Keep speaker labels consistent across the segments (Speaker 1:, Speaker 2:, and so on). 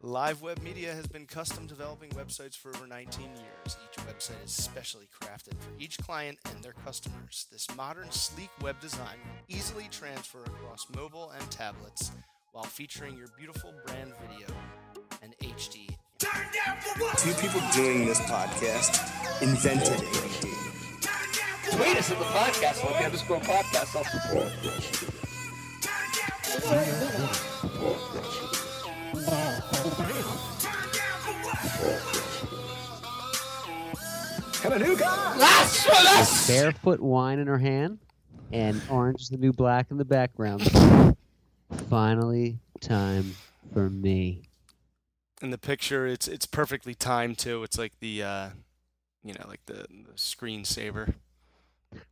Speaker 1: Live Web Media has been custom developing websites for over 19 years. Each website is specially crafted for each client and their customers. This modern, sleek web design will easily transfer across mobile and tablets while featuring your beautiful brand video and HD.
Speaker 2: Two people doing this podcast invented it.
Speaker 3: Tweet us at the podcast, Loki underscore podcast. I'll support.
Speaker 4: barefoot wine in her hand, and orange is the new black in the background. Finally, time for me.
Speaker 1: In the picture, it's it's perfectly timed too. It's like the, uh, you know, like the, the screensaver.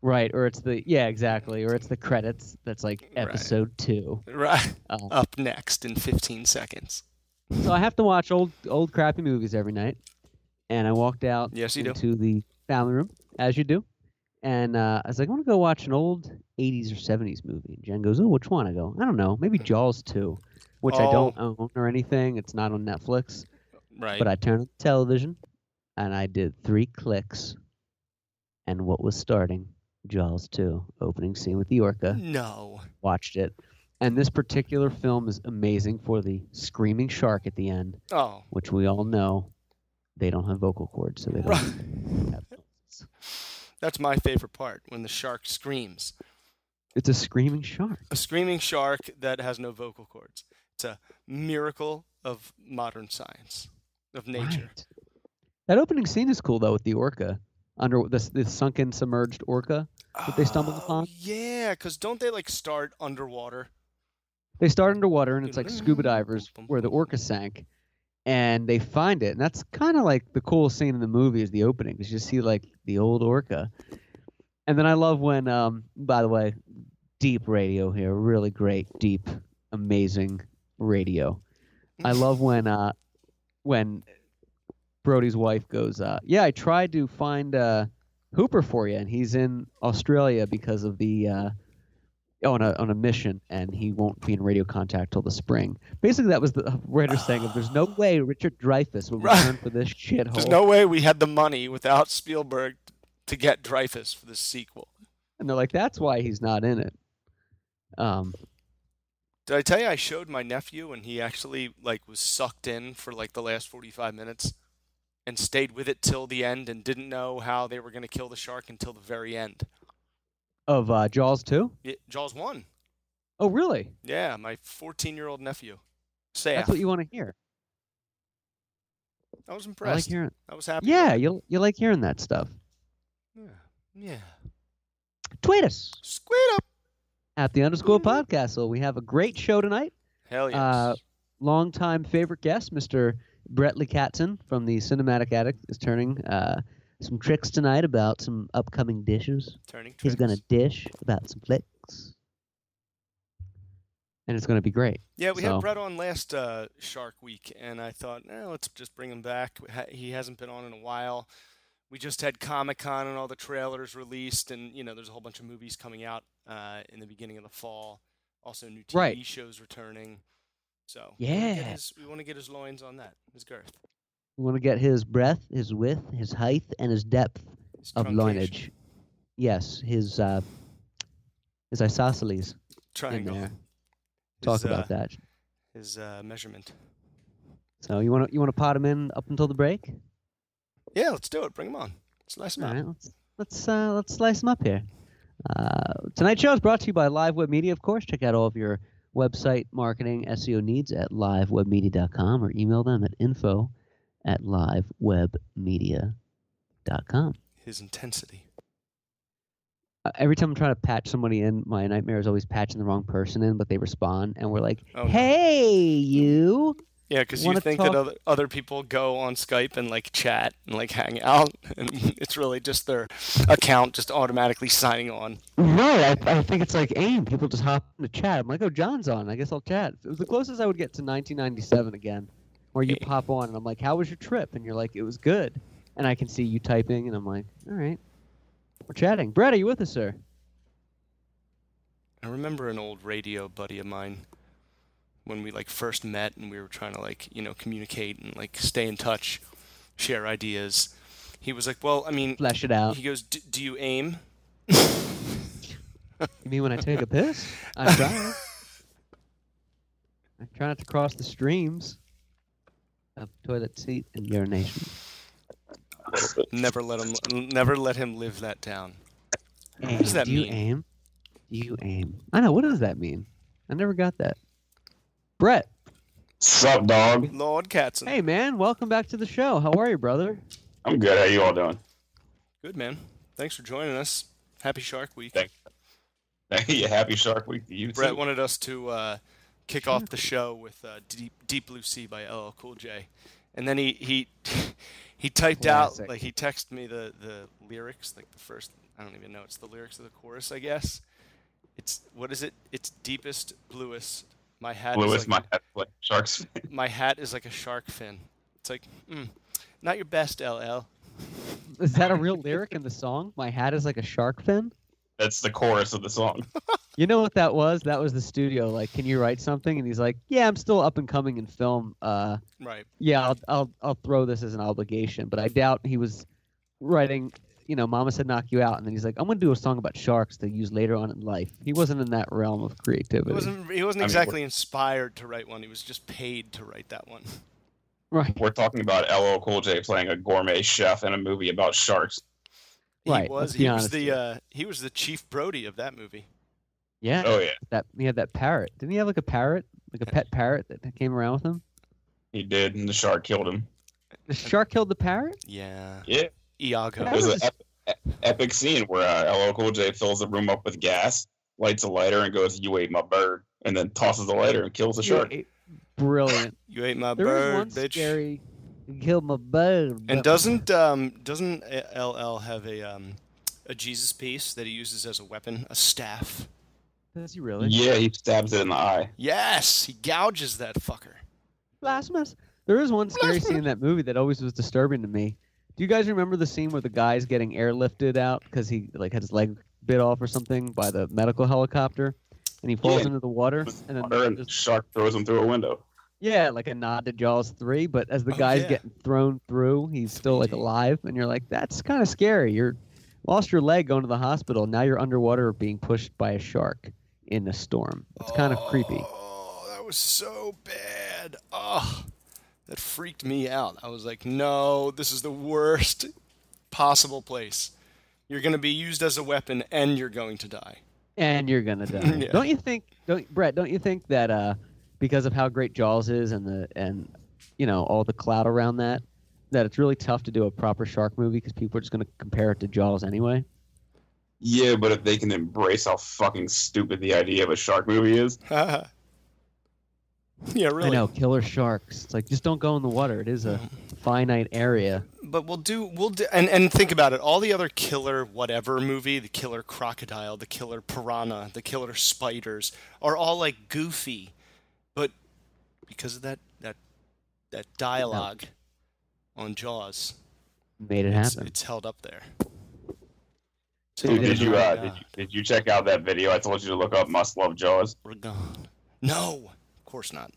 Speaker 4: Right, or it's the yeah, exactly, or it's the credits. That's like
Speaker 1: Right.
Speaker 4: episode two.
Speaker 1: Right.
Speaker 4: Oh.
Speaker 1: Up next in 15 seconds.
Speaker 4: So I have to watch old old crappy movies every night, and I walked out
Speaker 1: Yes, you do.
Speaker 4: into the family room as you do, and uh, I was like, I want to go watch an old '80s or '70s movie. And Jen goes, Oh, which one? I go, I don't know, maybe
Speaker 1: Hmm.
Speaker 4: Jaws two, which
Speaker 1: Oh.
Speaker 4: I don't own or anything. It's not on Netflix.
Speaker 1: Right.
Speaker 4: But I turned on the television and I did three clicks. And what was starting? Jaws 2, opening scene with the
Speaker 1: Hmm.
Speaker 4: orca.
Speaker 1: no.
Speaker 4: Watched it. And this particular film is amazing for the screaming shark at the end,
Speaker 1: Oh.
Speaker 4: which we all know they don't have vocal cords, so they don't
Speaker 1: Right.
Speaker 4: have. noises.
Speaker 1: That's my favorite part when the shark screams.
Speaker 4: It's a screaming shark.
Speaker 1: A screaming shark that has no vocal cords. It's a miracle of modern science, of nature.
Speaker 4: Right. That opening scene is cool though with the orca under this, this sunken submerged orca. That they stumbled
Speaker 1: Oh,
Speaker 4: upon?
Speaker 1: Yeah, because don't they like start underwater?
Speaker 4: they start underwater and it's like scuba divers where the orca sank and they find it and that's kind of like the coolest scene in the movie is the opening because you see like the old orca and then i love when um by the way deep radio here really great deep amazing radio i love when uh when brody's wife goes uh yeah i tried to find uh hooper for you and he's in australia because of the uh oh, on a on a mission and he won't be in radio contact till the spring. Basically, that was the writer saying, "If there's no way Richard Dreyfuss will
Speaker 1: Right.
Speaker 4: return for this shithole."
Speaker 1: There's no way we had the money without Spielberg to get Dreyfus for this sequel.
Speaker 4: and they're like, "That's why he's not in it." Um,
Speaker 1: Did I tell you I showed my nephew and he actually like was sucked in for like the last 45 minutes and stayed with it till the end and didn't know how they were going to kill the shark until the very end.
Speaker 4: of uh, Jaws too.
Speaker 1: Yeah, Jaws won.
Speaker 4: Oh, really?
Speaker 1: Yeah, my 14-year-old nephew. Say
Speaker 4: That's what you want to hear.
Speaker 1: I was
Speaker 4: I like
Speaker 1: impressed.
Speaker 4: hearing.
Speaker 1: I was happy.
Speaker 4: Yeah, you you like hearing that stuff.
Speaker 1: Yeah. Yeah.
Speaker 4: Tweet us
Speaker 1: Squid up.
Speaker 4: at the underscore podcast. So we have a great show tonight.
Speaker 1: Hell Oh, yes.
Speaker 4: Uh, longtime favorite guest, Mr. Brett Katzen from the Cinematic Addict, is turning uh, some tricks tonight about some upcoming dishes.
Speaker 1: Turning
Speaker 4: He's going to
Speaker 1: tricks.
Speaker 4: dish about some flicks. And it's going to be great.
Speaker 1: Yeah, we
Speaker 4: so-
Speaker 1: had Brett on last uh, Shark Week, and I thought, eh, let's just bring him back. Ha- He hasn't been on in a while. We just had Comic Con and all the trailers released, and you know, there's a whole bunch of movies coming out uh, in the beginning of the fall. Also, new TV
Speaker 4: Right.
Speaker 1: shows returning. So we wanna get
Speaker 4: Yeah.
Speaker 1: his- we want to get his loins on that. His girth,
Speaker 4: We want to get his breadth, his width, his height, and his depth
Speaker 1: his
Speaker 4: of
Speaker 1: truncation,
Speaker 4: loinage. Yes, his uh, his isosceles in
Speaker 1: triangle,
Speaker 4: there. Talk
Speaker 1: His,
Speaker 4: about
Speaker 1: uh,
Speaker 4: that.
Speaker 1: his uh, measurement.
Speaker 4: So you want to you want to pot him in up until the break?
Speaker 1: Yeah, let's do it. Bring him on. Slice him
Speaker 4: All
Speaker 1: up.
Speaker 4: right, let's let's uh, let's slice them up here. Uh, tonight's show is brought to you by Live Web Media, of course. Check out all of your website marketing SEO needs at livewebmedia.com or email them at info at livewebmedia.com.
Speaker 1: His intensity.
Speaker 4: Uh, every time I'm trying to patch somebody in, my nightmare is always patching the wrong person in, but they respond and we're like,
Speaker 1: Oh, no.
Speaker 4: "Hey, you."
Speaker 1: Yeah, because you
Speaker 4: Wanna
Speaker 1: think
Speaker 4: talk-
Speaker 1: that other, other people go on Skype and like chat and like hang out, and it's really just their account just automatically signing on.
Speaker 4: Right. I, I think it's like AIM. People just hop in the chat. I'm like, oh, John's on. I guess I'll chat. It was the closest I would get to 1997 again, where you
Speaker 1: Yeah.
Speaker 4: pop on and I'm like, how was your trip? And you're like, it was good. And I can see you typing, and I'm like, all right, we're chatting. Brad, are you with us, sir?
Speaker 1: I remember an old radio buddy of mine when we like first met and we were trying to like you know communicate and like stay in touch, share ideas. He was like, "Well, I mean,"
Speaker 4: Flesh it out.
Speaker 1: he goes, D- "Do you aim?"
Speaker 4: You mean when I take a piss? I try. I try not to cross the streams of toilet seat and urination.
Speaker 1: Never let him. Never let him live that down.
Speaker 4: Aim.
Speaker 1: does that
Speaker 4: Do you
Speaker 1: mean?
Speaker 4: aim? Do you aim? I know. What does that mean? I never got that. Brett,
Speaker 5: Sup, dog?
Speaker 1: Lord Katzen.
Speaker 4: hey man, welcome back to the show. How are you, brother?
Speaker 5: I'm good. How you all doing?
Speaker 1: Good man. Thanks for joining us. Happy Shark Week.
Speaker 5: Thank- Hey, happy Shark Week to you
Speaker 1: Brett
Speaker 5: too.
Speaker 1: wanted us to uh, kick off the show with uh, Deep, Deep Blue Sea by LL Cool J, and then he he he typed out
Speaker 4: Classic.
Speaker 1: like he texted me the the lyrics like the first I don't even know it's the lyrics of the chorus I guess. It's what is it? It's deepest bluest. My hat
Speaker 5: Lewis,
Speaker 1: is
Speaker 5: my
Speaker 1: like,
Speaker 5: hat, like sharks.
Speaker 1: my hat is like a shark fin. It's like mm, not your best LL.
Speaker 4: Is that a real lyric in the song? My hat is like a shark fin.
Speaker 5: That's the chorus of the song.
Speaker 4: You know what that was? That was the studio. Like, can you write something? And he's like, Yeah, I'm still up and coming in film. Uh,
Speaker 1: Right.
Speaker 4: yeah, I'll, I'll I'll throw this as an obligation, but I doubt he was writing. You know, Mama said knock you out, and then he's like, I'm gonna do a song about sharks to use later on in life. He wasn't in that realm of
Speaker 1: He
Speaker 4: creativity,
Speaker 1: wasn't he wasn't
Speaker 5: I mean,
Speaker 1: exactly inspired to write one. He was just paid to write that one.
Speaker 4: right?
Speaker 5: We're talking about LL Cool J playing a gourmet chef in a movie about sharks.
Speaker 4: Right,
Speaker 1: He was
Speaker 4: let's be
Speaker 1: he was
Speaker 4: honest
Speaker 1: the
Speaker 4: here.
Speaker 1: uh, he was the chief Brody of that movie.
Speaker 4: Yeah,
Speaker 5: Oh yeah,
Speaker 4: that he had that parrot. Didn't he have like a parrot, like a pet parrot that came around with him?
Speaker 5: he did, and the shark killed him.
Speaker 4: The shark killed the parrot.
Speaker 1: Yeah.
Speaker 5: Yeah,
Speaker 1: Iago.
Speaker 4: That
Speaker 5: it was
Speaker 4: was
Speaker 5: an ep- e- epic scene where uh, LL Cool J fills the room up with gas, lights a lighter, and goes, "You ate my bird," and then tosses the lighter and kills the shark.
Speaker 4: Yeah, Brilliant.
Speaker 1: You ate my
Speaker 4: There was one
Speaker 1: bird, bitch.
Speaker 4: scary. "You Killed my bird.
Speaker 1: And
Speaker 4: but-
Speaker 1: doesn't um doesn't LL have a um a Jesus piece that he uses as a weapon, a staff?
Speaker 4: does he really?
Speaker 5: Yeah, he stabs it in the eye.
Speaker 1: Yes, he gouges that fucker.
Speaker 4: Blasphemous. There is one scary scene in that movie that always was disturbing to me. Do you guys remember the scene where the guy's getting airlifted out because he like had his leg bit off or something by the medical helicopter, and he falls
Speaker 5: Yeah.
Speaker 4: into the water, and then
Speaker 5: Water, and the
Speaker 4: there's-
Speaker 5: shark throws him through a window.
Speaker 4: yeah, like a nod to Jaws three. But as the
Speaker 1: Oh,
Speaker 4: guy's
Speaker 1: yeah.
Speaker 4: getting thrown through, he's still like
Speaker 1: 3D.
Speaker 4: alive, and you're like, that's kind of scary. You're lost your leg going to the hospital. Now you're underwater being pushed by a shark in a storm. It's kind of creepy.
Speaker 1: Oh, that was so bad. Oh, that freaked me out. I was like, no, this is the worst possible place. You're going to be used as a weapon and you're going to die.
Speaker 4: and you're gonna die.
Speaker 1: Yeah.
Speaker 4: Don't you think? Don't Brett? Don't you think that uh, because of how great Jaws is and the and you know all the cloud around that, that it's really tough to do a proper shark movie because people are just gonna compare it to Jaws anyway.
Speaker 5: Yeah, but if they can embrace how fucking stupid the idea of a shark movie is,
Speaker 1: yeah, really.
Speaker 4: I know killer sharks. It's like just don't go in the water. It is a finite area.
Speaker 1: But we'll do we'll do, and and think about it. All the other killer whatever movie, the killer crocodile, the killer piranha, the killer spiders are all like goofy, but because of that that that dialogue on Jaws,
Speaker 4: Made it
Speaker 1: it's,
Speaker 4: happen.
Speaker 1: it's held up there.
Speaker 5: Dude,
Speaker 4: Dude,
Speaker 5: did you,
Speaker 1: my
Speaker 5: uh,
Speaker 1: God.
Speaker 5: did you did you check out that video I told you to look up? Must love Jaws.
Speaker 1: We're gone. No, of course not.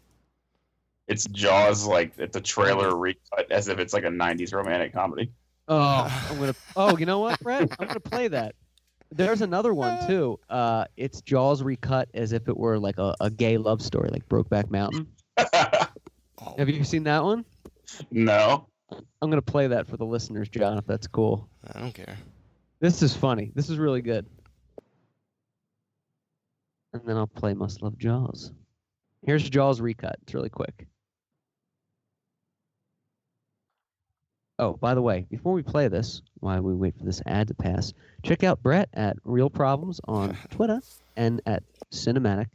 Speaker 5: It's Jaws like it's a trailer recut as if it's like a '90s romantic comedy.
Speaker 4: Oh, I'm gonna. Oh, you know what, Brett? I'm gonna play that. There's another one too. Uh, it's Jaws recut as if it were like a, a gay love story, like Brokeback Mountain.
Speaker 1: Oh,
Speaker 4: Have you seen that one?
Speaker 5: no,
Speaker 4: I'm gonna play that for the listeners, John, if that's cool.
Speaker 1: I don't care.
Speaker 4: This is funny. This is really good. And then I'll play Must Love Jaws. Here's Jaws recut. It's really quick. Oh, by the way, before we play this, while we wait for this ad to pass, check out Brett at Real Problems on Twitter and at Cinematic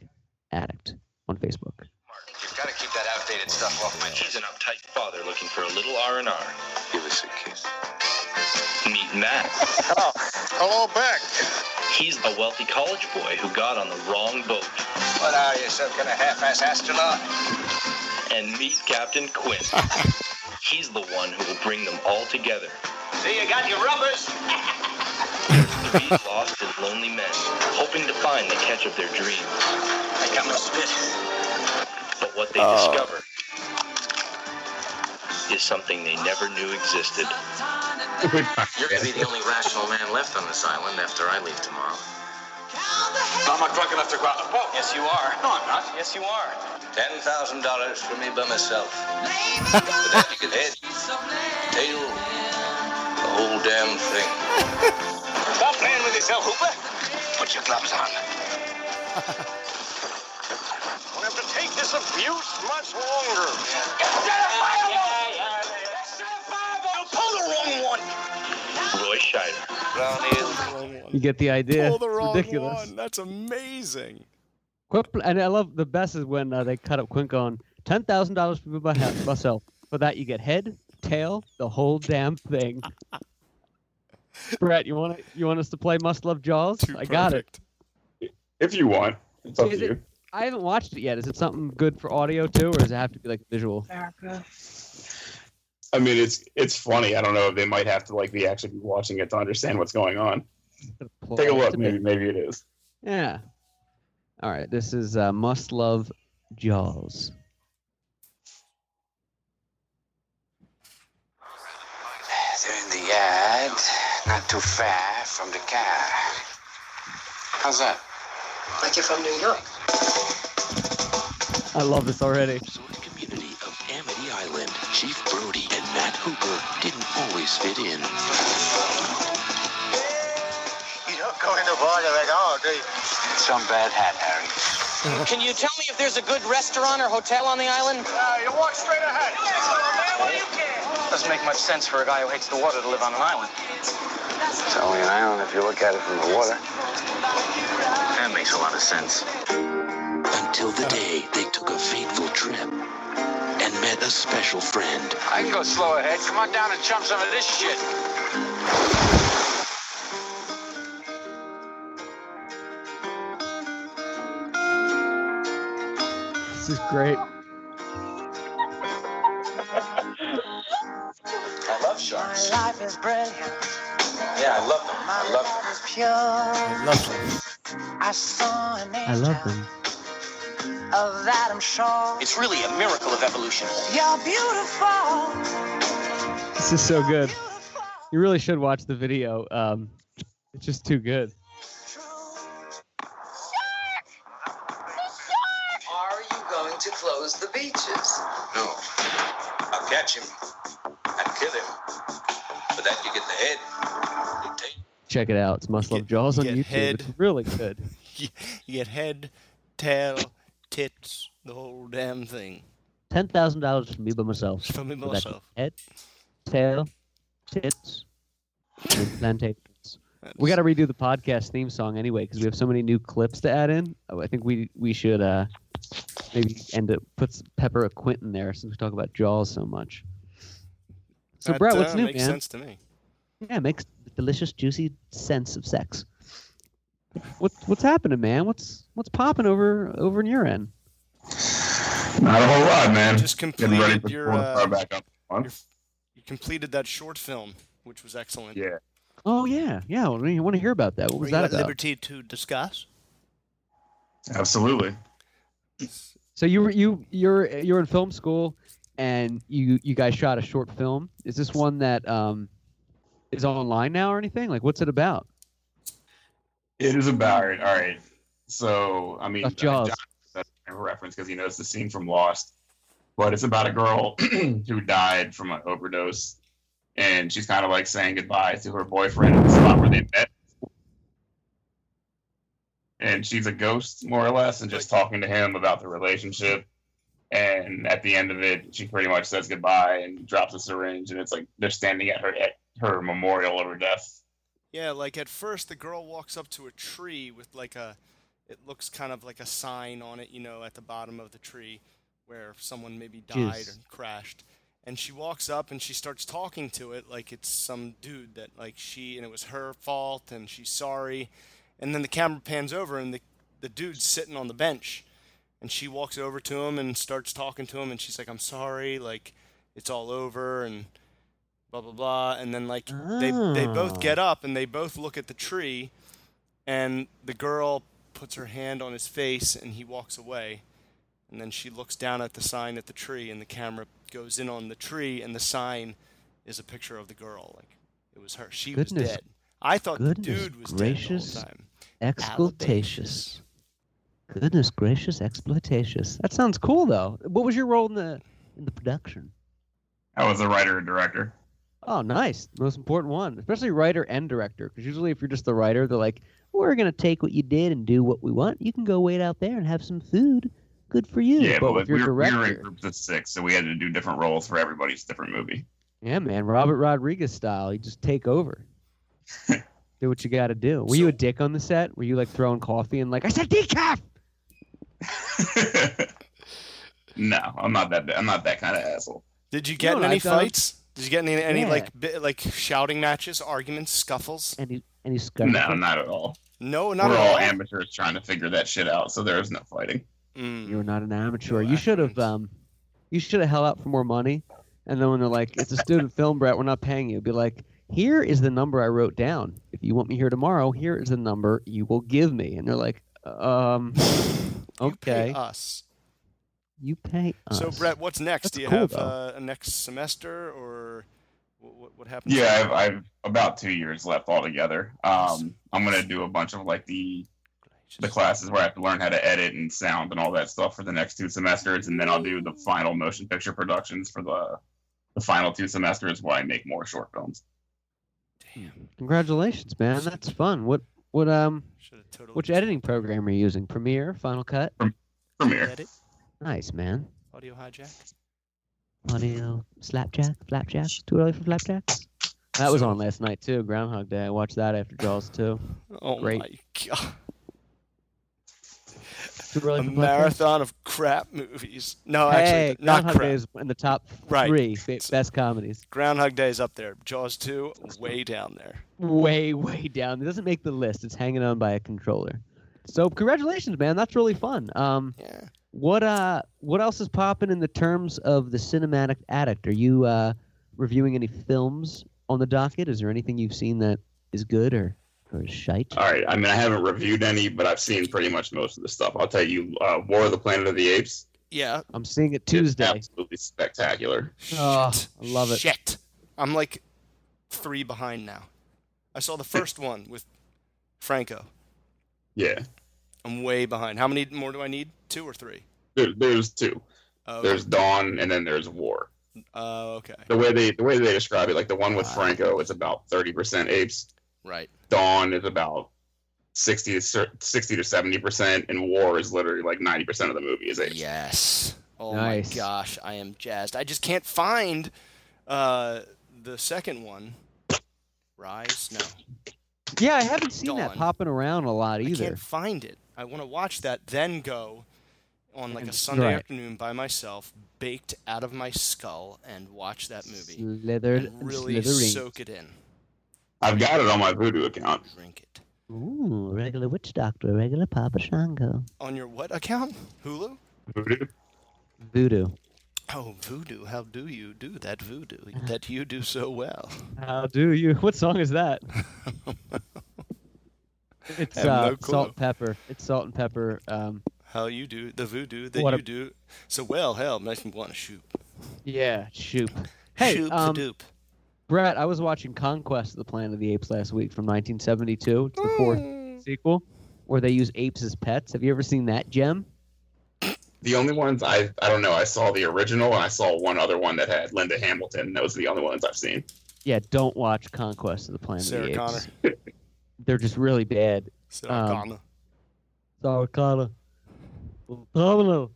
Speaker 4: Addict on Facebook.
Speaker 6: You've got to keep that outdated stuff off my. He's an uptight father looking for a little R and R. Give us a kiss. Meet Matt.
Speaker 7: Oh, hello, Beck.
Speaker 6: He's a wealthy college boy who got on the wrong boat.
Speaker 7: What are you, some kind of half-ass astronaut?
Speaker 6: And meet Captain Quinn. He's the one who will bring them all together.
Speaker 7: See, you got your rubbers.
Speaker 6: Three lost and lonely men, hoping to find the catch of their dreams.
Speaker 7: I got my spit.
Speaker 6: But what they
Speaker 7: Uh.
Speaker 5: Oh.
Speaker 6: discover is something they never knew existed.
Speaker 7: You're gonna be the only rational man left on this island after I leave tomorrow.
Speaker 8: I'm not drunk enough to go out on a boat.
Speaker 7: Yes, you are.
Speaker 8: No, I'm not. Yes, you are.
Speaker 7: Ten thousand dollars for me by myself. Head, tail, the whole damn thing.
Speaker 8: Stop playing with yourself, Hooper.
Speaker 7: Put your gloves on.
Speaker 8: We'll have to take this abuse much longer.
Speaker 6: Roy Scheider.
Speaker 7: Brown is
Speaker 1: Wrong one.
Speaker 4: You get the idea.
Speaker 1: Pull Oh, the
Speaker 4: It's
Speaker 1: wrong
Speaker 4: ridiculous.
Speaker 1: one. That's amazing.
Speaker 4: Quip- and I love the best is when uh, they cut up Quint on ten thousand dollars for my he- myself. For that, you get head, tail, the whole damn thing. Brett, you want it? You want us to play Must Love Jaws?
Speaker 1: Too
Speaker 4: I got it.
Speaker 1: perfect.
Speaker 5: If you want, it's up
Speaker 4: Is
Speaker 5: to
Speaker 4: it-
Speaker 5: you.
Speaker 4: I haven't watched it yet. Is it something good for audio too, or does it have to be like visual?
Speaker 5: I mean, it's it's funny. I don't know. They might have to like be actually be watching it to understand what's going on. Take a look. Maybe maybe it is.
Speaker 4: Yeah. All right. This is uh, Must Love Jaws.
Speaker 7: They're in the yard, not too far from the car. How's that? Like you're from New York.
Speaker 4: I love this already.
Speaker 6: Sort community of Amity Island, Chief Brody and Matt Hooper didn't always fit in.
Speaker 7: You don't go in the water at all, do you? Some bad hat, Harry.
Speaker 9: Can you tell me if there's a good restaurant or hotel on the island?
Speaker 8: you walk straight ahead.
Speaker 9: Doesn't make much sense for a guy who hates the water to live on an island.
Speaker 7: It's only an island if you look at it from the water.
Speaker 9: That makes a lot of sense.
Speaker 6: Until the day they took a fateful trip and met a special friend.
Speaker 8: I can go slow ahead. Come on down and chump some of this shit.
Speaker 4: This is great.
Speaker 8: I love sharks.
Speaker 10: Life is brilliant.
Speaker 8: Yeah, I love them. I love them.
Speaker 10: is pure.
Speaker 1: I love them.
Speaker 10: I saw an
Speaker 4: I love them.
Speaker 10: of that I'm sure.
Speaker 9: It's really a miracle of evolution.
Speaker 10: You're beautiful.
Speaker 4: This is so good. You really should watch the video. Um, it's just too good.
Speaker 10: Are you going to close the beaches?
Speaker 7: No. I'll catch him. I'd kill him. But that you get the head. You take
Speaker 4: Check it out. It's Must Love
Speaker 1: Get-
Speaker 4: Jaws on
Speaker 1: get
Speaker 4: YouTube.
Speaker 1: head.
Speaker 4: It's really good.
Speaker 1: You get head, tail, tits, the whole damn thing.
Speaker 4: Ten thousand dollars for me by myself.
Speaker 1: For me
Speaker 4: So that's
Speaker 1: myself.
Speaker 4: Head, tail, tits, and plantations. We got to redo the podcast theme song anyway because we have so many new clips to add in. Oh, I think we we should uh, maybe end up put s- pepper a quint in there since we talk about Jaws so much. So
Speaker 1: That,
Speaker 4: Brett, what's
Speaker 1: uh,
Speaker 4: new,
Speaker 1: makes
Speaker 4: man?
Speaker 1: sense to me.
Speaker 4: Yeah, it makes the delicious, juicy sense of sex. What's what's happening, man? What's what's popping over over in your end?
Speaker 5: Not a whole lot, man.
Speaker 1: Just
Speaker 5: Getting ready
Speaker 1: completed
Speaker 5: for
Speaker 1: your,
Speaker 5: pulling the
Speaker 1: uh,
Speaker 5: car back up.
Speaker 1: your- You completed that short film, which was excellent.
Speaker 5: Yeah.
Speaker 4: Oh yeah, yeah. I want to hear about that. What was that about?
Speaker 1: liberty to discuss?
Speaker 5: Absolutely.
Speaker 4: So you were you you're you're in film school, and you you guys shot a short film. Is this one that um is online now or anything? Like, what's it about?
Speaker 5: It is about all right. All right. So I mean,
Speaker 4: About Jaws.
Speaker 5: John- that's my reference because he knows the scene from Lost. But it's about a girl who died from an overdose, and she's kind of like saying goodbye to her boyfriend at the spot where they met. And she's a ghost, more or less, and just talking to him about the relationship. And at the end of it, she pretty much says goodbye and drops a syringe, and it's like they're standing at her at her memorial of her death.
Speaker 1: Yeah, like at first the girl walks up to a tree with like a it looks kind of like a sign on it, you know, at the bottom of the tree where someone maybe died
Speaker 4: Jeez.
Speaker 1: or crashed. And she walks up and she starts talking to it like it's some dude that like she and it was her fault and she's sorry. And then the camera pans over and the the dude's sitting on the bench and she walks over to him and starts talking to him and she's like I'm sorry, like it's all over and blah blah blah and then like they they both
Speaker 4: Oh.
Speaker 1: get up and they both look at the tree and the girl puts her hand on his face and he walks away And then she looks down at the sign at the tree, and the camera goes in on the tree, and the sign is a picture of the girl. Like it was her. She was
Speaker 4: Goodness-
Speaker 1: dead. I thought the
Speaker 4: goodness
Speaker 1: dude was
Speaker 4: gracious,
Speaker 1: dead the whole time.
Speaker 4: Excultatious. Goodness gracious, exploitatious. That sounds cool though. What was your role in the in the production?
Speaker 5: I was a writer and director.
Speaker 4: Oh, nice. Most important one, especially writer and director, because usually if you're just the writer, they're like, "We're gonna take what you did and do what we want. You can go wait out there and have some food. Good for you."
Speaker 5: Yeah,
Speaker 4: but
Speaker 5: but
Speaker 4: if
Speaker 5: like,
Speaker 4: you're
Speaker 5: we, were, we
Speaker 4: director,
Speaker 5: were in groups of six, so we had to do different roles for everybody's different movie.
Speaker 4: yeah, man, Robert Rodriguez style, you just take over. do what you got to do. Were you a dick on the set? Were you like throwing coffee and like, "I said decaf"?
Speaker 5: No, I'm not that. I'm not that kind of asshole.
Speaker 1: Did you get
Speaker 4: No,
Speaker 1: in
Speaker 4: I
Speaker 1: any
Speaker 4: thought-
Speaker 1: fights? Did you get in any, any
Speaker 4: Yeah.
Speaker 1: like bi- like shouting matches, arguments, scuffles?
Speaker 4: Any any scum?
Speaker 5: No, not at all.
Speaker 1: No, not
Speaker 5: we're
Speaker 1: at all.
Speaker 5: all amateurs trying to figure that shit out, so there is no fighting.
Speaker 1: Mm.
Speaker 4: You were not an amateur. you should have um, you should have held out for more money. And then when they're like, "It's a student film, Brett. We're not paying you," be like, "Here is the number I wrote down. If you want me here tomorrow, here is the number you will give me." And they're like, "Um,
Speaker 1: You pay
Speaker 4: okay,
Speaker 1: us.
Speaker 4: you pay us."
Speaker 1: So Brett, what's next?
Speaker 4: That's
Speaker 1: Do you
Speaker 4: cool,
Speaker 1: have
Speaker 4: though.
Speaker 1: uh, a next semester or what, what happens?
Speaker 5: Yeah, I've, I've about two years left altogether. Um, I'm gonna do a bunch of like the the classes where I have to learn how to edit and sound and all that stuff for the next two semesters, and then I'll do the final motion picture productions for the the final two semesters where I make more short films.
Speaker 4: Congratulations, man. That's fun. What what um,
Speaker 1: Should have totally
Speaker 4: which editing program are you using? Premiere, Final Cut?
Speaker 5: Premiere.
Speaker 1: edit
Speaker 4: Nice, man.
Speaker 1: audio hijack.
Speaker 4: Audio slapjack, flapjack. Too early for flapjacks. That was on last night too. Groundhog Day. I watched that after Jaws too.
Speaker 1: Oh
Speaker 4: Great.
Speaker 1: my god!
Speaker 4: Too early
Speaker 1: A
Speaker 4: for flapjacks.
Speaker 1: marathon of crap movies. No,
Speaker 4: Hey,
Speaker 1: actually, not
Speaker 4: Groundhog
Speaker 1: crap.
Speaker 4: Day is in the top
Speaker 1: Right.
Speaker 4: three fa- best comedies.
Speaker 1: Groundhog Day is up there. Jaws two, way down there.
Speaker 4: Way, way down. It doesn't make the list. It's hanging on by a controller. So congratulations, man. That's really fun. Um,
Speaker 1: Yeah.
Speaker 4: what uh, what else is popping in the terms of the cinematic addict? Are you uh, reviewing any films on the docket? Is there anything you've seen that is good or or is shite?
Speaker 5: All right. I mean, I haven't reviewed any, but I've seen pretty much most of the stuff. I'll tell you, uh, War of the Planet of the Apes.
Speaker 1: Yeah.
Speaker 4: I'm seeing it
Speaker 5: is
Speaker 4: Tuesday.
Speaker 5: absolutely spectacular.
Speaker 4: Oh,
Speaker 1: Shit.
Speaker 4: I love it.
Speaker 1: Shit. I'm like three behind now. I saw the first one with Franco.
Speaker 5: Yeah.
Speaker 1: I'm way behind. How many more do I need? Two or three?
Speaker 5: There, there's two.
Speaker 1: Oh,
Speaker 5: There's Dawn, and then there's War.
Speaker 1: oh, okay.
Speaker 5: The way they the way they describe it, like the one with Franco, it's about thirty percent apes.
Speaker 1: Right.
Speaker 5: Dawn is about 60 to cer- 60 to 70 percent, and War is literally like 90 percent of the movie is apes.
Speaker 1: Yes. Oh
Speaker 4: Nice.
Speaker 1: my gosh, I am jazzed. I just can't find uh, the second one. Rise? No.
Speaker 4: Yeah, I haven't seen that
Speaker 1: Dawn.
Speaker 4: popping around a lot
Speaker 1: I
Speaker 4: either.
Speaker 1: can't find it. I want to watch that, then go on like a
Speaker 4: And-
Speaker 1: Sunday
Speaker 4: right.
Speaker 1: afternoon by myself, baked out of my skull, and watch that movie.
Speaker 4: Slithered
Speaker 1: And
Speaker 4: and
Speaker 1: really
Speaker 4: slithering.
Speaker 1: soak it in.
Speaker 5: I've got it on my Voodoo account.
Speaker 1: Drink it.
Speaker 4: Ooh, regular witch doctor, regular Papa Shango.
Speaker 1: On your what account? Hulu?
Speaker 5: Voodoo.
Speaker 4: Voodoo.
Speaker 1: Oh, voodoo. How do you do that voodoo
Speaker 4: Uh-huh.
Speaker 1: that you do so well?
Speaker 4: How do you? What song is that? it's
Speaker 1: Have no
Speaker 4: uh,
Speaker 1: clue.
Speaker 4: salt and pepper. It's salt and pepper. Um,
Speaker 1: How you do the voodoo that
Speaker 4: What a-
Speaker 1: you do so well. Hell, makes me want to shoot.
Speaker 4: yeah, shoop. Hey,
Speaker 1: shoop
Speaker 4: um,
Speaker 1: the doop.
Speaker 4: Brett, I was watching Conquest of the Planet of the Apes last week from 1972. It's the
Speaker 1: Mm.
Speaker 4: fourth sequel, where they use apes as pets. Have you ever seen that gem?
Speaker 5: The only ones I I don't know. I saw the original, and I saw one other one that had Linda Hamilton. Those are the only ones I've seen.
Speaker 4: Yeah, don't watch Conquest of the Planet of
Speaker 1: Sarah
Speaker 4: the
Speaker 1: Connor.
Speaker 4: Apes. They're just really bad.
Speaker 1: Sarah
Speaker 4: um,
Speaker 1: Connor.
Speaker 4: Sarah Connor. Phenomenal.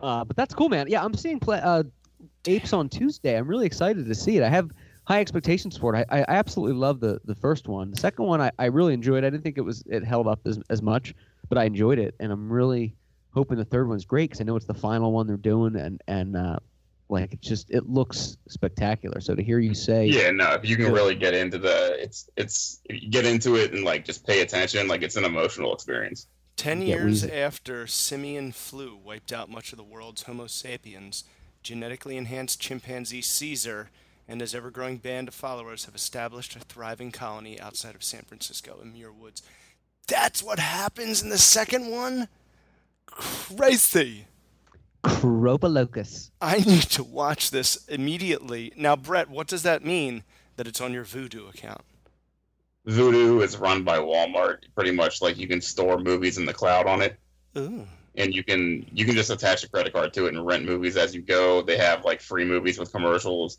Speaker 4: Uh, but that's cool, man. Yeah, I'm seeing play, uh, Apes on Tuesday. I'm really excited to see it. I have high expectations for it. I, I absolutely love the, the first one. The second one, I, I really enjoyed. I didn't think it was it held up as, as much, but I enjoyed it, and I'm really hoping the third one's great because I know it's the final one they're doing, and and uh, like it just it looks spectacular. So to hear you say,
Speaker 5: Yeah, no. If you can
Speaker 4: Good.
Speaker 5: really get into the, it's it's if you get into it and like just pay attention. Like it's an emotional experience.
Speaker 1: Ten
Speaker 4: Yeah, we
Speaker 1: years
Speaker 4: use it.
Speaker 1: after simian flu wiped out much of the world's Homo sapiens, genetically enhanced chimpanzee Caesar and his ever growing band of followers have established a thriving colony outside of San Francisco in Muir Woods. That's what happens in the second one? Crazy.
Speaker 4: Cropalocus.
Speaker 1: I need to watch this immediately. Now, Brett, what does that mean that it's on your Voodoo account?
Speaker 5: Voodoo is run by Walmart. Pretty much like you can store movies in the cloud on it,
Speaker 1: Ooh.
Speaker 5: and you can you can just attach a credit card to it and rent movies as you go. They have like free movies with commercials.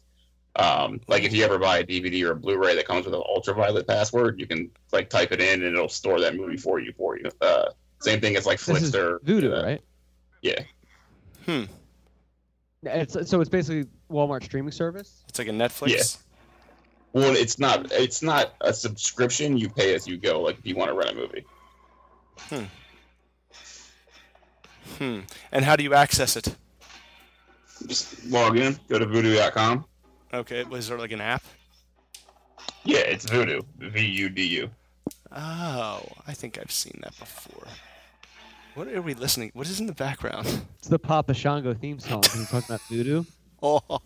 Speaker 5: Um, like if you ever buy a DVD or a Blu-ray that comes with an ultraviolet password, you can like type it in and it'll store that movie for you. For you, uh, same thing as like
Speaker 4: This is
Speaker 5: Flickster.
Speaker 4: Voodoo,
Speaker 5: uh,
Speaker 4: right?
Speaker 5: Yeah,
Speaker 1: Hmm.
Speaker 4: It's, so it's basically Walmart streaming service.
Speaker 1: It's like a Netflix.
Speaker 5: Yeah. Well, it's not it's not a subscription. You pay as you go. Like if you want to rent a movie,
Speaker 1: Hmm. And how do you access it?
Speaker 5: just log in, go to voodoo.com.
Speaker 1: Okay, was there like an app?
Speaker 5: Yeah, it's Voodoo. V U D U.
Speaker 1: Oh, I think I've seen that before. What are we listening? What is in the background?
Speaker 4: It's the Papa Shango theme song. When you're talking about voodoo,
Speaker 1: Oh,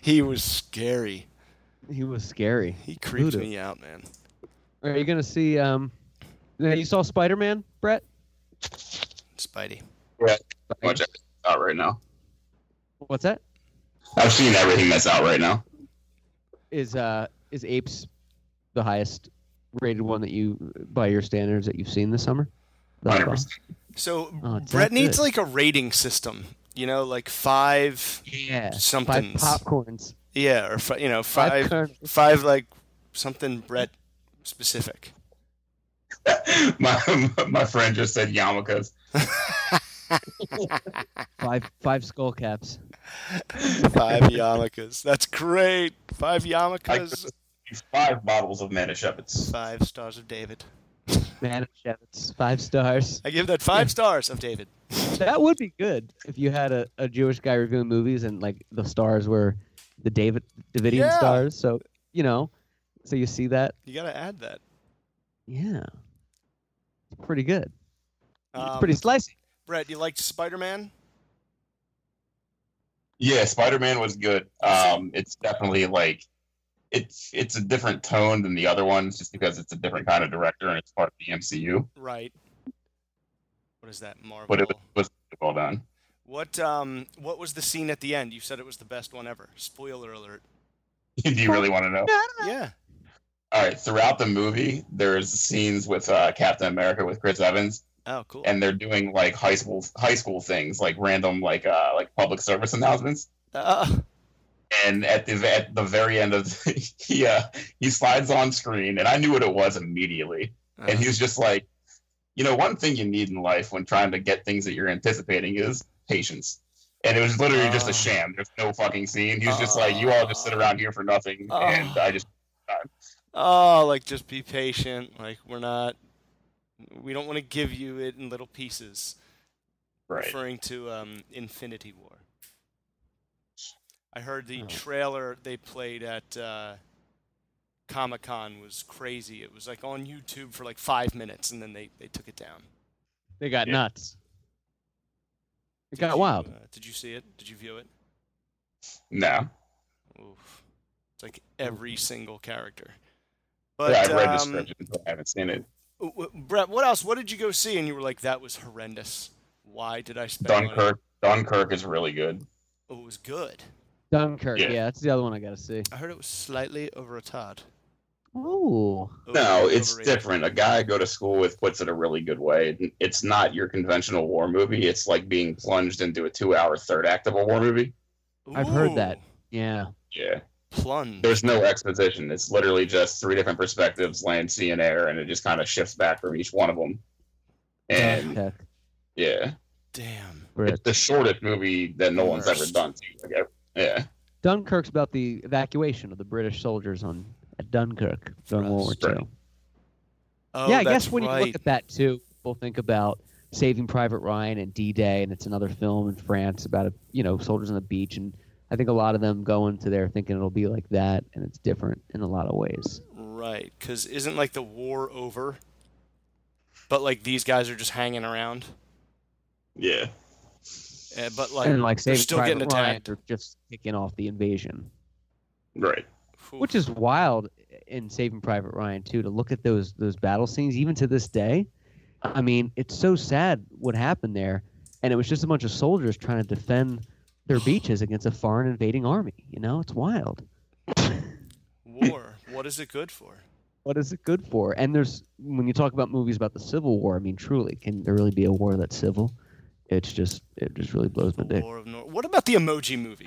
Speaker 1: he was scary.
Speaker 4: he was scary.
Speaker 1: He creeped
Speaker 4: Voodoo.
Speaker 1: me out, man.
Speaker 4: Are you gonna see? Um, now, you saw Spider Man, Brett?
Speaker 1: Spidey.
Speaker 5: Much everything's out right now.
Speaker 4: What's that?
Speaker 5: I've seen everything that's out right now.
Speaker 4: Is uh is Apes the highest rated one that you by your standards that you've seen this summer? That I saw?
Speaker 5: 100%.
Speaker 1: So
Speaker 4: Oh, it's
Speaker 1: Brett
Speaker 4: that
Speaker 1: needs
Speaker 4: good.
Speaker 1: like a rating system. You know, like five.
Speaker 4: Yeah.
Speaker 1: Something's-
Speaker 4: Five popcorns.
Speaker 1: Yeah, or fi- you know,
Speaker 4: Five
Speaker 1: five,
Speaker 4: cur-
Speaker 1: five like something Brett specific.
Speaker 5: my my friend just said yarmulkes.
Speaker 4: five five skull caps.
Speaker 1: Five yarmulkes. That's great. Five yarmulkes.
Speaker 5: Five bottles of Manish Shepherds.
Speaker 1: Five stars of David.
Speaker 4: Man of Shepherds. Five stars.
Speaker 1: I give that five stars of David.
Speaker 4: That would be good if you had a, a Jewish guy reviewing movies and like the stars were the David Davidian
Speaker 1: Yeah.
Speaker 4: stars. So you know, so you see that.
Speaker 1: You got to add that.
Speaker 4: Yeah. Pretty good.
Speaker 1: Um,
Speaker 4: Pretty slicey.
Speaker 1: Brett, you liked Spider Man?
Speaker 5: Yeah, Spider Man was good. Um, it's definitely like it's it's a different tone than the other ones, just because it's a different kind of director and it's part of the MCU.
Speaker 1: Right. What is that? Marvel.
Speaker 5: But it was, was well done.
Speaker 1: What um what was the scene at the end? You said it was the best one ever. Spoiler alert.
Speaker 5: Do you really want to know?
Speaker 1: Yeah.
Speaker 5: All right. Throughout the movie, there's scenes with uh, Captain America with Chris Evans,
Speaker 1: Oh, cool.
Speaker 5: and they're doing like high school high school things, like random like uh, like public service announcements.
Speaker 1: Uh,
Speaker 5: and at the at the very end of the, he uh, he slides on screen, and I knew what it was immediately.
Speaker 1: Uh-huh.
Speaker 5: And he was just like, you know, one thing you need in life when trying to get things that you're anticipating is patience. And it was literally just
Speaker 1: Oh.
Speaker 5: a sham. There's no fucking scene. He was just like, you all just sit around here for nothing,
Speaker 1: Oh.
Speaker 5: and I just
Speaker 1: oh, like just be patient. Like we're not we don't want to give you it in little pieces.
Speaker 5: right.
Speaker 1: referring to um, Infinity War. I heard
Speaker 5: Oh.
Speaker 1: the trailer they played at uh, Comic Con was crazy. It was like on YouTube for like five minutes, and then they, they took it down.
Speaker 4: They got
Speaker 5: Yeah.
Speaker 4: nuts. It
Speaker 1: Did
Speaker 4: got
Speaker 1: you,
Speaker 4: wild.
Speaker 1: uh, did you see it? Did you view it?
Speaker 5: No,
Speaker 1: Oof. It's like every single character.
Speaker 5: Yeah,
Speaker 1: But
Speaker 5: I've read the
Speaker 1: um,
Speaker 5: script, but I haven't seen it.
Speaker 1: w- w- Brett, what else? What did you go see? And you were like, that was horrendous. Why did I spend money?"
Speaker 5: Dunkirk. Dunkirk is really good.
Speaker 1: Oh, it was good.
Speaker 4: Dunkirk.
Speaker 5: Yeah.
Speaker 4: Yeah. that's the other one I gotta see.
Speaker 1: I heard it was slightly overrated.
Speaker 4: Ooh.
Speaker 5: No, it's
Speaker 1: Overrated.
Speaker 5: different. A guy I go to school with puts it a really good way. It's not your conventional war movie. It's like being plunged into a two-hour third act of a war movie.
Speaker 4: I've heard that.
Speaker 1: Ooh.
Speaker 4: Yeah.
Speaker 5: Yeah,
Speaker 1: plunge.
Speaker 5: there's no exposition. It's literally just three different perspectives: land, sea, and air, and it just kind of shifts back from each one of them. And
Speaker 4: Dunkirk.
Speaker 5: yeah,
Speaker 1: Damn.
Speaker 5: it's
Speaker 4: Brit.
Speaker 5: the shortest movie that no one's ever
Speaker 1: Worst.
Speaker 5: done. Too. Like, ever- yeah,
Speaker 4: Dunkirk's about the evacuation of the British soldiers on at Dunkirk during World War
Speaker 5: Right.
Speaker 4: II.
Speaker 1: Oh,
Speaker 4: yeah, I
Speaker 1: that's
Speaker 4: guess when
Speaker 1: right.
Speaker 4: you look at that too, people think about Saving Private Ryan and D-Day, and it's another film in France about a, you know soldiers on the beach, and I think a lot of them go into there thinking it'll be like that, and it's different in a lot of ways.
Speaker 1: right, because isn't like the war over? But like these guys are just hanging around.
Speaker 5: yeah.
Speaker 1: Uh, but like,
Speaker 4: and like
Speaker 1: they're
Speaker 4: Saving
Speaker 1: still
Speaker 4: Private
Speaker 1: getting
Speaker 4: Ryan,
Speaker 1: attacked,
Speaker 4: they're just kicking off the invasion,
Speaker 5: Right.
Speaker 1: Whew.
Speaker 4: which is wild in Saving Private Ryan too. To look at those those battle scenes, even to this day, I mean, it's so sad what happened there, and it was just a bunch of soldiers trying to defend their beaches against a foreign invading army. You know, it's wild.
Speaker 1: War. what is it good for?
Speaker 4: What is it good for? And there's when you talk about movies about the Civil War, I mean, truly, can there really be a war that's civil? It's just it just really blows my dick.
Speaker 1: War of Nor- what about the Emoji Movie?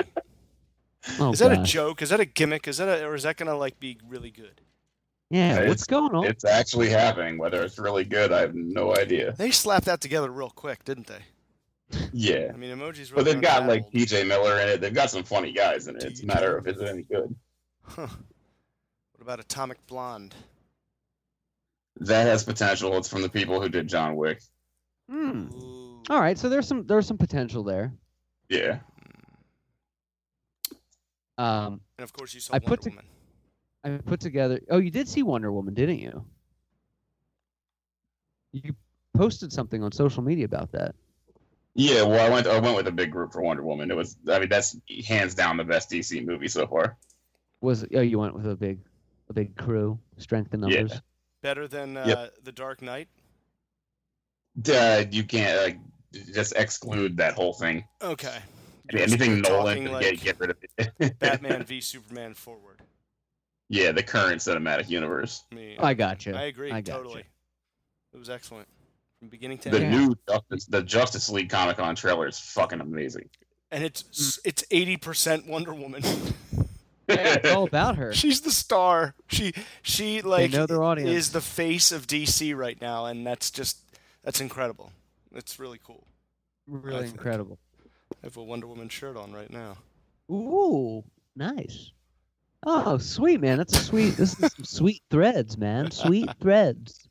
Speaker 4: Oh,
Speaker 1: is that a
Speaker 4: gosh.
Speaker 1: joke? Is that a gimmick? Is that a, or is that gonna like be really good?
Speaker 4: Yeah,
Speaker 5: It's-
Speaker 4: what's going on?
Speaker 5: It's actually happening. Whether it's really good, I have no idea.
Speaker 1: They slapped that together real quick, didn't they?
Speaker 5: Yeah.
Speaker 1: I mean, emojis. Really
Speaker 5: But they've
Speaker 1: aren't
Speaker 5: got
Speaker 1: that
Speaker 5: like
Speaker 1: old.
Speaker 5: PJ Miller in it. They've got some funny guys in it. It's a matter of is it any good.
Speaker 1: Huh. What about Atomic Blonde?
Speaker 5: That has potential. It's from the people who did John Wick.
Speaker 4: Hmm.
Speaker 1: Ooh.
Speaker 4: All right, so there's some there's some potential there.
Speaker 5: Yeah.
Speaker 4: Um,
Speaker 1: And of course, you saw
Speaker 4: I
Speaker 1: Wonder
Speaker 4: put to-
Speaker 1: Woman.
Speaker 4: I put together. Oh, you did see Wonder Woman, didn't you? You posted something on social media about that.
Speaker 5: Yeah, well, I went. I went with a big group for Wonder Woman. It was. I mean, that's hands down the best DC movie so far.
Speaker 4: Was oh you went with a big, a big crew, strength in
Speaker 5: Yeah.
Speaker 4: numbers.
Speaker 1: Better than uh,
Speaker 5: Yep.
Speaker 1: the Dark Knight.
Speaker 5: Uh, you can't like just exclude that whole thing.
Speaker 1: Okay.
Speaker 5: I mean,
Speaker 1: Yes,
Speaker 5: anything
Speaker 1: we're
Speaker 5: Nolan
Speaker 1: talking
Speaker 5: could
Speaker 1: like
Speaker 5: get, get rid of it.
Speaker 1: Batman v Superman forward.
Speaker 5: yeah, the current cinematic universe.
Speaker 1: I mean,
Speaker 4: I got you.
Speaker 1: I agree
Speaker 4: I gotcha.
Speaker 1: totally. It was excellent from beginning to
Speaker 5: The
Speaker 1: end,
Speaker 5: new Justice, the Justice League Comic Con trailer is fucking amazing.
Speaker 1: and it's it's eighty percent Wonder Woman.
Speaker 4: Yeah, it's
Speaker 1: Oh.
Speaker 4: all about her.
Speaker 1: She's the star. She she like
Speaker 4: know their audience.
Speaker 1: is the face of DC right now, and that's just that's incredible. It's really cool.
Speaker 4: Really
Speaker 1: think.
Speaker 4: incredible.
Speaker 1: I have a Wonder Woman shirt on right now.
Speaker 4: Ooh, nice. Oh, sweet man, that's sweet. This is some sweet threads, man. Sweet threads.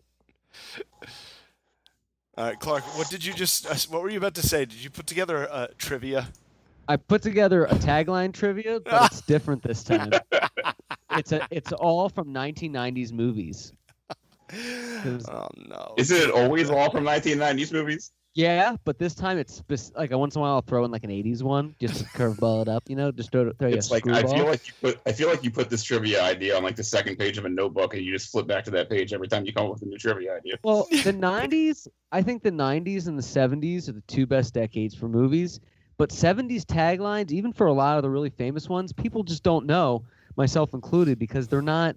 Speaker 1: All right, Clark. What did you just? uh, What were you about to say? Did you put together uh, trivia?
Speaker 4: I put together a tagline trivia, but it's different this time. it's a, it's all from 1990s movies. was-
Speaker 1: Oh no.
Speaker 5: Isn't it always all from 1990s movies?
Speaker 4: Yeah, but this time it's spec- like once in a while I'll throw in like an 80s one, just to curveball it up, you know, just throw, throw you
Speaker 5: it's
Speaker 4: a
Speaker 5: like I
Speaker 4: screwball.
Speaker 5: feel like you put I feel like you put this trivia idea on like the second page of a notebook, and you just flip back to that page every time you come up with a new trivia idea.
Speaker 4: Well, the 90s, I think the 90s and the 70s are the two best decades for movies. But 70s taglines, even for a lot of the really famous ones, people just don't know, myself included, because they're not,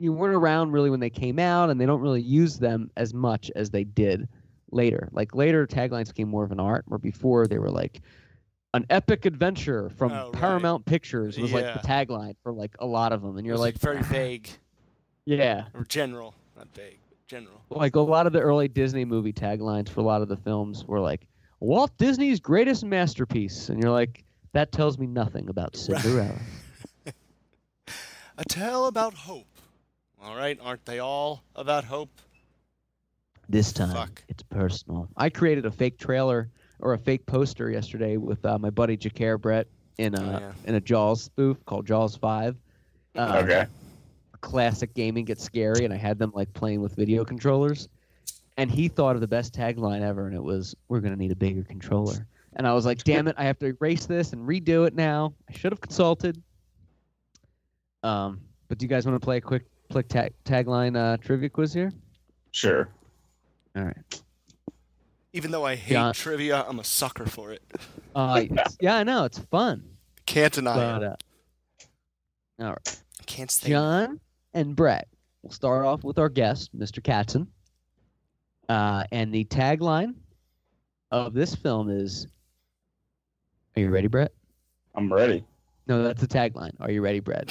Speaker 4: you weren't around really when they came out and they don't really use them as much as they did later. Like later, taglines became more of an art, where before they were like, an epic adventure from
Speaker 1: Oh, right.
Speaker 4: Paramount Pictures was like the tagline for like a lot of them.
Speaker 1: It
Speaker 4: And you're
Speaker 1: was,
Speaker 4: like, "Ah."
Speaker 1: very vague
Speaker 4: yeah.
Speaker 1: or general, not vague, general.
Speaker 4: like a lot of the early Disney movie taglines for a lot of the films were like Walt Disney's greatest masterpiece, and you're like, that tells me nothing about Cinderella.
Speaker 1: A tale about hope. All right, aren't they all about hope?
Speaker 4: This time,
Speaker 1: Fuck.
Speaker 4: it's personal. I created a fake trailer or a fake poster yesterday with uh, my buddy Jacare Brett in a
Speaker 1: Oh, yeah.
Speaker 4: in a Jaws spoof called Jaws Five. Uh,
Speaker 5: okay.
Speaker 4: classic gaming gets scary and I had them like playing with video controllers. And he thought of the best tagline ever and it was we're going to need a bigger controller. And I was like, "Damn it, I have to erase this and redo it now. I should have consulted." Um, but do you guys want to play a quick quick tag, tagline uh, trivia quiz here?
Speaker 5: Sure.
Speaker 4: All right.
Speaker 1: Even though I hate
Speaker 4: Yeah.
Speaker 1: trivia, I'm a sucker for it.
Speaker 4: Uh, it's- yeah, I know, it's fun.
Speaker 1: Can't deny
Speaker 4: But
Speaker 1: it.
Speaker 4: uh,
Speaker 1: Can't stay.
Speaker 4: John and Brett. We'll start off with our guest, Mr. Katzen. Uh, and the tagline of this film is Are you ready, Brett?
Speaker 5: I'm ready.
Speaker 4: No, that's the tagline. Are you ready, Brett?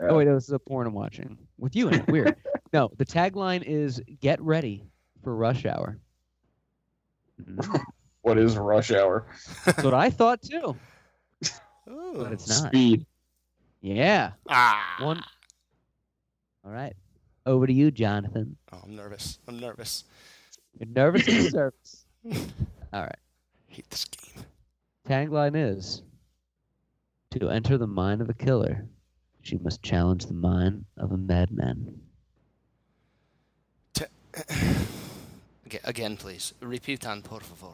Speaker 4: Oh, wait, no, this is a porn I'm watching with you in it. Weird. no, the tagline is Get ready for rush hour.
Speaker 5: What is rush hour?
Speaker 4: That's what I thought too,
Speaker 1: Ooh.
Speaker 4: but it's not.
Speaker 5: Speed.
Speaker 4: Yeah.
Speaker 1: Ah.
Speaker 4: One. All right. Over to you, Jonathan.
Speaker 1: Oh, I'm nervous. I'm nervous.
Speaker 4: You're nervous in the service. All right.
Speaker 1: hate this game.
Speaker 4: Tagline is To enter the mind of a killer, she must challenge the mind of a madman.
Speaker 1: Okay, again, please. Repeat on, por favor.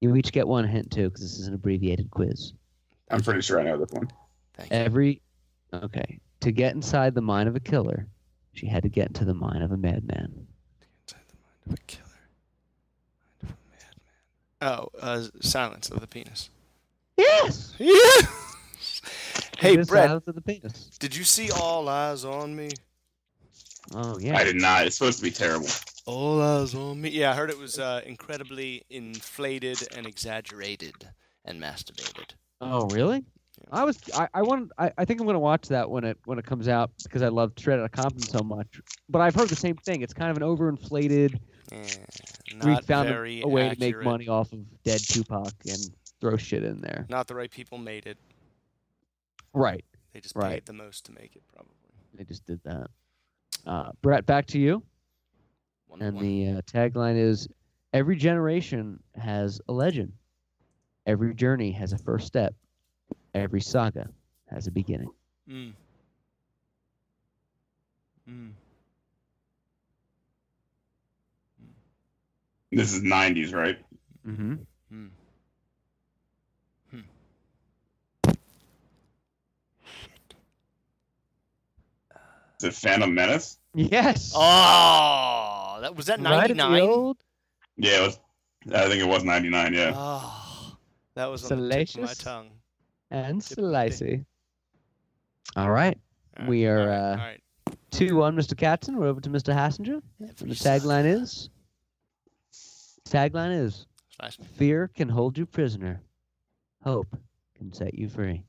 Speaker 4: You each get one hint, too, because this is an abbreviated quiz.
Speaker 5: I'm pretty sure I know this one.
Speaker 4: Eh.
Speaker 1: Thank you.
Speaker 4: Every. Okay. To get inside the mind of a killer, she had to get into the mind of a madman.
Speaker 1: Inside the mind of a killer. Mind of a madman. Oh, uh, silence of the penis.
Speaker 4: Yes.
Speaker 1: Yeah. hey,
Speaker 4: It is
Speaker 1: Brett.
Speaker 4: Silence of the Penis.
Speaker 1: Did you see All Eyes on Me?
Speaker 4: Oh
Speaker 5: I
Speaker 4: yeah.
Speaker 5: did not. It's supposed to be terrible.
Speaker 1: All Eyes on Me. Yeah, I heard it was uh, incredibly inflated and exaggerated and masturbated.
Speaker 4: Oh really? I was I, I wanted I, I think I'm gonna watch that when it when it comes out because I love Shredded Compton so much. But I've heard the same thing. It's kind of an overinflated.
Speaker 1: Yeah,
Speaker 4: We
Speaker 1: Eh, not
Speaker 4: found
Speaker 1: very
Speaker 4: a, a way
Speaker 1: accurate.
Speaker 4: to make money off of dead Tupac and throw shit in there.
Speaker 1: Not the right people made it.
Speaker 4: Right.
Speaker 1: They just
Speaker 4: Right.
Speaker 1: paid the most to make it, probably.
Speaker 4: They just did that. Uh, Brett, back to you.
Speaker 1: One
Speaker 4: And
Speaker 1: one.
Speaker 4: the uh, tagline is Every generation has a legend. Every journey has a first step. Every saga has a beginning.
Speaker 1: Mm. Mm.
Speaker 5: This is '90s, right?
Speaker 4: Mm-hmm.
Speaker 1: Mm. Hmm.
Speaker 5: Is it Phantom Menace?
Speaker 4: Yes.
Speaker 1: Oh, that was that
Speaker 4: Right
Speaker 1: ninety
Speaker 4: at the
Speaker 1: nine.
Speaker 4: old
Speaker 5: Yeah, it was, I think it was '99. Yeah.
Speaker 1: oh, that was on the tip of my
Speaker 4: Salacious.
Speaker 1: tongue.
Speaker 4: and
Speaker 1: Tip of the day.
Speaker 4: slicey. All right.
Speaker 1: All
Speaker 4: We
Speaker 1: all
Speaker 4: are,
Speaker 1: right,
Speaker 4: uh,
Speaker 1: all right.
Speaker 4: 2 1, Mr. Katzen. We're over to Mr. Hassinger. And the tagline is Tagline is
Speaker 1: Slash me.
Speaker 4: Fear can hold you prisoner, hope can set you free.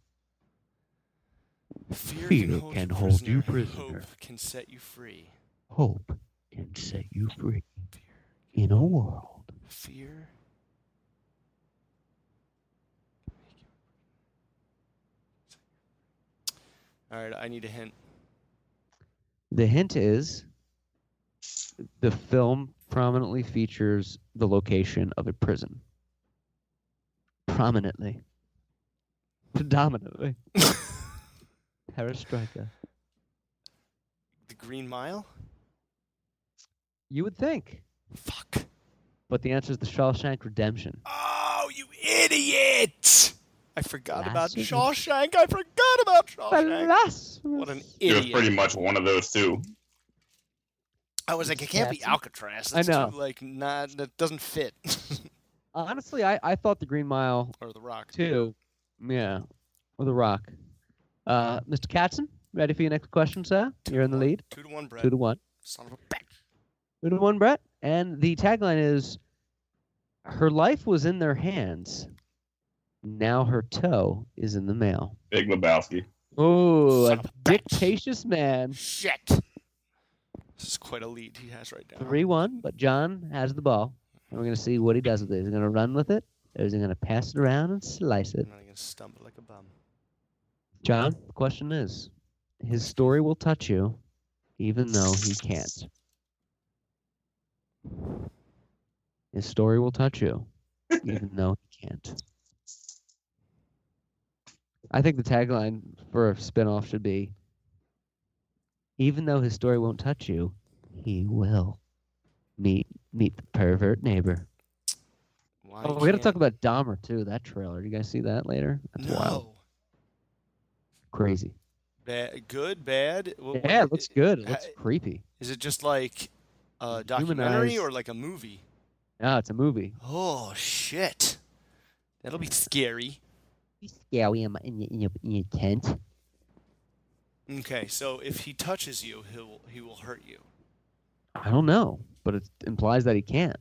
Speaker 1: Fear,
Speaker 4: Fear
Speaker 1: can,
Speaker 4: can
Speaker 1: hold, you
Speaker 4: prisoner.
Speaker 1: Hope can set you free.
Speaker 4: Hope can set you free in a world
Speaker 1: Fear. All right, I need a hint.
Speaker 4: The hint is the film prominently features the location of a prison. Prominently. Predominantly. Perestroika.
Speaker 1: The Green Mile.
Speaker 4: You would think.
Speaker 1: Fuck.
Speaker 4: But the answer is the Shawshank Redemption.
Speaker 1: Oh, you idiot! I forgot about
Speaker 4: Last week.
Speaker 1: Shawshank. I forgot about Shawshank. What an
Speaker 5: It was pretty
Speaker 1: idiot!
Speaker 5: much one of those two.
Speaker 1: I was like, it can't be
Speaker 4: Blasphemous.
Speaker 1: Alcatraz.
Speaker 4: I
Speaker 1: That's
Speaker 4: know.
Speaker 1: Too, like, not that doesn't fit.
Speaker 4: Honestly, I, I thought the Green Mile
Speaker 1: or The Rock.
Speaker 4: too. Yeah. Or the rock. Uh, Mr. Katzen, ready for your next question, sir? You're in the lead.
Speaker 1: Two to one, Brett.
Speaker 4: Two to one.
Speaker 1: Son of a bitch.
Speaker 4: Two to one, Brett. And the tagline is Her life was in their hands. Now her toe is in the mail.
Speaker 5: Big Lebowski.
Speaker 4: Oh,
Speaker 1: Son
Speaker 4: a
Speaker 1: of a bitch.
Speaker 4: dictatious man.
Speaker 1: Shit. This is quite a lead he has right now.
Speaker 4: 3 1, but John has the ball. And we're going to see what he does with it. Is he going to run with it? Or is he going to pass it around and slice
Speaker 1: I'm
Speaker 4: it?
Speaker 1: not gonna stumble like a bum.
Speaker 4: John, the question is His story will touch you, even though he can't. His story will touch you, even though he can't. I think the tagline for a spinoff should be Even though his story won't touch you, he will. Meet meet the pervert neighbor.
Speaker 1: Why
Speaker 4: Oh, we gotta
Speaker 1: can't-
Speaker 4: talk about Dahmer too, that trailer. You guys see that later? That's
Speaker 1: no.
Speaker 4: wild. Crazy.
Speaker 1: Ba- good, bad. Wha- what-
Speaker 4: Yeah, it looks good. It
Speaker 1: ha-
Speaker 4: looks creepy.
Speaker 1: Is it just like a
Speaker 4: Humanized-
Speaker 1: documentary or like a movie?
Speaker 4: No, it's a movie.
Speaker 1: Oh shit. That'll be scary.
Speaker 4: Scary in, my, in, your, in, your, in your tent.
Speaker 1: Okay, so if he touches you, he'll he will hurt you.
Speaker 4: I don't know, but it implies that he can't.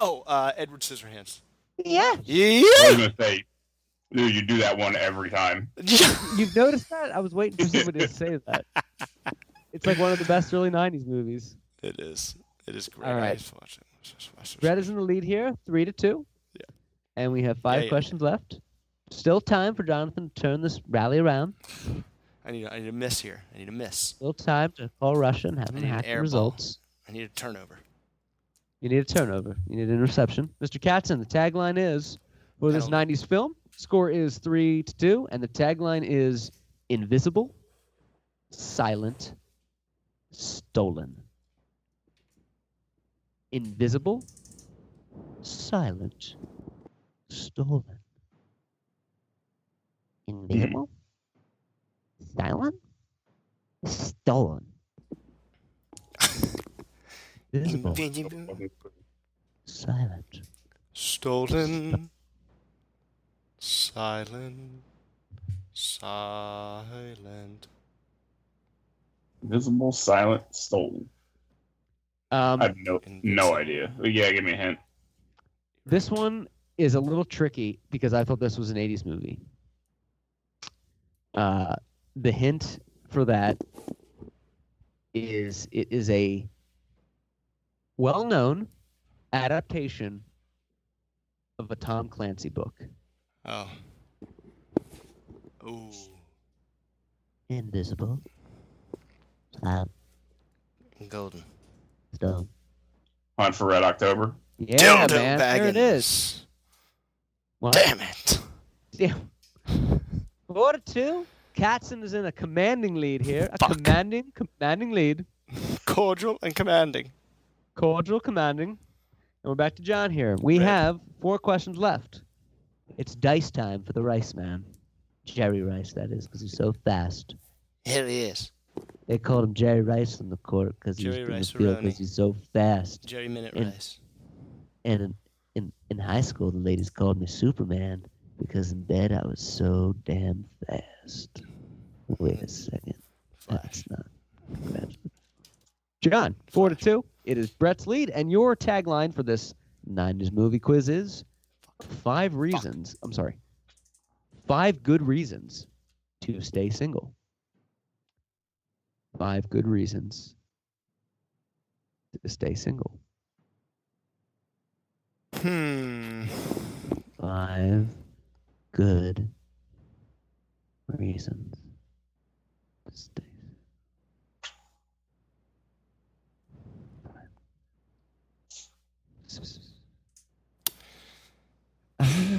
Speaker 1: Oh, uh, Edward Scissorhands.
Speaker 4: Yeah.
Speaker 5: I
Speaker 1: Yeah.
Speaker 5: was gonna say, dude, you do that one every time.
Speaker 4: You've noticed that? I was waiting for somebody to say that. It's like one of the best early 90s movies.
Speaker 1: It is. It is great.
Speaker 4: All
Speaker 1: I
Speaker 4: right.
Speaker 1: just watch it. Just watch it.
Speaker 4: Brett is in the lead here, three to two.
Speaker 1: Yeah.
Speaker 4: And we have five
Speaker 1: yeah,
Speaker 4: questions left. Still time for Jonathan to turn this rally around.
Speaker 1: I need. A, I need a miss here. I need a miss.
Speaker 4: Still time to call Russia and have them
Speaker 1: need an
Speaker 4: hack the
Speaker 1: air ball.
Speaker 4: results.
Speaker 1: I need a turnover.
Speaker 4: You need a turnover. You need an interception. Mr. Katzen, the tagline is for this
Speaker 1: Penalty.
Speaker 4: 90s film, score is 3 to 2, and the tagline is invisible, silent, stolen. Invisible, silent, stolen. Invisible, silent, stolen. Invisible,
Speaker 1: Invisible.
Speaker 4: silent,
Speaker 1: golden, silent, silent.
Speaker 5: Invisible, silent, stolen.
Speaker 4: Um,
Speaker 5: I have no no idea. Yeah, give me a hint.
Speaker 4: This one is a little tricky because I thought this was an 80s movie. Uh, the hint for that is it is a well known adaptation of a Tom Clancy book.
Speaker 1: Oh. Ooh.
Speaker 4: Invisible. Um,
Speaker 1: Golden.
Speaker 4: stone.
Speaker 5: Hunt for Red October.
Speaker 4: Yeah, man. There it is. What?
Speaker 1: Damn it.
Speaker 4: Yeah. Four to two. Katzen is in a commanding lead here. A
Speaker 1: Fuck.
Speaker 4: commanding, commanding lead.
Speaker 1: Cordial and commanding.
Speaker 4: Cordial commanding. And we're back to John here. We have four questions left. It's dice time for the Rice Man. Jerry Rice, that is, because he's so fast.
Speaker 1: Here he is.
Speaker 4: They called him Jerry Rice in the court because he's
Speaker 1: Jerry
Speaker 4: in the
Speaker 1: Rice
Speaker 4: field
Speaker 1: Aroni.
Speaker 4: because he's so fast.
Speaker 1: Jerry Minute
Speaker 4: And-
Speaker 1: Rice.
Speaker 4: And in, in, in high school, the ladies called me Superman because in bed I was so damn fast. Wait a second. That's not. That's... John, four to two. It is Brett's lead, and your tagline for this 90s movie quiz is Five Reasons. I'm sorry. Five Good Reasons to Stay Single. Five Good Reasons to Stay Single.
Speaker 1: Hmm.
Speaker 4: Five good reasons. to stay.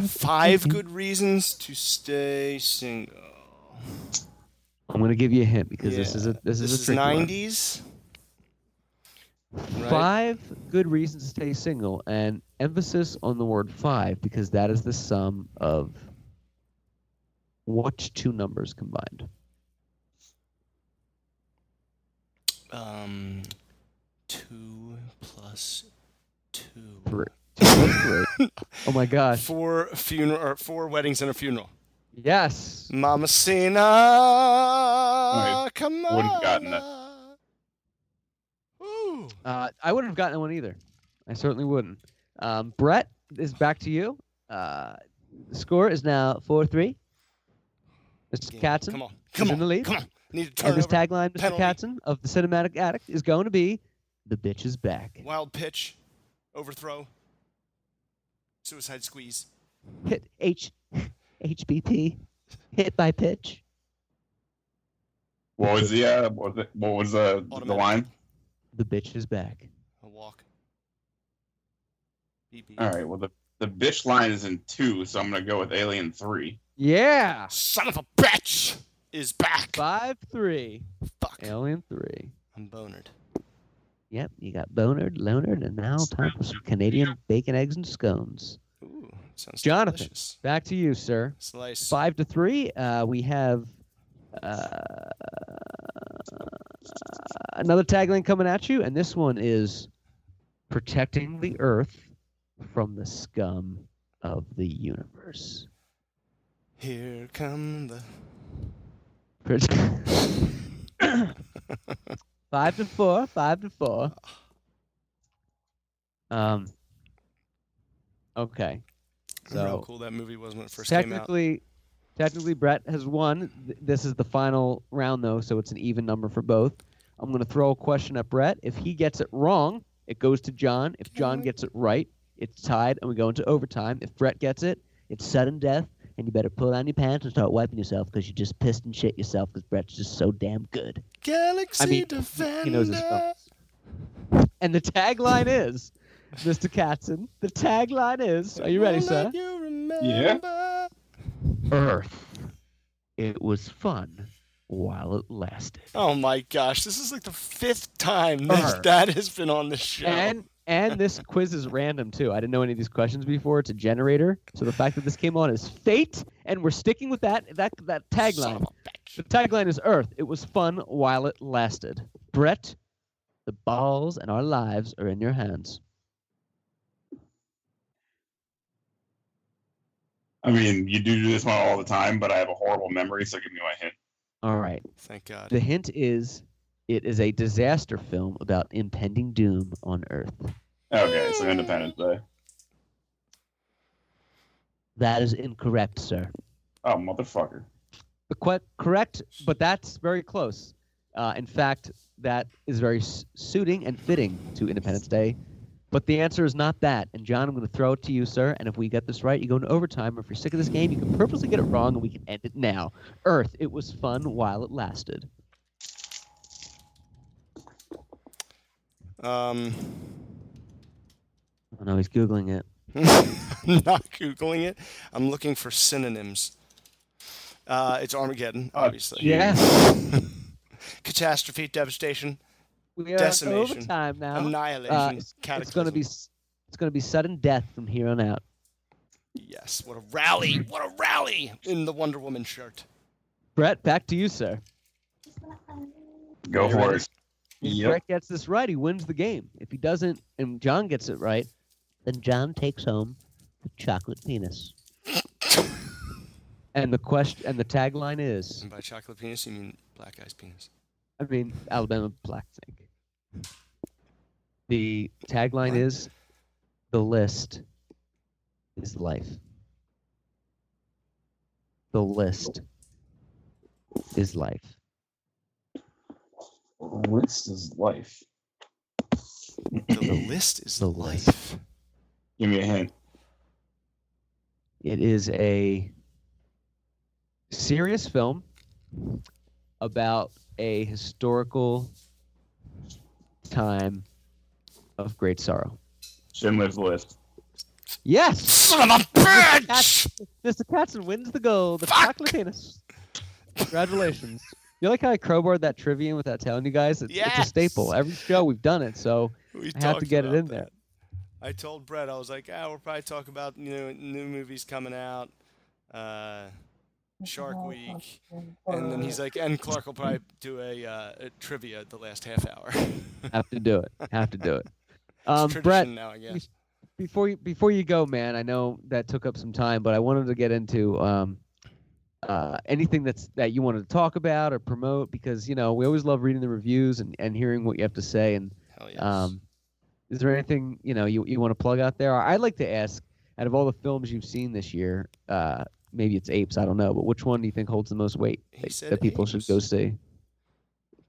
Speaker 1: Five good reasons to stay single.
Speaker 4: I'm gonna give you a hint because this is a this is a tricky one.
Speaker 1: 90s. right?
Speaker 4: Five good reasons to stay single, and emphasis on the word five because that is the sum of what two numbers combined?
Speaker 1: Um, two plus two.
Speaker 4: Three. Two plus three. Oh my gosh!
Speaker 1: Four funeral or four weddings and a funeral.
Speaker 4: Yes.
Speaker 1: Mama Cena, come on.
Speaker 5: wouldn't gotten it.
Speaker 1: Ooh.
Speaker 4: Uh, I wouldn't have gotten one either. I certainly wouldn't. Um, Brett is back to you. Uh, the score is now four three. Mr.
Speaker 1: Yeah,
Speaker 4: Katzen
Speaker 1: Come on.
Speaker 4: is
Speaker 1: Come
Speaker 4: in
Speaker 1: on.
Speaker 4: the lead.
Speaker 1: Come on. Need to turn
Speaker 4: and this
Speaker 1: over.
Speaker 4: tagline, Mr.
Speaker 1: penalty.
Speaker 4: Katzen of the Cinematic Addict, is going to be "The bitch is back."
Speaker 1: Wild pitch. Overthrow. Suicide squeeze.
Speaker 4: Hit H HBP, hit by pitch.
Speaker 5: What was the uh, what was the, what was the, the
Speaker 1: Automatic.
Speaker 5: line?
Speaker 4: The bitch is back.
Speaker 1: A walk. Beep, beep.
Speaker 5: All right. Well, the the bitch line is in two, so I'm gonna go with Alien Three.
Speaker 4: Yeah.
Speaker 1: Son of a bitch is back.
Speaker 4: Five three.
Speaker 1: Fuck.
Speaker 4: Alien three.
Speaker 1: I'm bonered.
Speaker 4: Yep, you got Bonard, Lonard, and now time for some Canadian bacon, eggs, and scones.
Speaker 1: Ooh, sounds
Speaker 4: Jonathan.
Speaker 1: delicious.
Speaker 4: Back to you, sir.
Speaker 1: Slice.
Speaker 4: five to three. Uh, we have uh, another tagline coming at you, and this one is protecting the earth from the scum of the universe.
Speaker 1: Here come the.
Speaker 4: Prot- five to four. Five to four. Um. Okay.
Speaker 1: I remember how
Speaker 4: So
Speaker 1: cool that movie was when it first came out.
Speaker 4: technically, technically, Brett has won. Th- This is the final round, though, so it's an even number for both. I'm going to throw a question at Brett. If he gets it wrong, it goes to John. If John gets it right, it's tied, and we go into overtime. If Brett gets it, it's sudden death, and you better pull down your pants and start wiping yourself because you just pissed and shit yourself because Brett's just so damn good.
Speaker 1: Galaxy
Speaker 4: I mean,
Speaker 1: Defender.
Speaker 4: He knows his films. And the tagline is, Mr. Katzen, the tagline is, are you ready,
Speaker 1: Won't
Speaker 4: sir?
Speaker 1: let you remember.
Speaker 4: Earth. It was fun while it lasted.
Speaker 1: Oh my gosh, this is like the fifth time that, that has been on this show.
Speaker 4: And and this quiz is random too. I didn't know any of these questions before. It's a generator. So the fact that this came on is fate, and we're sticking with that that that
Speaker 1: Son
Speaker 4: tagline.
Speaker 1: of a bitch.
Speaker 4: The tagline is Earth. It was fun while it lasted. Brett, the balls and our lives are in your hands.
Speaker 5: I mean, you do this one all the time, but I have a horrible memory, so give me my hint.
Speaker 4: All right.
Speaker 1: Thank God.
Speaker 4: The hint is it is a disaster film about impending doom on Earth.
Speaker 5: Okay, so Independence Day.
Speaker 4: That is incorrect, sir.
Speaker 5: Oh, motherfucker.
Speaker 4: Qu- correct, but that's very close. Uh, in fact, that is very s- suiting and fitting to Independence Day. But the answer is not that. And John, I'm going to throw it to you, sir. And if we get this right, you go into overtime. Or if you're sick of this game, you can purposely get it wrong, and we can end it now. Earth, it was fun while it lasted.
Speaker 1: Um,
Speaker 4: Oh no, he's googling it.
Speaker 1: I'm not googling it. I'm looking for synonyms. Uh, it's Armageddon, obviously.
Speaker 4: Oh, Yeah,
Speaker 1: Catastrophe, devastation,
Speaker 4: we are in
Speaker 1: Decimation.
Speaker 4: overtime now.
Speaker 1: annihilation,
Speaker 4: Uh, it's, it's going to
Speaker 1: cataclysm.
Speaker 4: be s- it's going to be sudden death from here on out.
Speaker 1: Yes, what a rally! What a rally in the Wonder Woman shirt.
Speaker 4: Brett, back to you, sir.
Speaker 5: Go
Speaker 4: You
Speaker 5: for
Speaker 4: ready?
Speaker 5: it.
Speaker 4: If
Speaker 5: Yep.
Speaker 4: Brett gets this right, he wins the game. If he doesn't, and John gets it right, then John takes home the chocolate penis. and the question and the tagline is,
Speaker 1: And by chocolate penis, you mean black guy's penis.
Speaker 4: I mean, Alabama Black Tank. The tagline is, the list is life. The list is life.
Speaker 5: What's his life?
Speaker 1: The list is
Speaker 4: The list.
Speaker 1: life.
Speaker 5: Give me a hint.
Speaker 4: It is a serious film about a historical time of great sorrow.
Speaker 5: Schindler's List.
Speaker 4: Yes,
Speaker 1: Son of a bitch!
Speaker 4: Mr. Katzen wins the gold. The chocolate penis. Congratulations. You like how I crowbarred that trivia without telling you guys? It's, it's
Speaker 1: Yes.
Speaker 4: a staple. Every show we've done it, so
Speaker 1: We
Speaker 4: I have to
Speaker 1: talked
Speaker 4: get it
Speaker 1: about
Speaker 4: in
Speaker 1: that.
Speaker 4: there.
Speaker 1: I told Brett, I was like, ah, we'll probably talk about new new movies coming out, uh, Shark Week, and then he's like, and Clark will probably do a, uh, a trivia the last half hour. It's
Speaker 4: Have to do it. Have to do it. Um,
Speaker 1: tradition
Speaker 4: Brett,
Speaker 1: now, I guess.
Speaker 4: before you before you go, man, I know that took up some time, but I wanted to get into um, uh, anything that's that you wanted to talk about or promote because you know we always love reading the reviews and, and hearing what you have to say. And
Speaker 1: Hell yes.
Speaker 4: um, is there anything you know you you want to plug out there? I'd like to ask, out of all the films you've seen this year, uh, maybe it's Apes, I don't know, but which one do you think holds the most weight
Speaker 1: He
Speaker 4: that,
Speaker 1: said
Speaker 4: that people should go
Speaker 1: Apes.
Speaker 4: see?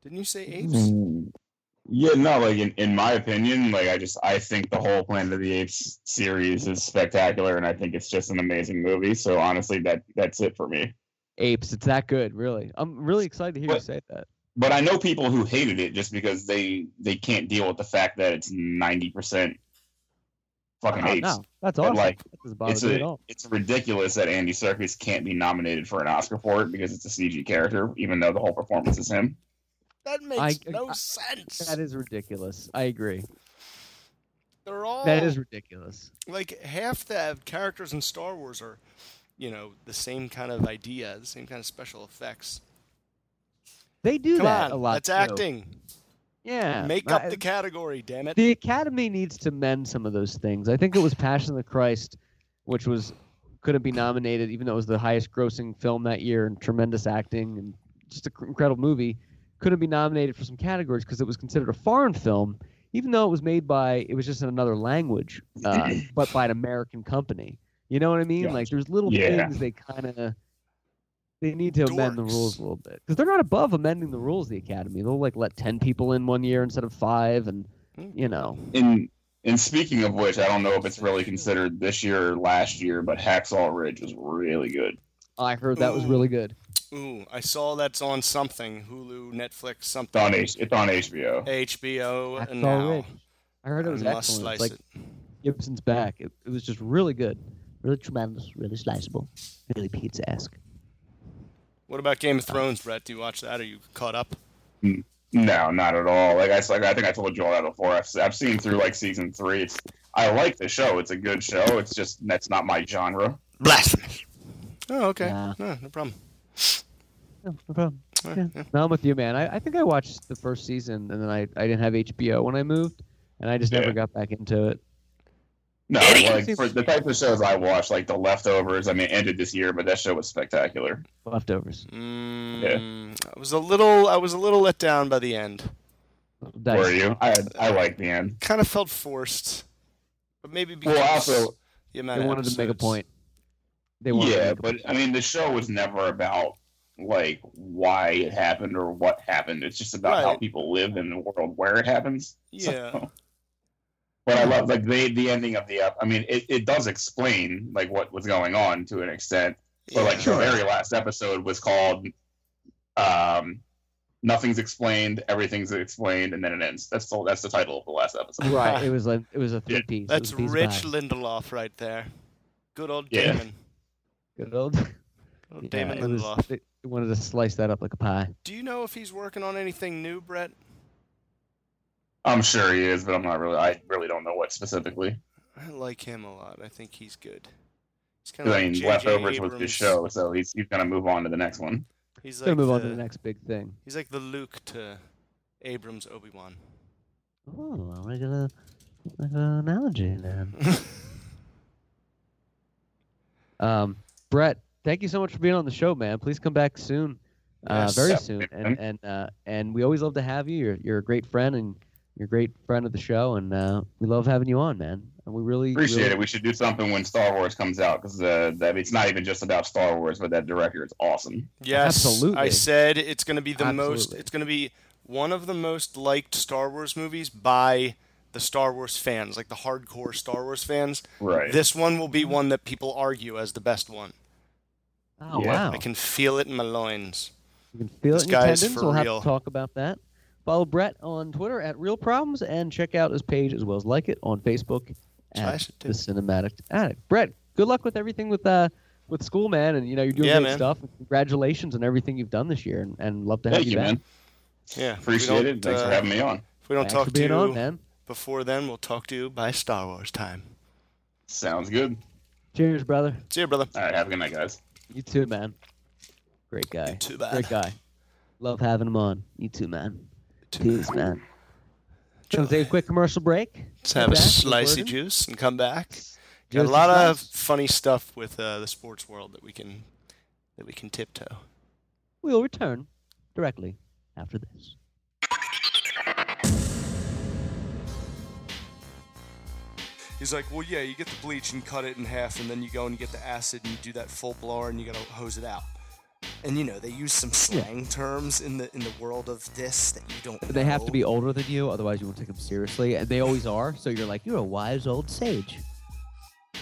Speaker 1: Didn't you say apes?
Speaker 5: Mm, Yeah, no, like in, in my opinion, like I just I think the whole Planet of the Apes series is spectacular, and I think it's just an amazing movie. So honestly, that that's it for me.
Speaker 4: Apes, it's that good, really. I'm really excited to hear you
Speaker 5: What-
Speaker 4: say that.
Speaker 5: But I know people who hated it just because they they can't deal with the fact that it's ninety percent fucking
Speaker 4: Oh,
Speaker 5: apes.
Speaker 4: no, that's
Speaker 5: But,
Speaker 4: awesome.
Speaker 5: like,
Speaker 4: that doesn't
Speaker 5: It's
Speaker 4: bother me at
Speaker 5: a,
Speaker 4: all.
Speaker 5: it's ridiculous that Andy Serkis can't be nominated for an Oscar for it because it's a CG character, even though the whole performance is him.
Speaker 1: That makes
Speaker 4: I-
Speaker 1: no
Speaker 4: I-
Speaker 1: sense.
Speaker 4: That is ridiculous. I agree.
Speaker 1: They're all
Speaker 4: That is ridiculous.
Speaker 1: like half the characters in Star Wars are, you know, the same kind of idea, the same kind of special effects.
Speaker 4: They do
Speaker 1: Come
Speaker 4: that
Speaker 1: on,
Speaker 4: a lot.
Speaker 1: that's
Speaker 4: too.
Speaker 1: acting.
Speaker 4: Yeah.
Speaker 1: Make
Speaker 4: I-
Speaker 1: up the category, damn it.
Speaker 4: the Academy needs to mend some of those things. I think it was Passion of the Christ, which was couldn't be nominated, even though it was the highest grossing film that year and tremendous acting and just an incredible movie. Couldn't be nominated for some categories because it was considered a foreign film, even though it was made by it was just in another language, uh, but by an American company. You know what I mean? Like there's little
Speaker 5: Yeah.
Speaker 4: things they kind of they need to amend the rules
Speaker 1: Dorks.
Speaker 4: a little bit because they're not above amending the rules. The Academy they'll like let ten people in one year instead of five, and
Speaker 1: Hmm.
Speaker 4: you know
Speaker 5: In and speaking of which, I don't know if it's really considered this year or last year, but Hacksaw Ridge was really good.
Speaker 4: I heard that was
Speaker 1: Mm.
Speaker 4: really good.
Speaker 1: Ooh, I saw that's on something Hulu, Netflix,
Speaker 5: It's
Speaker 1: something.
Speaker 5: on H- it's on HBO.
Speaker 1: HBO
Speaker 4: Hacksaw
Speaker 1: and now.
Speaker 4: Ridge. I heard it was
Speaker 1: I must
Speaker 4: excellent.
Speaker 1: slice
Speaker 4: like
Speaker 1: it.
Speaker 4: Gibson's back. It, it was just really good, really tremendous, really sliceable, really pizza-esque.
Speaker 1: What about Game of Thrones, Brett? Do you watch that? Are you caught up?
Speaker 5: No, not at all. Like I s- like I think I told you all that before. I've, s- I've seen through like season three. It's I like the show. It's a good show. It's just that's not my genre.
Speaker 1: Blasphemous. Oh, okay.
Speaker 4: Nah.
Speaker 1: No, no problem.
Speaker 4: No, no problem.
Speaker 1: All
Speaker 4: Yeah.
Speaker 1: right, yeah.
Speaker 4: No, I'm with you, man. I, I think I watched the first season, and then I, I didn't have HBO when I moved, and I just
Speaker 5: Yeah.
Speaker 4: never got back into it.
Speaker 5: No, like for the types of shows I watch, like The Leftovers. I mean, it ended this year, but that show was spectacular.
Speaker 4: Leftovers.
Speaker 5: Yeah.
Speaker 1: Mm, I was a little I was a little let down by the end.
Speaker 5: Were you? I I like the end.
Speaker 1: Kind of felt forced, but maybe because
Speaker 5: Well, also,
Speaker 1: the
Speaker 4: They
Speaker 1: amount of
Speaker 4: wanted to make a
Speaker 1: episodes.
Speaker 4: point. They wanted to
Speaker 5: yeah,
Speaker 4: make a
Speaker 5: but I mean, the show was never about like why it happened or what happened. It's just about how
Speaker 1: Right.
Speaker 5: people live in the world where it happens. So-
Speaker 1: Yeah.
Speaker 5: but I love like they the ending of the ep- I mean, it, it does explain like what was going on to an extent. But like the very last episode was called um Nothing's explained, everything's explained, and then it ends. That's the that's the title of the last episode.
Speaker 4: Right. It was like it was a three piece.
Speaker 1: That's
Speaker 4: it was a piece
Speaker 1: Rich
Speaker 4: By.
Speaker 1: Lindelof right there. Good old
Speaker 5: Yeah.
Speaker 1: Damon.
Speaker 4: Good old.
Speaker 1: Good old
Speaker 4: Yeah,
Speaker 1: Damon
Speaker 4: it was-
Speaker 1: Oh, Lindelof.
Speaker 4: they they wanted to slice that up like a pie.
Speaker 1: Do you know if he's working on anything new, Brett?
Speaker 5: I'm sure he is, but I'm not really I really don't know what specifically.
Speaker 1: I like him a lot. I think he's good. He's kind
Speaker 5: 'Cause,
Speaker 1: of like
Speaker 5: I mean
Speaker 1: J.J.
Speaker 5: leftovers was his
Speaker 1: Abrams.
Speaker 5: show, so he's he's gonna move on to the next one.
Speaker 1: He's
Speaker 4: Gonna
Speaker 1: like
Speaker 4: move
Speaker 1: the,
Speaker 4: on to the next big thing.
Speaker 1: He's like the Luke to Abrams Obi Wan.
Speaker 4: Oh, I like a like an analogy then. um, Brett, thank you so much for being on the show, man. Please come back soon,
Speaker 1: Yes.
Speaker 4: uh, very
Speaker 5: Yeah,
Speaker 4: soon,
Speaker 5: man.
Speaker 4: and and uh, and we always love to have you. You're you're a great friend and you're a great friend of the show, and uh, we love having you on, man. And we really
Speaker 5: Appreciate
Speaker 4: really-
Speaker 5: it. We should do something when Star Wars comes out because uh, that it's not even just about Star Wars, but that director is awesome.
Speaker 1: Yes, I
Speaker 4: Absolutely.
Speaker 1: said it's going to be the most.
Speaker 4: Absolutely.
Speaker 1: It's going to be one of the most liked Star Wars movies by the Star Wars fans, like the hardcore Star Wars fans.
Speaker 5: Right.
Speaker 1: This one will be one that people argue as the best one.
Speaker 4: Oh
Speaker 5: Yeah.
Speaker 4: wow!
Speaker 1: I can feel it in my loins.
Speaker 4: You can feel
Speaker 1: This
Speaker 4: it in
Speaker 1: guy
Speaker 4: your
Speaker 1: is
Speaker 4: tendons.
Speaker 1: for
Speaker 4: We'll have
Speaker 1: real.
Speaker 4: to talk about that. Follow Brett on Twitter at Real Problems and check out his page as well as like it on Facebook
Speaker 1: I
Speaker 4: at
Speaker 1: should do.
Speaker 4: The Cinematic Addict. Brett, good luck with everything with uh with school, man, and you know you're doing
Speaker 1: Yeah,
Speaker 4: great
Speaker 1: man.
Speaker 4: stuff. Congratulations on everything you've done this year, and, and love to have
Speaker 5: Thank you,
Speaker 4: back.
Speaker 5: man.
Speaker 1: Yeah, if we
Speaker 5: Appreciate it.
Speaker 1: don't,
Speaker 5: Thanks
Speaker 1: uh,
Speaker 5: for having me on.
Speaker 1: If we don't
Speaker 4: Thanks
Speaker 1: talk
Speaker 4: for being
Speaker 1: to you
Speaker 4: on, man.
Speaker 1: before then, we'll talk to you by Star Wars time.
Speaker 5: Sounds good.
Speaker 4: Cheers, brother.
Speaker 1: See you, brother.
Speaker 5: All right. Have a good night, guys.
Speaker 4: You too, man. Great guy.
Speaker 1: too, man.
Speaker 4: Great guy. Love having him on. You too, man.
Speaker 1: too,
Speaker 4: Peace, man. Gonna take a quick commercial break.
Speaker 1: Let's have a
Speaker 4: Back with
Speaker 1: slicey
Speaker 4: Gordon.
Speaker 1: juice and come back. Got
Speaker 4: Juice
Speaker 1: a
Speaker 4: and
Speaker 1: lot of
Speaker 4: slice.
Speaker 1: funny stuff with uh, the sports world that we can that we can tiptoe.
Speaker 4: We'll return directly after this.
Speaker 1: He's like, well, yeah, you get the bleach and cut it in half, and then you go and you get the acid and you do that full blower and you gotta hose it out. And you know they use some slang terms in the in the world of this that you don't.
Speaker 4: They have to
Speaker 1: know.
Speaker 4: be older than you, otherwise you won't take them seriously. And they always are. So you're like, you're a wise old sage.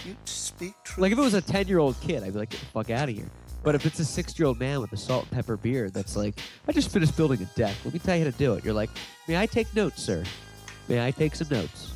Speaker 1: You speak truth.
Speaker 4: Like if it was a ten year old kid, I'd be like, get the fuck out of here. But if it's a six year old man with a salt and pepper beard, that's like, I just finished building a deck. Let me tell you how to do it. You're like, may I take notes, sir? May I take some notes?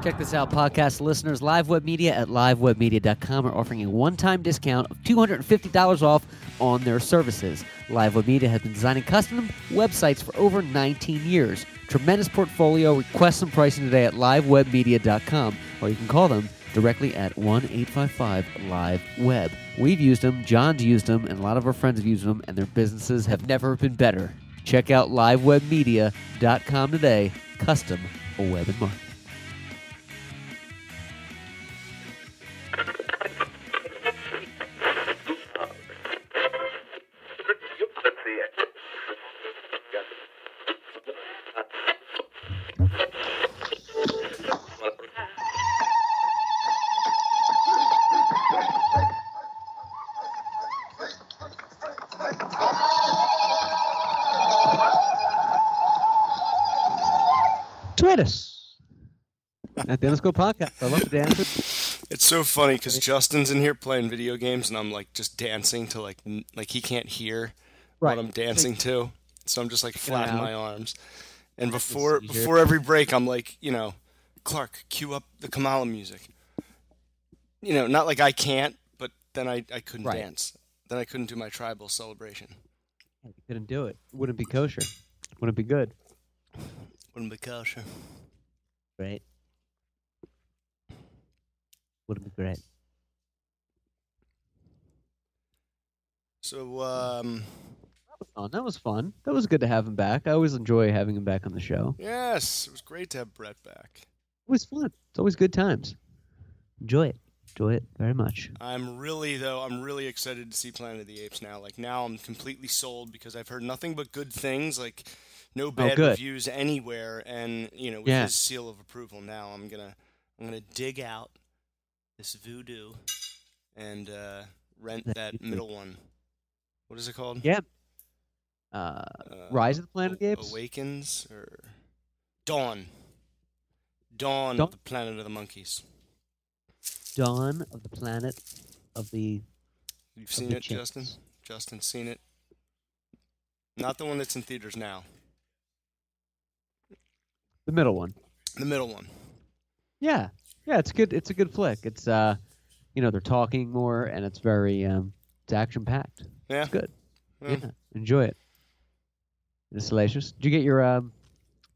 Speaker 4: Check this out, podcast listeners. Live Web Media at livewebmedia.com are offering a one time discount of $250 off on their services. Live Web Media has been designing custom websites for over 19 years. Tremendous portfolio. Request some pricing today at livewebmedia.com or you can call them directly at 1 855 Live Web. We've used them, John's used them, and a lot of our friends have used them, and their businesses have never been better. Check out livewebmedia.com today. Custom web and marketing. tweet us at the underscore podcast. I love to dance.
Speaker 1: It's so funny because Justin's in here playing video games, and I'm like just dancing to like n- like he can't hear
Speaker 4: Right.
Speaker 1: what I'm dancing to, so I'm just like flapping
Speaker 4: out.
Speaker 1: my arms. And before
Speaker 4: you hear it.
Speaker 1: before every break, I'm like, you know, Clark, cue up the Kamala music. You know, not like I can't, but then I I couldn't
Speaker 4: Right.
Speaker 1: dance. Then I couldn't do my tribal celebration.
Speaker 4: You couldn't do it. Wouldn't be kosher. Wouldn't be good.
Speaker 1: Wouldn't be kosher.
Speaker 4: Right. Wouldn't be great.
Speaker 1: So um,
Speaker 4: on. That was fun. That was good to have him back. I always enjoy having him back on the show.
Speaker 1: Yes, it was great to have Brett back.
Speaker 4: It was fun. It's always good times. Enjoy it. Enjoy it very much.
Speaker 1: I'm really though. I'm really excited to see Planet of the Apes now. Like now, I'm completely sold because I've heard nothing but good things. Like no bad
Speaker 4: Oh, good.
Speaker 1: reviews anywhere, and you know with
Speaker 4: Yeah.
Speaker 1: his seal of approval now, I'm gonna I'm gonna dig out this voodoo and uh, rent
Speaker 4: That
Speaker 1: that
Speaker 4: voodoo.
Speaker 1: middle one. What is it called?
Speaker 4: Yeah. Uh,
Speaker 1: Uh,
Speaker 4: Rise of the Planet of the
Speaker 1: Aw-
Speaker 4: Apes.
Speaker 1: Awakens or Dawn. Dawn,
Speaker 4: Dawn?
Speaker 1: of the Planet of the Monkeys.
Speaker 4: Dawn of the Planet of the.
Speaker 1: You've
Speaker 4: of
Speaker 1: seen
Speaker 4: the
Speaker 1: it, Justin?
Speaker 4: Chimps.
Speaker 1: Justin's seen it. Not the one that's in theaters now.
Speaker 4: The middle one.
Speaker 1: The middle one.
Speaker 4: Yeah, yeah. It's good. It's a good flick. It's uh, you know, they're talking more, and it's very um, it's action packed.
Speaker 1: Yeah.
Speaker 4: It's good.
Speaker 1: Yeah.
Speaker 4: Yeah, enjoy it. It's salacious. Did you get your um,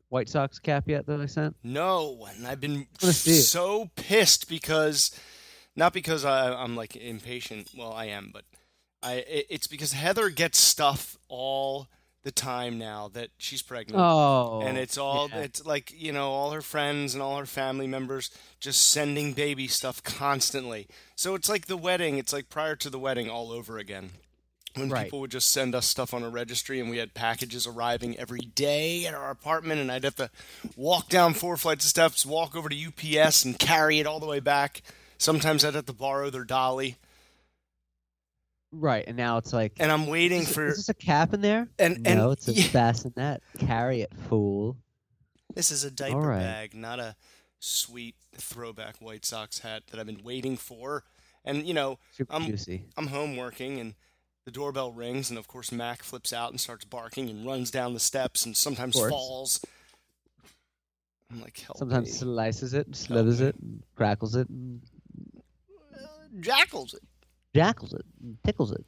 Speaker 4: White Sox cap yet that I sent?
Speaker 1: No, and I've been
Speaker 4: wanna see it.
Speaker 1: so pissed because, not because I, I'm like impatient. Well, I am, but I it, it's because Heather gets stuff all the time now that she's pregnant.
Speaker 4: Oh,
Speaker 1: and it's all
Speaker 4: yeah.
Speaker 1: it's like you know all her friends and all her family members just sending baby stuff constantly so it's like the wedding it's like prior to the wedding all over again when
Speaker 4: Right.
Speaker 1: people would just send us stuff on a registry and we had packages arriving every day at our apartment and i'd have to walk down four flights of steps walk over to ups and carry it all the way back sometimes i'd have to borrow their dolly
Speaker 4: right. And now it's like.
Speaker 1: and i'm waiting
Speaker 4: is, this-
Speaker 1: for
Speaker 4: is this a cap in there?
Speaker 1: And-
Speaker 4: no,
Speaker 1: and-
Speaker 4: it's a
Speaker 1: yeah.
Speaker 4: bassinet. Carry it, fool.
Speaker 1: This is a diaper
Speaker 4: right.
Speaker 1: bag, not a sweet throwback White Sox hat that I've been waiting for. And you know,
Speaker 4: Super
Speaker 1: I'm
Speaker 4: juicy.
Speaker 1: I'm home working and the doorbell rings and of course Mac flips out and starts barking and runs down the steps and sometimes
Speaker 4: Of course.
Speaker 1: falls. I'm like, help
Speaker 4: Sometimes
Speaker 1: me.
Speaker 4: slices
Speaker 1: Oh,
Speaker 4: it, and slithers
Speaker 1: me.
Speaker 4: it, and crackles it, and
Speaker 1: jackals it.
Speaker 4: jackals it, and tickles it.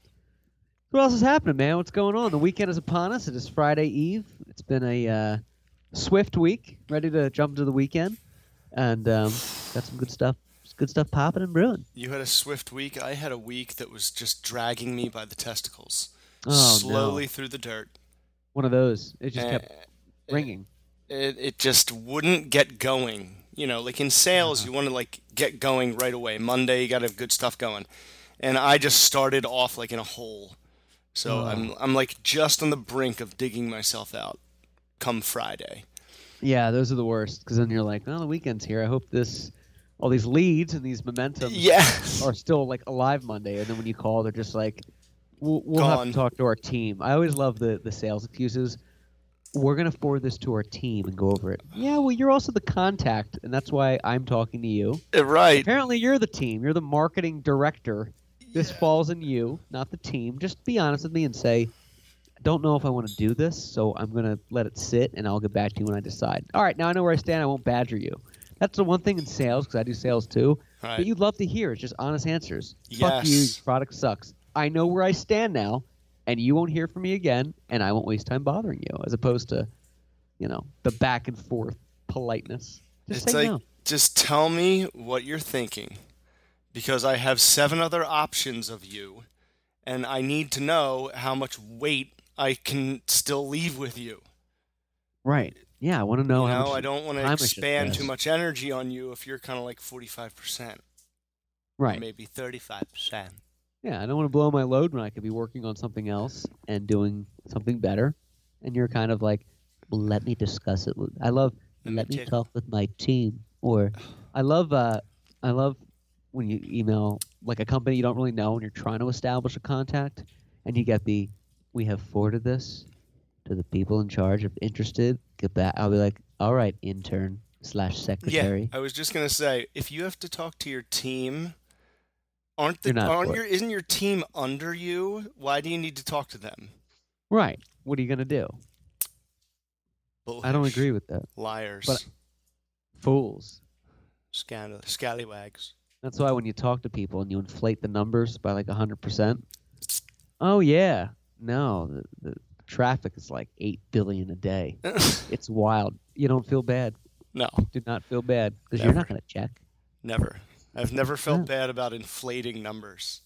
Speaker 4: What else is happening, man? What's going on? The weekend is upon us. It is Friday Eve. It's been a uh, swift week. Ready to jump into the weekend, and um, got some good stuff. Good stuff popping and brewing.
Speaker 1: You had a swift week. I had a week that was just dragging me by the testicles,
Speaker 4: Oh
Speaker 1: slowly
Speaker 4: no!
Speaker 1: through the dirt.
Speaker 4: One of those. It just kept
Speaker 1: Eh,
Speaker 4: ringing.
Speaker 1: it, it just wouldn't get going. You know, like in sales,
Speaker 4: Uh-huh.
Speaker 1: you want to like get going right away. Monday, you got to have good stuff going, and I just started off like in a hole. So
Speaker 4: Hmm.
Speaker 1: I'm I'm like just on the brink of digging myself out. Come Friday,
Speaker 4: Yeah, those are the worst. Because then you're like, oh, the weekend's here. I hope this, all these leads and these momentum
Speaker 1: yeah,
Speaker 4: are still like alive Monday, and then when you call, they're just like, "We'll, we'll have
Speaker 1: Gone.
Speaker 4: to talk to our team." I always love the the sales excuses. We're gonna forward this to our team and go over it. Yeah, well, you're also the contact, and that's why I'm talking to you.
Speaker 1: right.
Speaker 4: Apparently, you're the team. You're the marketing director. This falls on you, not the team. Just be honest with me and say, "I don't know if I want to do this, so I'm gonna let it sit, and I'll get back to you when I decide." All right, now I know where I stand. I won't badger you. That's the one thing in sales because I do sales too. But
Speaker 1: Right.
Speaker 4: you'd love to hear is just honest answers. Fuck you,
Speaker 1: Yes.
Speaker 4: your product sucks. I know where I stand now, and you won't hear from me again, and I won't waste time bothering you, as opposed to, you know, the back and forth politeness. Just
Speaker 1: It's like
Speaker 4: say no.
Speaker 1: just tell me what you're thinking, because I have seven other options of you, and I need to know how much weight I can still leave with you.
Speaker 4: Right. Yeah, I want to know
Speaker 1: you
Speaker 4: how
Speaker 1: know,
Speaker 4: much
Speaker 1: I don't want
Speaker 4: time
Speaker 1: to
Speaker 4: I should
Speaker 1: expand too
Speaker 4: invest.
Speaker 1: much energy on you if you're kind of like 45%,
Speaker 4: Right.
Speaker 1: maybe 35%.
Speaker 4: Yeah, I don't want to blow my load when I could be working on something else and doing something better. And you're kind of like, well, let me discuss it. with-" I love
Speaker 1: Let
Speaker 4: let,
Speaker 1: me
Speaker 4: me
Speaker 1: take-
Speaker 4: talk with my team. Or I love uh, I love when you email like a company you don't really know and you're trying to establish a contact, and you get the we have forwarded this to the people in charge. If interested, get back. I'll be like, all right, intern slash secretary.
Speaker 1: Yeah, I was just going to say if you have to talk to your team, aren't the
Speaker 4: You're not
Speaker 1: aren't
Speaker 4: for it.
Speaker 1: your isn't your team under you? Why do you need to talk to them?
Speaker 4: Right. What are you gonna do? I don't
Speaker 1: Bullish.
Speaker 4: agree with that.
Speaker 1: Liars,
Speaker 4: But- Fools.
Speaker 1: scandal, scallywags.
Speaker 4: That's why when you talk to people and you inflate the numbers by like 100%, oh yeah, no, the, the traffic is like 8 billion a day. It's wild. You don't feel bad.
Speaker 1: no,
Speaker 4: Do not feel bad because you're
Speaker 1: Never.
Speaker 4: not going to check.
Speaker 1: never. I've never felt
Speaker 4: No.
Speaker 1: bad about inflating numbers.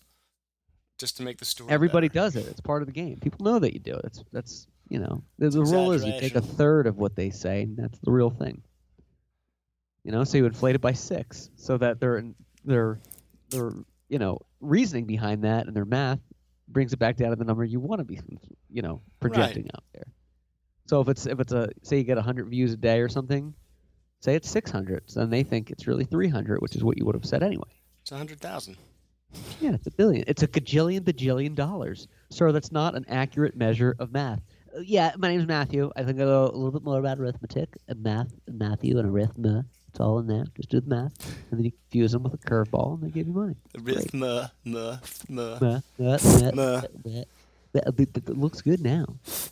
Speaker 1: just to make the story.
Speaker 4: Everybody
Speaker 1: better.
Speaker 4: does it. It's part of the game. People know that you do it. It's that's you know the, the rule is you take a
Speaker 1: exaggeration.
Speaker 4: third of what they say, and that's the real thing. You know, so you inflate it by six, so that their their their you know reasoning behind that and their math brings it back down to the number you want to be you know projecting out there. So if it's if it's a say you get hundred views a day or something, say it's six hundred, so then they think it's really three hundred, which is what you would have said anyway.
Speaker 1: It's a hundred thousand.
Speaker 4: Yeah, it's a billion. It's a gajillion bajillion dollars. Sir, that's not an accurate measure of math. Uh, Yeah, my name's Matthew. I think I know a little bit more about arithmetic and math. And Matthew and arithma. It's all in there. Just do the math. And then you confuse them with a curveball and they give you money.
Speaker 1: The rhythm, uh, muh, muh,
Speaker 4: Meh,
Speaker 1: muh,
Speaker 4: meh, meh,
Speaker 1: meh.
Speaker 4: meh, meh. Uh, but- but It looks good now.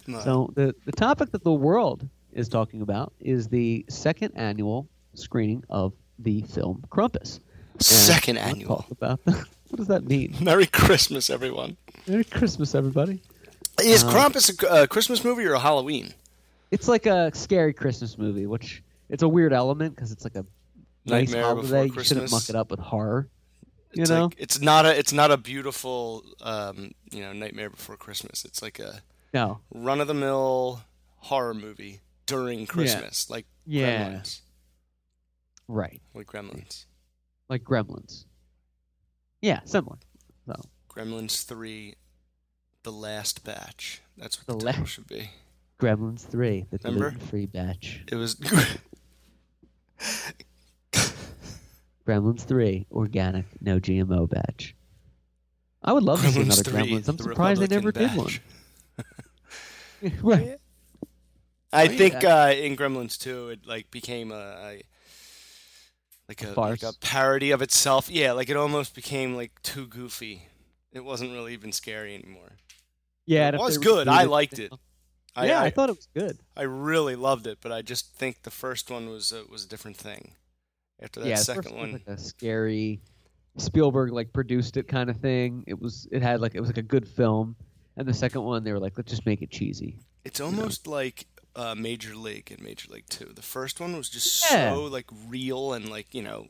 Speaker 1: muh.
Speaker 4: So the, the topic that the world is talking about is the second annual screening of the film Crumpus. And
Speaker 1: Second
Speaker 4: I wanna
Speaker 1: annual.
Speaker 4: talk About what does that mean?
Speaker 1: Merry Christmas, everyone.
Speaker 4: Merry Christmas, everybody.
Speaker 1: Is
Speaker 4: Um,
Speaker 1: Krampus a uh, Christmas movie or a Halloween?
Speaker 4: It's like a scary Christmas movie, which it's a weird element because it's like a nice
Speaker 1: Nightmare Before
Speaker 4: holiday. You shouldn't muck
Speaker 1: Christmas.
Speaker 4: it up with horror. You
Speaker 1: It's
Speaker 4: know,
Speaker 1: like, it's not a it's not a beautiful um, you know Nightmare Before Christmas. It's like a
Speaker 4: no,
Speaker 1: run of the mill horror movie during Christmas, like
Speaker 4: Yeah.
Speaker 1: Gremlins,
Speaker 4: right,
Speaker 1: like Gremlins,
Speaker 4: like Gremlins. Yeah, similar. So
Speaker 1: Gremlins Three, the last batch. That's what
Speaker 4: The
Speaker 1: the,
Speaker 4: la-
Speaker 1: title should be.
Speaker 4: Gremlins Three, the
Speaker 1: Remember?
Speaker 4: gluten-free batch.
Speaker 1: It was
Speaker 4: Gremlins Three, organic, no GMO batch. I would love to see another
Speaker 1: Gremlins Three.
Speaker 4: Gremlins. I'm
Speaker 1: the
Speaker 4: surprised they
Speaker 1: Republican
Speaker 4: never
Speaker 1: batch.
Speaker 4: did one. right.
Speaker 1: I
Speaker 4: Oh, yeah,
Speaker 1: think
Speaker 4: that-
Speaker 1: uh, in Gremlins 2, it like became a, a like a, like
Speaker 4: farce?
Speaker 1: a parody of itself. Yeah, like it almost became like too goofy. It wasn't really even scary anymore.
Speaker 4: Yeah,
Speaker 1: It
Speaker 4: and if
Speaker 1: was
Speaker 4: they
Speaker 1: good. I
Speaker 4: rebooted-
Speaker 1: liked it. I,
Speaker 4: yeah,
Speaker 1: I,
Speaker 4: I thought it was good.
Speaker 1: I really loved it, but I just think the first one was uh, was a different thing. After that
Speaker 4: yeah, the first
Speaker 1: second
Speaker 4: one was
Speaker 1: one,
Speaker 4: like a scary Spielberg like produced it kind of thing. It was it had like it was like a good film, and the second one they were like let's just make it cheesy.
Speaker 1: it's almost like uh, Major League and Major League 2. The first one was just
Speaker 4: Yeah.
Speaker 1: so like real and like, you know,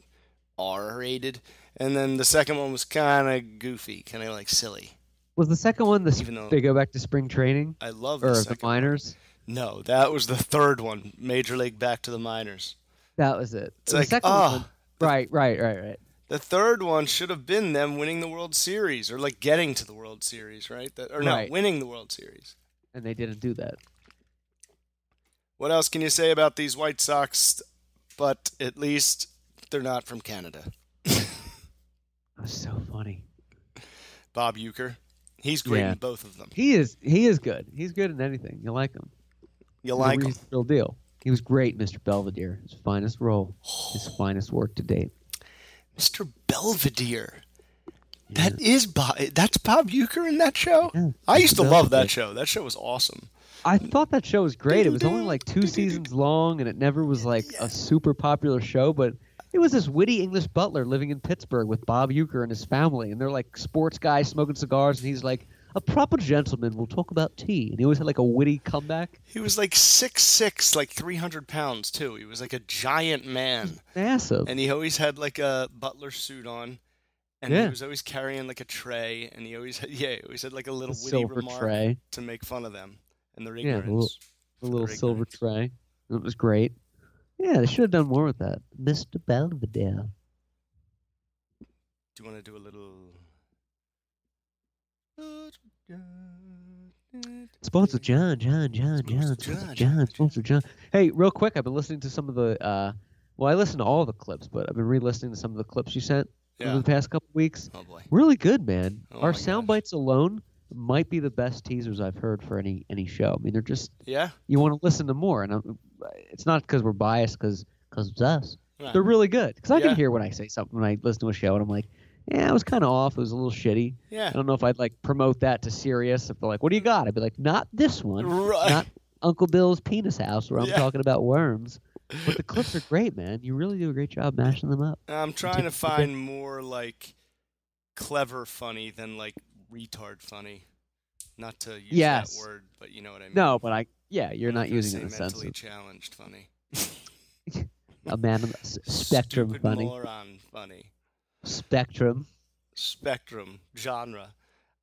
Speaker 1: R-rated, and then the second one was kind of goofy, kind of like silly.
Speaker 4: Was the second one the sp-
Speaker 1: Even though-
Speaker 4: they go back to spring training
Speaker 1: I love
Speaker 4: or
Speaker 1: the
Speaker 4: the
Speaker 1: second.
Speaker 4: minors?
Speaker 1: No, that was the third one. Major League Back to the Minors.
Speaker 4: That was it.
Speaker 1: It's
Speaker 4: the
Speaker 1: like,
Speaker 4: second
Speaker 1: ah.
Speaker 4: one. Right, right, right, right.
Speaker 1: The third one should have been them winning the World Series or like getting to the World Series, right? That, or
Speaker 4: Right.
Speaker 1: no, winning the World Series.
Speaker 4: And they didn't do that.
Speaker 1: What else can you say about these White Sox? But at least they're not from Canada.
Speaker 4: That was so funny.
Speaker 1: Bob Euchre. He's great
Speaker 4: Yeah.
Speaker 1: in both of them.
Speaker 4: He is he is good. He's good in anything. You like him.
Speaker 1: You like
Speaker 4: He's
Speaker 1: him.
Speaker 4: the real deal. He was great, Mr. Belvedere. His finest role, his finest work to date.
Speaker 1: Mr. Belvedere. That is Bob. That's Bob Euchre in that show.
Speaker 4: Yeah,
Speaker 1: I
Speaker 4: Mr.
Speaker 1: used to love
Speaker 4: Belvedere.
Speaker 1: that show. That show was awesome.
Speaker 4: I thought that show was great. It was only like two seasons long, and it never was like a super popular show. But it was this witty English butler living in Pittsburgh with Bob Euchre and his family, and they're like sports guys smoking cigars, and he's like a proper gentleman. will talk about tea, and he always had like a witty comeback.
Speaker 1: He was like six six, like three hundred pounds too. He was like a giant man,
Speaker 4: Massive.
Speaker 1: and he always had like a butler suit on, and
Speaker 4: Yeah.
Speaker 1: he was always carrying like a tray, and he always had, yeah, he always had like a
Speaker 4: The
Speaker 1: little witty
Speaker 4: silver
Speaker 1: remark
Speaker 4: tray,
Speaker 1: to make fun of them and their
Speaker 4: Yeah, the
Speaker 1: ignorance.
Speaker 4: little- the little
Speaker 1: Very
Speaker 4: silver
Speaker 1: good.
Speaker 4: tray. It was great. Yeah, they should have done more with that, Mister Belvedere.
Speaker 1: Do you want to do a little?
Speaker 4: Sponsor John, John, John, John,
Speaker 1: Sponsor
Speaker 4: sponsor
Speaker 1: John,
Speaker 4: John,
Speaker 1: John,
Speaker 4: sponsor John. Hey, real quick, I've been listening to some of the. Uh, well, I listened to all the clips, but I've been re-listening to some of the clips you sent over
Speaker 1: Yeah.
Speaker 4: the past couple weeks.
Speaker 1: Oh boy.
Speaker 4: Really good, man.
Speaker 1: Oh
Speaker 4: Our
Speaker 1: my
Speaker 4: sound
Speaker 1: gosh.
Speaker 4: bites alone might be the best teasers I've heard for any any show. I mean, they're just
Speaker 1: Yeah.
Speaker 4: you want to listen to more, and I'm, it's not because we're biased, because it's us.
Speaker 1: Right.
Speaker 4: They're really good because I
Speaker 1: Uh-huh. Yeah.
Speaker 4: can hear when I say something when I listen to a show, and I'm like, yeah, it was kind of off. It was a little shitty.
Speaker 1: Yeah.
Speaker 4: I don't know if I'd like promote that to Sirius. If they're like, "What do you got?" I'd be like, "Not this one,
Speaker 1: Right.
Speaker 4: not Uncle Bill's penis house where I'm
Speaker 1: Yeah.
Speaker 4: talking about worms." But the clips are great, man. You really do a great job mashing them up.
Speaker 1: I'm trying to
Speaker 4: Okay.
Speaker 1: find more like clever funny than like retard funny. Not to use
Speaker 4: Yes.
Speaker 1: that word, but you know what I mean.
Speaker 4: No, but I, yeah, you're
Speaker 1: I'm
Speaker 4: not
Speaker 1: gonna
Speaker 4: using
Speaker 1: say
Speaker 4: it in a sense
Speaker 1: mentally
Speaker 4: of
Speaker 1: challenged funny.
Speaker 4: a man on the s- spectrum,
Speaker 1: Stupid
Speaker 4: funny
Speaker 1: moron funny.
Speaker 4: spectrum.
Speaker 1: Spectrum genre.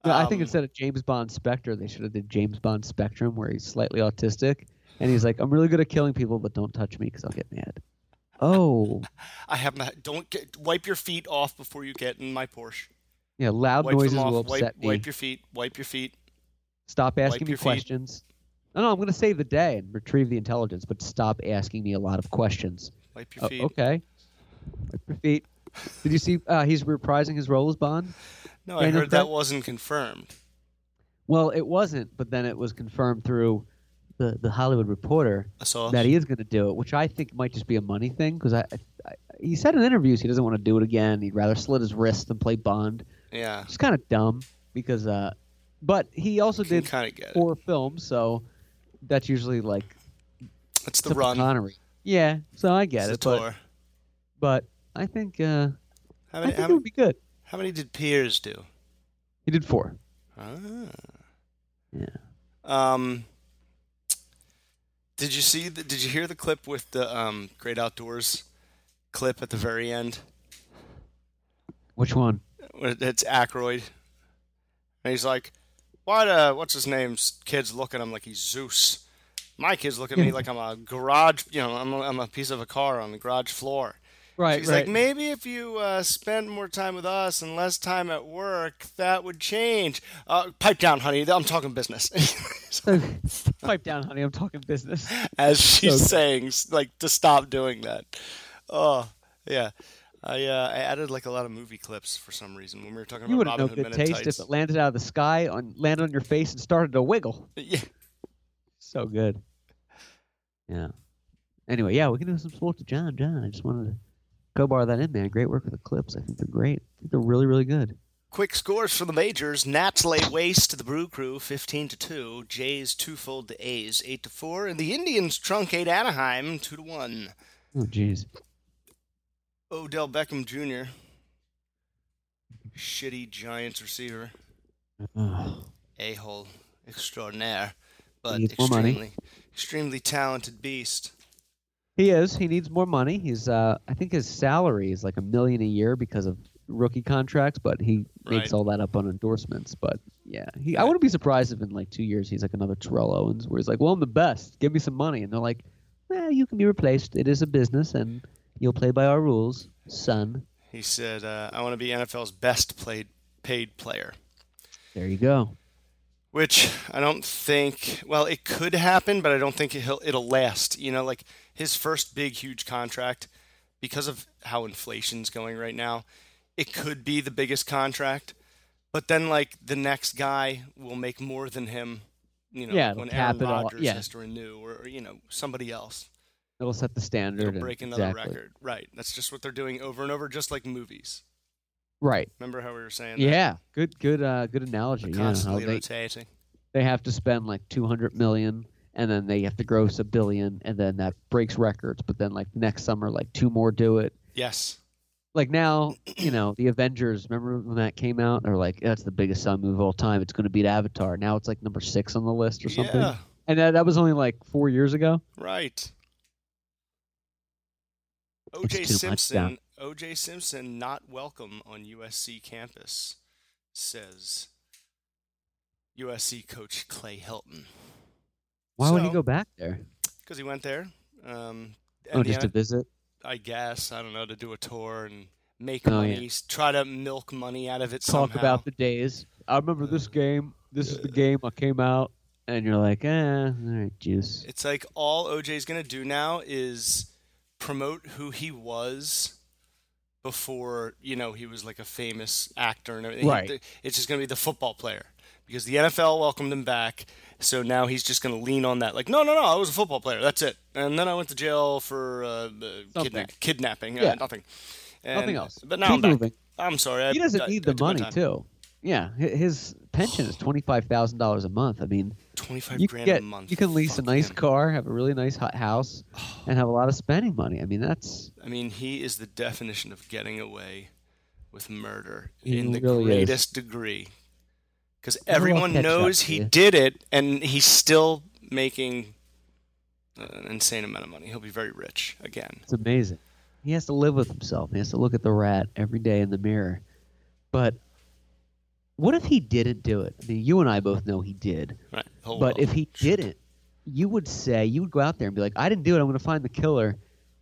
Speaker 1: Um,
Speaker 4: No, I think instead of James Bond Spectre, they should have did James Bond Spectrum, where he's slightly autistic, and he's like, "I'm really good at killing people, but don't touch me because I'll get mad." Oh,
Speaker 1: I have not. Don't get, wipe your feet off before you get in my Porsche.
Speaker 4: yeah, loud
Speaker 1: wipe
Speaker 4: noises
Speaker 1: them off.
Speaker 4: will upset
Speaker 1: wipe,
Speaker 4: me.
Speaker 1: wipe your feet. Wipe your feet.
Speaker 4: stop asking me
Speaker 1: your feet.
Speaker 4: questions. No, no, I'm going to save the day and retrieve the intelligence, but stop asking me a lot of questions.
Speaker 1: Wipe your
Speaker 4: Oh,
Speaker 1: feet.
Speaker 4: okay. Wipe your feet. Did you see? Uh, he's reprising his role as Bond.
Speaker 1: No, I
Speaker 4: Daniel
Speaker 1: heard that
Speaker 4: Craig?
Speaker 1: wasn't confirmed.
Speaker 4: Well, it wasn't, but then it was confirmed through the, the Hollywood Reporter
Speaker 1: I saw.
Speaker 4: that he is going to do it, which I think might just be a money thing because I, I, he said in interviews he doesn't want to do it again. He'd rather slit his wrist than play Bond.
Speaker 1: Yeah,
Speaker 4: It's kind of dumb because, uh, but he also
Speaker 1: can
Speaker 4: did
Speaker 1: kind of get it.
Speaker 4: four films, so that's usually like
Speaker 1: It's the
Speaker 4: some
Speaker 1: run.
Speaker 4: Connery. Yeah, so I
Speaker 1: It's
Speaker 4: get
Speaker 1: the
Speaker 4: it, but
Speaker 1: tour.
Speaker 4: but I think uh,
Speaker 1: How
Speaker 4: I
Speaker 1: many?
Speaker 4: think
Speaker 1: How
Speaker 4: it would
Speaker 1: many,
Speaker 4: be good.
Speaker 1: how many did Piers do?
Speaker 4: He did four.
Speaker 1: Ah.
Speaker 4: Yeah.
Speaker 1: Um. Did you see? The, did you hear the clip with the um, Great Outdoors clip at the very end?
Speaker 4: Which one?
Speaker 1: Where It's Ackroyd, and he's like, "Why the what's his name's kids look at him like he's Zeus? My kids look at me
Speaker 4: Yeah.
Speaker 1: like I'm a garage. You know, I'm a, I'm a piece of a car on the garage floor."
Speaker 4: Right,
Speaker 1: She's like, maybe if you uh, spend more time with us and less time at work, that would change. Uh, pipe down, honey. I'm talking business.
Speaker 4: Pipe down, honey. I'm talking business.
Speaker 1: As she's
Speaker 4: Okay.
Speaker 1: saying, s- like, to stop doing that. Oh, yeah. I, uh, I added like a lot of movie clips for some reason when we were talking
Speaker 4: You
Speaker 1: about
Speaker 4: wouldn't
Speaker 1: Robin
Speaker 4: know
Speaker 1: Hood Men
Speaker 4: good
Speaker 1: in
Speaker 4: taste
Speaker 1: Tights.
Speaker 4: if it landed out of the sky on landed on your face and started to wiggle.
Speaker 1: Yeah.
Speaker 4: So good. Yeah. Anyway, yeah, we can do some sports with John. John, I just wanted to go bar that in, man. Great work with the clips. I think they're great. I think they're really, really good.
Speaker 1: Quick scores for the majors: Nats lay waste to the Brew Crew, fifteen to two. Jays twofold to A's, eight to four, and the Indians truncate Anaheim two to one.
Speaker 4: Oh, jeez.
Speaker 1: Odell Beckham Jr. Shitty Giants receiver,
Speaker 4: Ugh.
Speaker 1: a hole extraordinaire, but
Speaker 4: Needs more money.
Speaker 1: extremely, extremely talented beast.
Speaker 4: He is. He needs more money. He's. Uh, I think his salary is like a million a year because of rookie contracts, but he makes
Speaker 1: Right.
Speaker 4: all that up on endorsements. But yeah, he. I
Speaker 1: Right.
Speaker 4: wouldn't be surprised if in like two years he's like another Terrell Owens, where he's like, "Well, I'm the best. Give me some money," and they're like, "Well, you can be replaced. It is a business, and you'll play by our rules, son."
Speaker 1: He said, uh, "I want to be NFL's best played paid player,"
Speaker 4: There you go.
Speaker 1: which I don't think. Well, it could happen, but I don't think it'll it'll last. You know, like his first big huge contract, because of how inflation's going right now, it could be the biggest contract. But then, like the next guy will make more than him. You know,
Speaker 4: Yeah, it'll
Speaker 1: when
Speaker 4: cap
Speaker 1: Aaron
Speaker 4: it all-
Speaker 1: Rodgers
Speaker 4: yeah.
Speaker 1: has to renew, or, or, you know somebody else,
Speaker 4: It'll set the standard.
Speaker 1: it'll
Speaker 4: and-
Speaker 1: break another
Speaker 4: exactly.
Speaker 1: record. Right. That's just what they're doing over and over, just like movies.
Speaker 4: Right.
Speaker 1: Remember how we were saying? that?
Speaker 4: Yeah. Good. Good. Uh, good analogy.
Speaker 1: They're
Speaker 4: Yeah, how
Speaker 1: constantly
Speaker 4: they-
Speaker 1: rotating.
Speaker 4: they have to spend like 200 million and then they have to gross a billion and then that breaks records but then like next summer like two more do it
Speaker 1: Yes.
Speaker 4: like now you know the avengers remember when that came out or like that's the biggest sun movie of all time it's going to beat avatar now it's like number six on the list or something
Speaker 1: Yeah.
Speaker 4: and that, that was only like four years ago
Speaker 1: Right.
Speaker 4: It's too
Speaker 1: OJ
Speaker 4: much
Speaker 1: Simpson, OJ Simpson not welcome on USC campus, says USC coach Clay Helton.
Speaker 4: why would he
Speaker 1: So-
Speaker 4: go back there
Speaker 1: Because he went there. Um, and
Speaker 4: oh
Speaker 1: the
Speaker 4: just to visit
Speaker 1: I guess, I don't know, to do a tour and make
Speaker 4: Oh,
Speaker 1: money,
Speaker 4: yeah.
Speaker 1: s- try to milk money out of it
Speaker 4: talk
Speaker 1: somehow.
Speaker 4: about the days i remember this game this is the game i came out and you're like eh, all right juice
Speaker 1: It's like all OJ's gonna do now is promote who he was before you know he was like a famous actor and everything.
Speaker 4: Right.
Speaker 1: It's just gonna be the football player because the NFL welcomed him back, so now he's just gonna lean on that. Like, no, no, no, I was a football player. That's it. And then I went to jail for uh, the
Speaker 4: Something.
Speaker 1: kidna- kidnapping.
Speaker 4: Yeah.
Speaker 1: Uh, nothing. And-
Speaker 4: nothing else
Speaker 1: But now
Speaker 4: Keep
Speaker 1: I'm back.
Speaker 4: moving.
Speaker 1: I'm sorry. I,
Speaker 4: he doesn't
Speaker 1: I-
Speaker 4: need
Speaker 1: I
Speaker 4: the
Speaker 1: took my
Speaker 4: money
Speaker 1: time.
Speaker 4: too. Yeah, hi- his pension is twenty five thousand dollars a month. I mean,
Speaker 1: Twenty-five
Speaker 4: you can
Speaker 1: grand
Speaker 4: get,
Speaker 1: a month.
Speaker 4: you can lease a
Speaker 1: Fuck
Speaker 4: nice
Speaker 1: him.
Speaker 4: car, have a really nice hot house, and have a lot of spending money. I mean, that's
Speaker 1: I mean, he is the definition of getting away with murder
Speaker 4: He
Speaker 1: in the
Speaker 4: really is.
Speaker 1: greatest degree. Because
Speaker 4: I'll
Speaker 1: everyone
Speaker 4: catch up
Speaker 1: knows
Speaker 4: to
Speaker 1: he
Speaker 4: you.
Speaker 1: did it, and he's still making uh, an insane amount of money. He'll be very rich again.
Speaker 4: it's amazing. He has to live with himself. He has to look at the rat every day in the mirror. But What if he didn't do it? I mean, you and I both know he did.
Speaker 1: Right. Oh,
Speaker 4: but
Speaker 1: well.
Speaker 4: if he didn't, you would say you would go out there and be like, "I didn't do it. I'm going to find the killer,"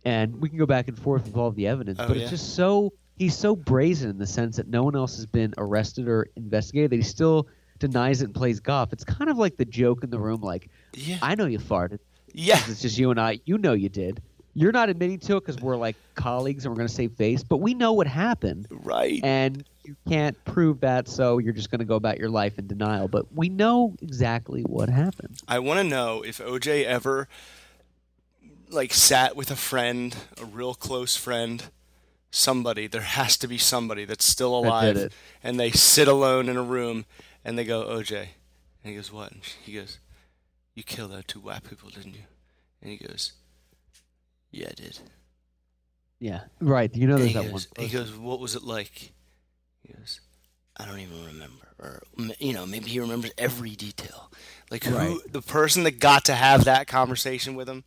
Speaker 4: and we can go back and forth with all the evidence.
Speaker 1: Oh,
Speaker 4: but
Speaker 1: yeah.
Speaker 4: it's just so he's so brazen in the sense that no one else has been arrested or investigated that he still denies it and plays golf. It's kind of like the joke in the room, like,
Speaker 1: Yeah.
Speaker 4: "I know you farted.
Speaker 1: Yeah.
Speaker 4: 'cause It's just you and I. You know you did." You're not admitting to it because we're like colleagues and we're going to save face, but we know what happened
Speaker 1: Right.
Speaker 4: and you can't prove that, so you're just going to go about your life in denial. But we know exactly what happened.
Speaker 1: I want to know if OJ ever like sat with a friend, a real close friend, somebody. There has to be somebody that's still
Speaker 4: did
Speaker 1: alive,
Speaker 4: it.
Speaker 1: and they sit alone in a room and they go, "OJ," and he goes, "What?" And she- he goes, "You killed those two white people, didn't you?" And he goes, "Yeah, I did."
Speaker 4: Yeah, right. You know,
Speaker 1: And
Speaker 4: there's
Speaker 1: he,
Speaker 4: that
Speaker 1: goes,
Speaker 4: one.
Speaker 1: he goes, "What was it like?" He goes, "I don't even remember." Or m- you know, maybe he remembers every detail. Like who
Speaker 4: Right.
Speaker 1: the person that got to have that conversation with him,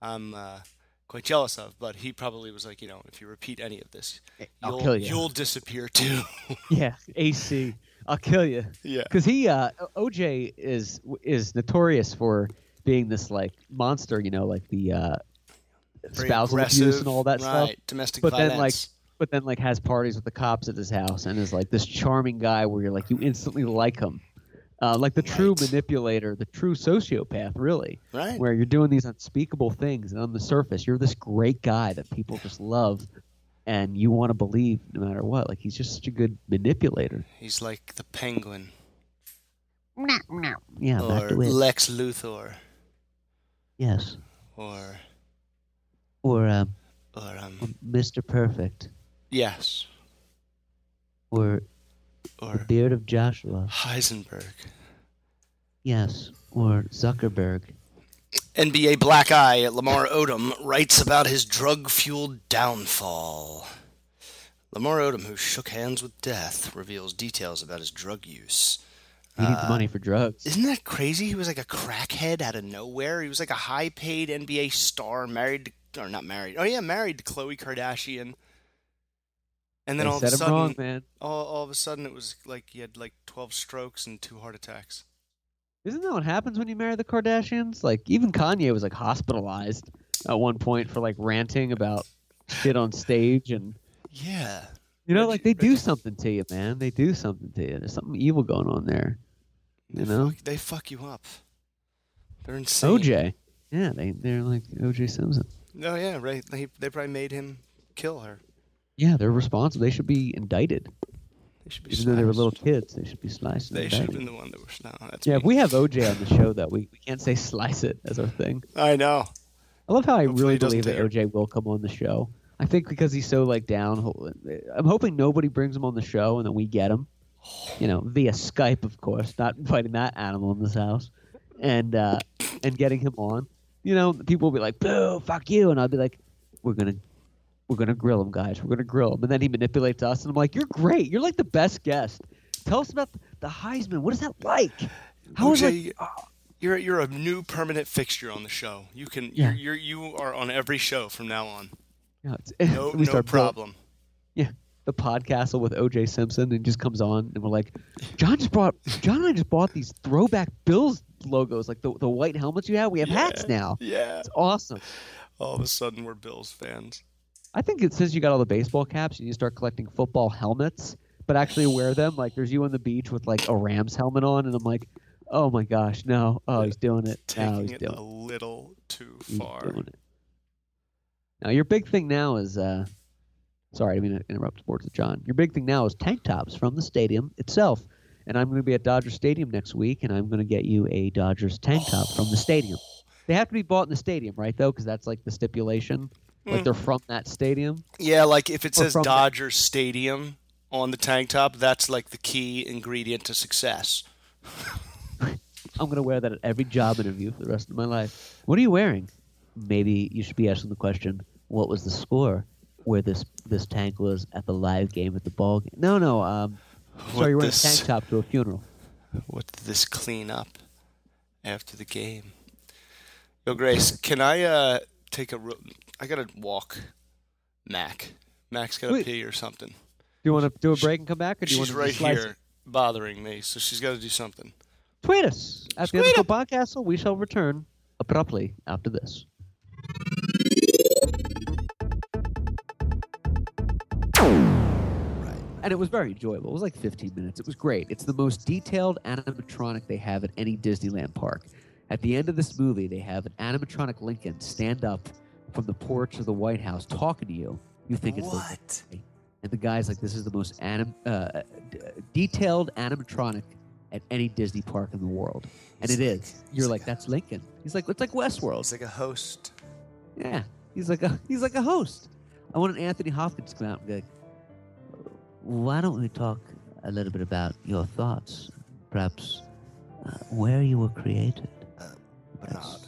Speaker 1: I'm uh, quite jealous of. But he probably was like, you know, if you repeat any of this,
Speaker 4: I'll
Speaker 1: you'll
Speaker 4: kill you.
Speaker 1: will disappear too.
Speaker 4: Yeah, AC. I'll kill you.
Speaker 1: yeah.
Speaker 4: Because he, uh, O- OJ, is is notorious for being this like monster. You know, like the uh,
Speaker 1: Very
Speaker 4: spousal abuse
Speaker 1: aggressive,
Speaker 4: and all that stuff.
Speaker 1: right, Domestic
Speaker 4: But
Speaker 1: violence.
Speaker 4: then like. But then, like, has parties with the cops at his house, and is like this charming guy where you're like, you instantly like him, uh, like the true
Speaker 1: Right.
Speaker 4: manipulator, the true sociopath, really.
Speaker 1: Right.
Speaker 4: where you're doing these unspeakable things and on the surface you're this great guy that people just love and you want to believe no matter what like he's just such a good manipulator
Speaker 1: He's like the penguin
Speaker 4: yeah
Speaker 1: or
Speaker 4: back to it
Speaker 1: Lex Luthor
Speaker 4: yes
Speaker 1: or
Speaker 4: or um,
Speaker 1: or um
Speaker 4: mr perfect
Speaker 1: yes
Speaker 4: or the
Speaker 1: or
Speaker 4: beard of joshua
Speaker 1: Heisenberg.
Speaker 4: yes or zuckerberg
Speaker 1: NBA Black Eye at Lamar Odom writes about his drug fueled downfall. Lamar Odom, who shook hands with death, reveals details about his drug use.
Speaker 4: he needs money for drugs
Speaker 1: Uh, Isn't that crazy? He was like a crackhead out of nowhere. He was like a high paid NBA star, married, to, or not married. Oh, yeah, married to Khloe Kardashian. And then
Speaker 4: They
Speaker 1: all of a
Speaker 4: said him
Speaker 1: sudden,
Speaker 4: wrong man
Speaker 1: all, all of a sudden, it was like he had like 12 strokes and two heart attacks.
Speaker 4: isn't that what happens when you marry the kardashians like even kanye was like hospitalized at one point for like ranting about shit on stage and
Speaker 1: Yeah.
Speaker 4: You know,
Speaker 1: Reggie-
Speaker 4: like they do
Speaker 1: Reggie-
Speaker 4: something to you, man. They do something to you. There's something evil going on there. You
Speaker 1: They
Speaker 4: know,
Speaker 1: fuck- they fuck you up. They're insane.
Speaker 4: OJ. Yeah, they they're like OJ Simpson.
Speaker 1: No, Oh, yeah, right. They, they probably made him kill her.
Speaker 4: Yeah, they're responsible. They should be indicted,
Speaker 1: They should be.
Speaker 4: even though they were
Speaker 1: sliced.
Speaker 4: little kids. They should be sliced. And
Speaker 1: They should
Speaker 4: indicted.
Speaker 1: have been the one that were. No, that's
Speaker 4: Yeah,
Speaker 1: me.
Speaker 4: if we have OJ on the show, though, we, we can't say slice it as our thing.
Speaker 1: I know.
Speaker 4: I love how I
Speaker 1: Hopefully
Speaker 4: really
Speaker 1: he doesn't
Speaker 4: believe that
Speaker 1: dare.
Speaker 4: OJ will come on the show. I think because he's so like down. ho- I'm hoping nobody brings him on the show and then we get him. You know, via Skype, of course. Not inviting that animal in this house, and uh, and getting him on. You know, people will be like, "Boo, fuck you," and I'll be like, "We're gonna." We're gonna grill him, guys. We're gonna grill him, and then he manipulates us, and I'm like, "You're great. You're like the best guest. Tell us about the Heisman. What is that like? How is it?
Speaker 1: OJ, uh, you're you're a new permanent fixture on the show. You can.
Speaker 4: Yeah.
Speaker 1: You're, you're you are on every show from now on.
Speaker 4: Yeah, it's-
Speaker 1: No,
Speaker 4: we
Speaker 1: no
Speaker 4: start building-
Speaker 1: problem.
Speaker 4: the podcastle with OJ Simpson and just comes on and we're like, John just brought John and I just bought these throwback Bills logos, like the the white helmets you have. We have hats now.
Speaker 1: Yeah.
Speaker 4: It's awesome.
Speaker 1: All of a sudden, we're Bills fans.
Speaker 4: I think it since you got all the baseball caps, you need to start collecting football helmets, but actually wear them. Like there's you on the beach with like a Rams helmet on, and I'm like, oh my gosh, no, oh he's doing it, now
Speaker 1: Taking
Speaker 4: he's
Speaker 1: it
Speaker 4: doing
Speaker 1: a little too
Speaker 4: He's
Speaker 1: far.
Speaker 4: doing it. Now your big thing now is uh, sorry, I didn't mean to interrupt sports with John. Your big thing now is tank tops from the stadium itself. And I'm going to be at Dodger Stadium next week, and I'm going to get you a Dodgers tank top from the stadium.
Speaker 1: Oh.
Speaker 4: They have to be bought in the stadium, right? Though, because that's like the stipulation. Like
Speaker 1: Mm.
Speaker 4: they're from that stadium.
Speaker 1: Yeah, like if it
Speaker 4: Or
Speaker 1: says
Speaker 4: from the-
Speaker 1: Dodger Stadium on the tank top, that's like the key ingredient to success.
Speaker 4: I'm going to wear that at every job interview for the rest of my life. What are you wearing? Maybe you should be asking the question, what was the score where this this tank was at the live game at the ball game? No, no. Um,
Speaker 1: What
Speaker 4: sorry, you're wearing
Speaker 1: this-
Speaker 4: a tank top to a funeral.
Speaker 1: What did this clean up after the game? Yo, Grace, can I uh, take a? Real, I gotta walk. Mac, Mac's gotta
Speaker 4: Wait.
Speaker 1: pee or something.
Speaker 4: Do you want to do a break and come back, or do you
Speaker 1: She's
Speaker 4: want to
Speaker 1: right
Speaker 4: slice
Speaker 1: here.
Speaker 4: it?
Speaker 1: bothering me, so she's got to do something.
Speaker 4: Tweet us at the underscore podcastle. We shall return abruptly after this. And it was very enjoyable. It was like 15 minutes. It was great. It's the most detailed animatronic they have at any Disneyland park. At the end of this movie, they have an animatronic Lincoln stand up from the porch of the White House talking to you. You think it's Lincoln.
Speaker 2: What?
Speaker 4: And the guy's like, this is the most anim- uh, d- detailed animatronic at any Disney park in the world. And it is. You're like, that's Lincoln. He's like, it's like Westworld.
Speaker 1: It's like a host.
Speaker 4: Yeah. He's like a he's like a host. I want an Anthony Hopkins to come out and be like, why don't we talk a little bit about your thoughts, perhaps uh, where you were created?
Speaker 2: Bernard.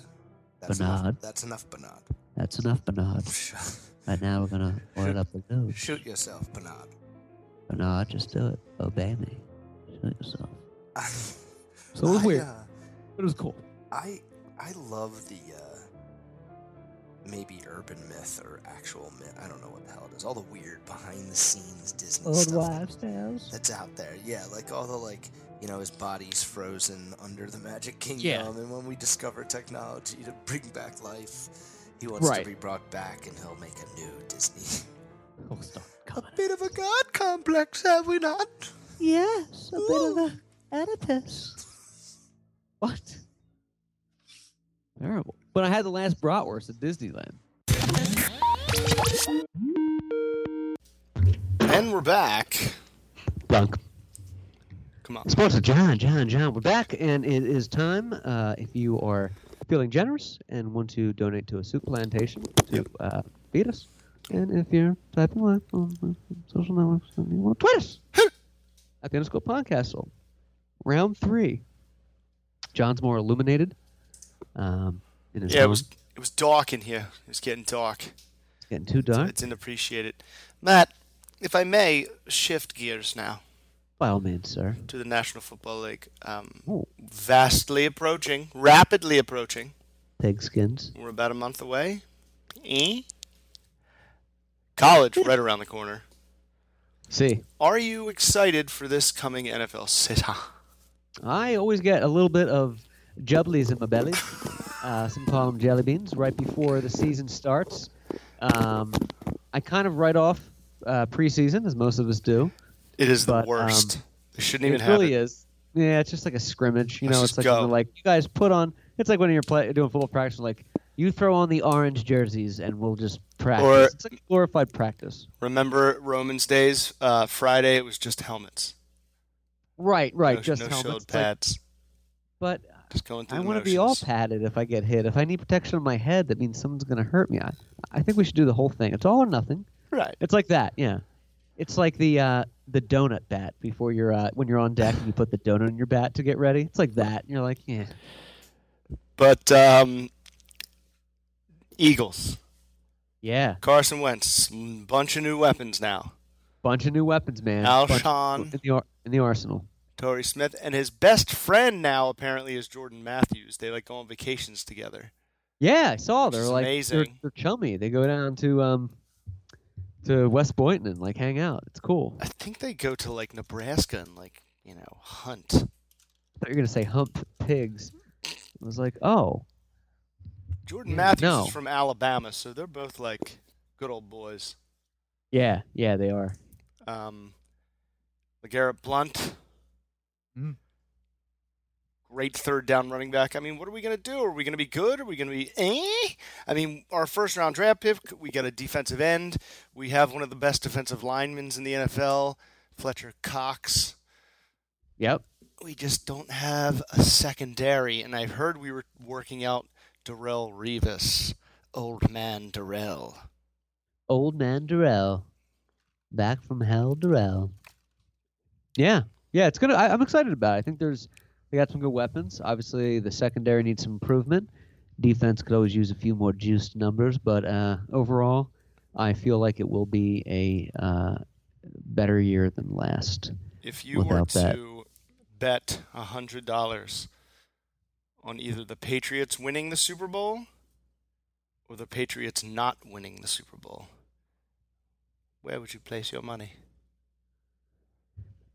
Speaker 4: That's enough- Bernard.
Speaker 2: that's enough, Bernard.
Speaker 4: That's enough, Bernard. Right now we're gonna oil up the nose.
Speaker 2: Shoot yourself, Bernard.
Speaker 4: Bernard, uh, just do it. Obey me. Shoot yourself. So
Speaker 2: it was
Speaker 4: weird. It was cool.
Speaker 2: uh, I I love the uh, maybe urban myth or actual myth. I don't know what the hell it is. All the weird behind the scenes Disney
Speaker 4: Old
Speaker 2: stuff that-
Speaker 4: wives' tales.
Speaker 2: that's out there. Yeah, like all the like you know his body's frozen under the Magic Kingdom, and when we discover technology to bring back life, he wants
Speaker 4: Right.
Speaker 2: to be brought back, and he'll make a new Disney.
Speaker 4: Oh, stop.
Speaker 2: a bit of a god complex, have we not?
Speaker 4: Yes, a bit of a Oedipus. What? Terrible. But I had the last bratwurst at Disneyland.
Speaker 1: And we're back.
Speaker 4: Blank.
Speaker 1: Come on.
Speaker 4: Sponsor John, John, John. We're back, and it is time. Uh, if you are feeling generous and want to donate to a soup plantation to uh, feed us, and if you're typing live on on social networks and you want to tweet us at the underscore podcastle, round three. John's more illuminated. Um, in his
Speaker 1: Yeah, it
Speaker 4: own-
Speaker 1: was it was dark in here. It was getting dark.
Speaker 4: it's getting too
Speaker 1: So
Speaker 4: dark.
Speaker 1: It's inappreciated. Matt, if I may, shift gears now
Speaker 4: By all means, sir. Oh,
Speaker 1: to the National Football League. Um,
Speaker 4: Ooh.
Speaker 1: vastly approaching, rapidly approaching.
Speaker 4: Pigskins.
Speaker 1: We're about a month away. Eh? College right around the corner.
Speaker 4: See,
Speaker 1: Are you excited for this coming NFL season?
Speaker 4: I always get a little bit of jubblies in my belly. Uh, some call them jelly beans right before the season starts. Um, I kind of write off uh, preseason, as most of us do.
Speaker 1: It is the
Speaker 4: But, um,
Speaker 1: worst. they shouldn't even
Speaker 4: it
Speaker 1: have
Speaker 4: really
Speaker 1: it.
Speaker 4: is. Yeah, it's just like a scrimmage. You
Speaker 1: Let's
Speaker 4: know,
Speaker 1: just
Speaker 4: it's like
Speaker 1: go.
Speaker 4: when they're like you guys put on. It's like when you're play, doing football practice, like you throw on the orange jerseys and we'll just practice.
Speaker 1: Or-
Speaker 4: it's like a glorified practice.
Speaker 1: Remember Romans days? Uh, Friday it was just helmets.
Speaker 4: Right, right.
Speaker 1: No,
Speaker 4: just
Speaker 1: no
Speaker 4: helmets.
Speaker 1: showed
Speaker 4: It's like-
Speaker 1: pads.
Speaker 4: but
Speaker 1: just going through
Speaker 4: I
Speaker 1: the
Speaker 4: want to be all
Speaker 1: motions.
Speaker 4: padded if I get hit. If I need protection on my head, that means someone's going to hurt me. I, I think we should do the whole thing. It's all or nothing.
Speaker 1: Right.
Speaker 4: It's like that, yeah. It's like the uh, the donut bat before you're uh, when you're on deck and you put the donut in your bat to get ready. It's like that. And you're like, yeah,
Speaker 1: But um, Eagles,
Speaker 4: yeah.
Speaker 1: Carson Wentz, mm, bunch of new weapons now.
Speaker 4: Bunch of new weapons, man. Bunch-
Speaker 1: Alshon.
Speaker 4: in the ar- in the arsenal.
Speaker 1: Torrey Smith and his best friend now apparently is Jordan Matthews. They like go on vacations together.
Speaker 4: Yeah, I saw.
Speaker 1: Which
Speaker 4: They're
Speaker 1: is
Speaker 4: like they're,
Speaker 1: amazing.
Speaker 4: they're chummy. They go down to um to West Boynton and like hang out. It's cool. I
Speaker 1: I think they go to like Nebraska and like you know hunt.
Speaker 4: thought you were gonna say hump pigs. I was like, oh,
Speaker 1: Jordan
Speaker 4: Yeah,
Speaker 1: Matthews
Speaker 4: no.
Speaker 1: is from Alabama, so they're both like good old boys.
Speaker 4: yeah, yeah, they are.
Speaker 1: Um, LeGarrette Blunt.
Speaker 4: Mm.
Speaker 1: Great third down running back. I mean, what are we going to do? Are we going to be good? Are we going to be eh? I mean, our first round draft pick, we got a defensive end. We have one of the best defensive linemen in the NFL, Fletcher Cox.
Speaker 4: Yep.
Speaker 1: We just don't have a secondary. And I heard we were working out Darrell Revis, old man Darrell.
Speaker 4: Old Man Durrell, back from hell, Durrell. Yeah, yeah, it's gonna. I, I'm excited about. it. I think there's they got some good weapons. Obviously, the secondary needs some improvement. Defense could always use a few more juiced numbers, but uh, overall, I feel like it will be a uh, better year than last.
Speaker 1: If you
Speaker 4: without
Speaker 1: were
Speaker 4: that.
Speaker 1: to bet a hundred dollars on either the Patriots winning the Super Bowl or the Patriots not winning the Super Bowl, where would you place your money?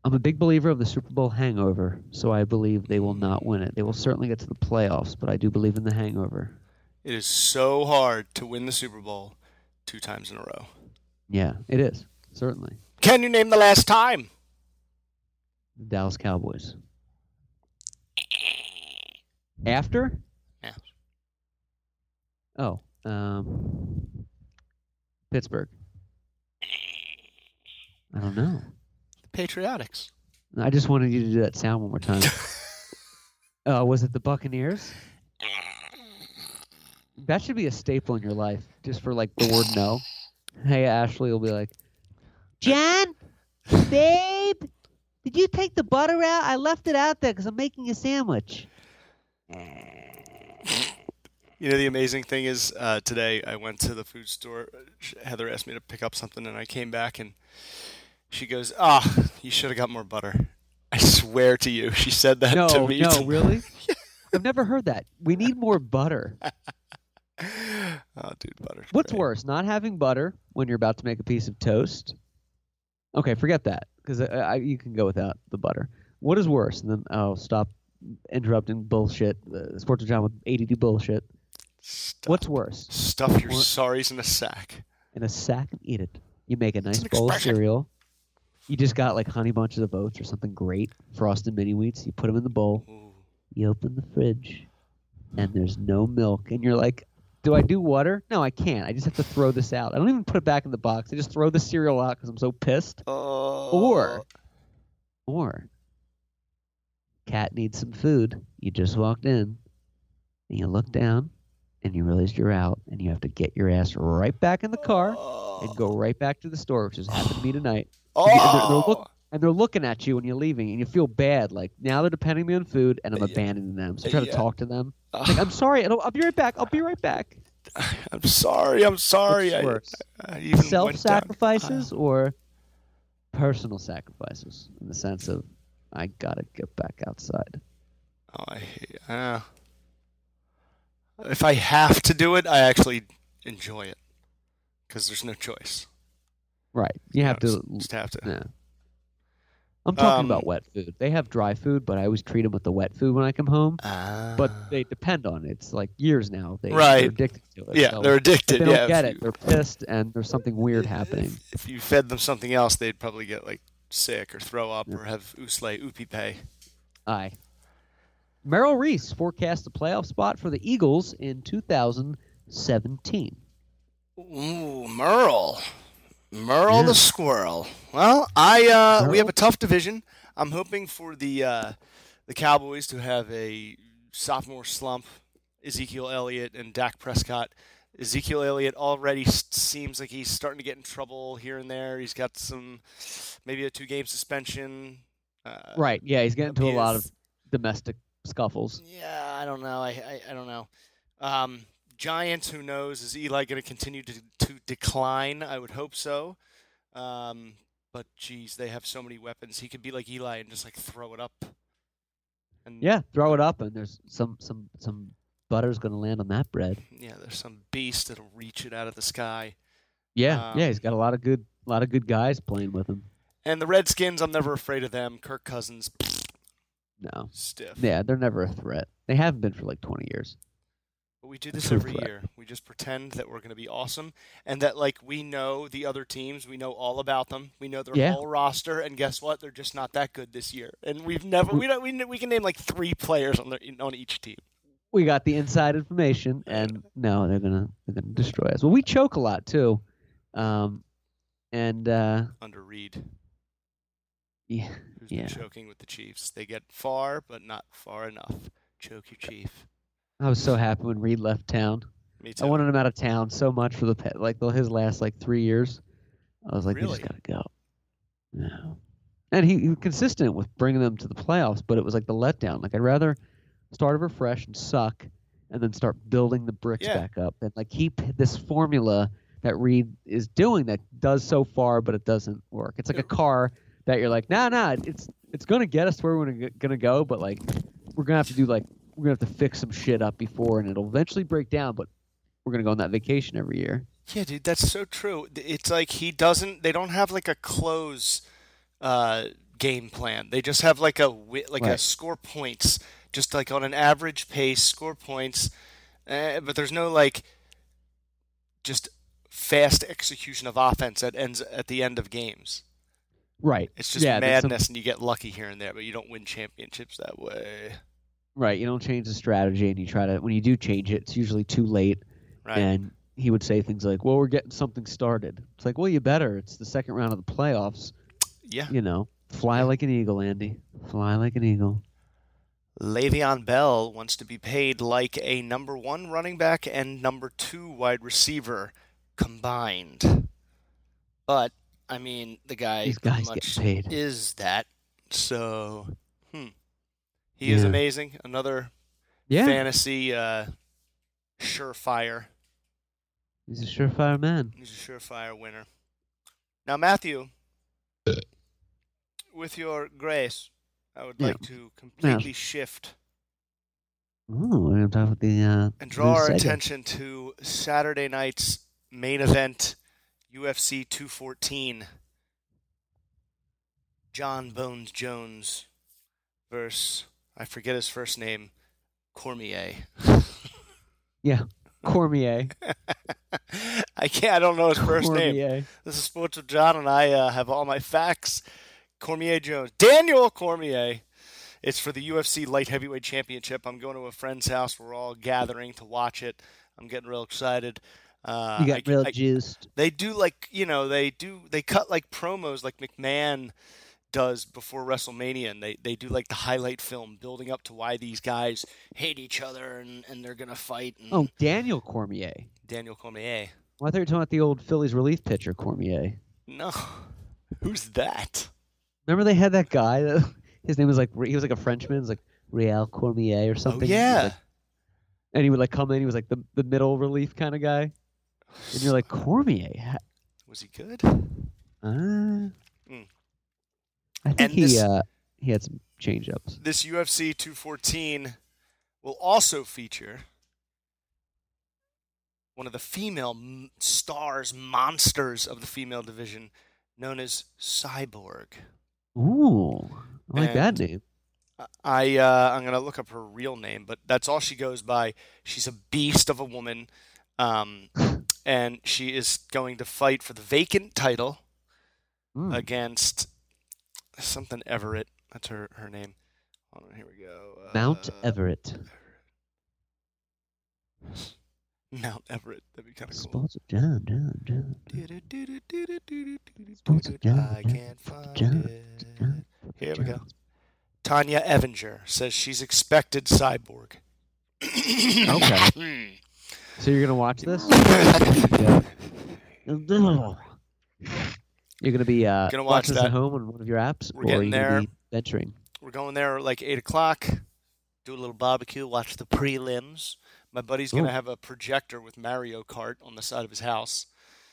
Speaker 4: I'm a big believer of the Super Bowl hangover, so I believe they will not win it. They will certainly get to the playoffs, but I do believe in the hangover.
Speaker 1: It is so hard to win the Super Bowl two times in a row.
Speaker 4: Yeah, it is certainly.
Speaker 1: Can you name the last time?
Speaker 4: The Dallas Cowboys. After?
Speaker 1: Yeah.
Speaker 4: Oh, um, Pittsburgh. I don't know.
Speaker 1: The Patriotics.
Speaker 4: I just wanted you to do that sound one more time. uh, was it the Buccaneers? That should be a staple in your life, just for like the word no. Hey, Ashley will be like, John, babe, did you take the butter out? I left it out there because I'm making a sandwich.
Speaker 1: You know, the amazing thing is uh, today I went to the food store. Heather asked me to pick up something, and I came back and she goes, "Ah, you should have got more butter." I swear to you, she said that
Speaker 4: no,
Speaker 1: to me.
Speaker 4: no, really? I've never heard that. We need more butter.
Speaker 1: Oh, dude, butter.
Speaker 4: What's worse, not having butter when you're about to make a piece of toast? Okay, forget that because I, I, you can go without the butter. What is worse? And then I'll stop interrupting bullshit. Uh, Sports with John with ADD bullshit. What's worse?
Speaker 1: Stuff your sorries in a sack.
Speaker 4: in a sack and eat it. You make a nice
Speaker 1: an
Speaker 4: bowl of
Speaker 1: expression.
Speaker 4: cereal. You just got like honey bunches of oats or something great, frosted mini wheats. You put them in the bowl. You open the fridge, and there's no milk, and you're like, "Do I do water? No, I can't. I just have to throw this out. I don't even put it back in the box. I just throw the cereal out because I'm so
Speaker 1: Oh.
Speaker 4: pissed." Or, or, cat needs some food. You just walked in, and you look down, and you realize you're out, and you have to get your ass right back in the car
Speaker 1: Oh.
Speaker 4: and go right back to the store, which has happened to me tonight. And you- and they're- they're
Speaker 1: Oh.
Speaker 4: look- and they're looking at you when you're leaving, and you feel bad. Like now they're depending me on food, and I'm abandoning them. So I try to
Speaker 1: Yeah.
Speaker 4: talk to them. It's like I'm sorry, I'll, I'll be right back. I'll be right back.
Speaker 1: I'm sorry. I'm sorry. I,
Speaker 4: What's
Speaker 1: I even went down-
Speaker 4: Self-sacrifices or personal sacrifices, in the sense of I gotta get back outside.
Speaker 1: Oh, I hate. Uh, if I have to do it, I actually enjoy it because there's no choice.
Speaker 4: Right, you have
Speaker 1: just,
Speaker 4: to.
Speaker 1: just have to.
Speaker 4: Yeah. I'm talking
Speaker 1: Um,
Speaker 4: about wet food. They have dry food, but I always treat them with the wet food when I come home.
Speaker 1: Ah.
Speaker 4: but they depend on it. It's like years now. They,
Speaker 1: Right.
Speaker 4: They're addicted to it.
Speaker 1: Yeah,
Speaker 4: So
Speaker 1: they're addicted,
Speaker 4: If they don't
Speaker 1: yeah, if
Speaker 4: get
Speaker 1: you-
Speaker 4: it. They're pissed, and there's something weird happening.
Speaker 1: if you fed them something else, they'd probably get like sick or throw up or have oosle oopipe.
Speaker 4: Aye. Merrill Reese forecast a playoff spot for the Eagles in 2017.
Speaker 1: Ooh, Merle. Merle
Speaker 4: Yeah.
Speaker 1: the squirrel. Well, I uh, we have
Speaker 4: Merle?
Speaker 1: a tough division. I'm hoping for the uh, the Cowboys to have a sophomore slump. Ezekiel Elliott and Dak Prescott. Ezekiel Elliott already s- seems like he's starting to get in trouble here and there. He's got some maybe a two game suspension. Uh,
Speaker 4: right. Yeah, he's getting into a lot of
Speaker 1: abuse.
Speaker 4: domestic scuffles.
Speaker 1: Yeah, I don't know. I I, I don't know. Um, Giants, who knows? Is Eli going to continue to to decline? I would hope so. Um, but geez, they have so many weapons. He could be like Eli and just like throw it up. And
Speaker 4: Yeah, throw it up, and there's some some some butter's going to land on that bread.
Speaker 1: yeah, there's some beast that'll reach it out of the sky.
Speaker 4: Yeah,
Speaker 1: Um,
Speaker 4: yeah, he's got a lot of good lot of good guys playing with him.
Speaker 1: And the Redskins, I'm never afraid of them. Kirk Cousins,
Speaker 4: No,
Speaker 1: stiff.
Speaker 4: yeah, they're never a threat. They haven't been for like 20 years.
Speaker 1: But we do this
Speaker 4: True
Speaker 1: every
Speaker 4: threat.
Speaker 1: year. We just pretend that we're going to be awesome and that like we know the other teams, we know all about them. We know their
Speaker 4: Yeah.
Speaker 1: whole roster and guess what? They're just not that good this year. And we've never we don't we, kn- we can name like 3 players on their on each team.
Speaker 4: we got the inside information, and no, they're gonna they're gonna destroy us. Well, we choke a lot too, um, and uh,
Speaker 1: Under Reed,
Speaker 4: yeah,
Speaker 1: who's
Speaker 4: Yeah.
Speaker 1: been choking with the Chiefs. They get far but not far enough. Choke you, Chief.
Speaker 4: I was so happy when Reed left town.
Speaker 1: Me too.
Speaker 4: I wanted him out of town so much for the pet, like the, his last like three years. I was like, they
Speaker 1: Really?
Speaker 4: just gotta go. No, and he, he was consistent with bringing them to the playoffs, but it was like the letdown. Like I'd rather start over fresh and suck, and then start building the bricks
Speaker 1: Yeah.
Speaker 4: back up, and like keep this formula that Reed is doing that does so far, but it doesn't work. It's like a car that you're like, nah, nah, it's it's gonna get us to where we're gonna g- gonna go, but like we're gonna have to do like we're gonna have to fix some shit up before, and it'll eventually break down, but we're gonna go on that vacation every year.
Speaker 1: Yeah, dude, that's so true. Th- It's like he doesn't. They don't have like a close uh, game plan. They just have like a wi- like a
Speaker 4: Right.
Speaker 1: score points, just like on an average pace, score points. Uh, but there's no like just fast execution of offense that ends at the end of games.
Speaker 4: Right.
Speaker 1: It's just
Speaker 4: yeah, there's some-
Speaker 1: madness, and you get lucky here and there, but you don't win championships that way.
Speaker 4: right. You don't change the strategy, and you try to. When you do change it, it's usually too late.
Speaker 1: Right.
Speaker 4: And he would say things like, "Well, we're getting something started." It's like, "Well, you better. It's the second round of the playoffs.
Speaker 1: Yeah.
Speaker 4: You know, fly like an eagle, Andy. Fly like an eagle."
Speaker 1: Le'Veon Bell wants to be paid like a number one running back and number two wide receiver combined. But I mean, the guy
Speaker 4: These
Speaker 1: pretty
Speaker 4: guys get
Speaker 1: much
Speaker 4: paid.
Speaker 1: is that. So, hmm, he is
Speaker 4: Yeah.
Speaker 1: amazing. Another
Speaker 4: Yeah.
Speaker 1: fantasy uh, surefire.
Speaker 4: He's a surefire man.
Speaker 1: He's a surefire winner. Now, Matthew, with your grace, I would
Speaker 4: Yeah.
Speaker 1: like to completely shift
Speaker 4: Oh, we're gonna talk about the uh,
Speaker 1: and draw
Speaker 4: new
Speaker 1: our
Speaker 4: segment.
Speaker 1: attention to Saturday night's main event, UFC 214. John Bones Jones versus I forget his first name, Cormier.
Speaker 4: Yeah, Cormier.
Speaker 1: I can't. I don't know his first name.
Speaker 4: Cormier.
Speaker 1: This is Sports with John, and I uh, have all my facts. Cormier Jones, Daniel Cormier. It's for the UFC Light Heavyweight Championship. I'm going to a friend's house. We're all gathering to watch it. I'm getting real excited. Uh,
Speaker 4: You got
Speaker 1: I-
Speaker 4: real
Speaker 1: I-
Speaker 4: juiced.
Speaker 1: they do like you know they do they cut like promos like McMahon does before WrestleMania, and they they do like the highlight film building up to why these guys hate each other and and they're gonna fight. And
Speaker 4: Oh, Daniel Cormier.
Speaker 1: Daniel Cormier.
Speaker 4: Well, I thought you were talking about the old Phillies relief pitcher Cormier.
Speaker 1: No, who's that?
Speaker 4: Remember they had that guy. That, his name was like he was like a Frenchman. It was like Real Cormier or something. He was
Speaker 1: Oh, yeah.
Speaker 4: like- and he would like come in. He was like the, the middle relief kind of guy. And you're like Cormier. ha-
Speaker 1: Was he good?
Speaker 4: Uh, I think
Speaker 1: Hmm. And
Speaker 4: he
Speaker 1: this-
Speaker 4: uh, he had some change ups.
Speaker 1: This UFC 214 will also feature one of the female m- stars, monsters of the female division, known as Cyborg.
Speaker 4: Ooh, I like that
Speaker 1: And-
Speaker 4: name.
Speaker 1: I uh, I'm gonna look up her real name, but that's all she goes by. She's a beast of a woman, um, and she is going to fight for the vacant title
Speaker 4: Mm.
Speaker 1: uh, against something Everett. That's her her name. Hold on, here we go. Uh,
Speaker 4: Mount Everett.
Speaker 1: Mount Everett. That'd be kind of cool.
Speaker 4: Sponsored John, John, John. Sponsored John.
Speaker 1: I
Speaker 4: John,
Speaker 1: can't find
Speaker 4: John,
Speaker 1: it.
Speaker 4: John,
Speaker 1: Here we
Speaker 4: John.
Speaker 1: go. Tanya Evinger says she's expected cyborg. Hmm.
Speaker 4: Oh.
Speaker 1: okay.
Speaker 4: So you're gonna watch this? You're gonna be uh,
Speaker 1: Gonna watch
Speaker 4: watching this
Speaker 1: that.
Speaker 4: at home on one of your apps,
Speaker 1: We're
Speaker 4: or
Speaker 1: getting
Speaker 4: you're gonna
Speaker 1: there.
Speaker 4: be venturing.
Speaker 1: We're going there at like eight o'clock. Do a little barbecue. Watch the prelims. My buddy's
Speaker 4: Ooh.
Speaker 1: gonna have a projector with Mario Kart on the side of his house.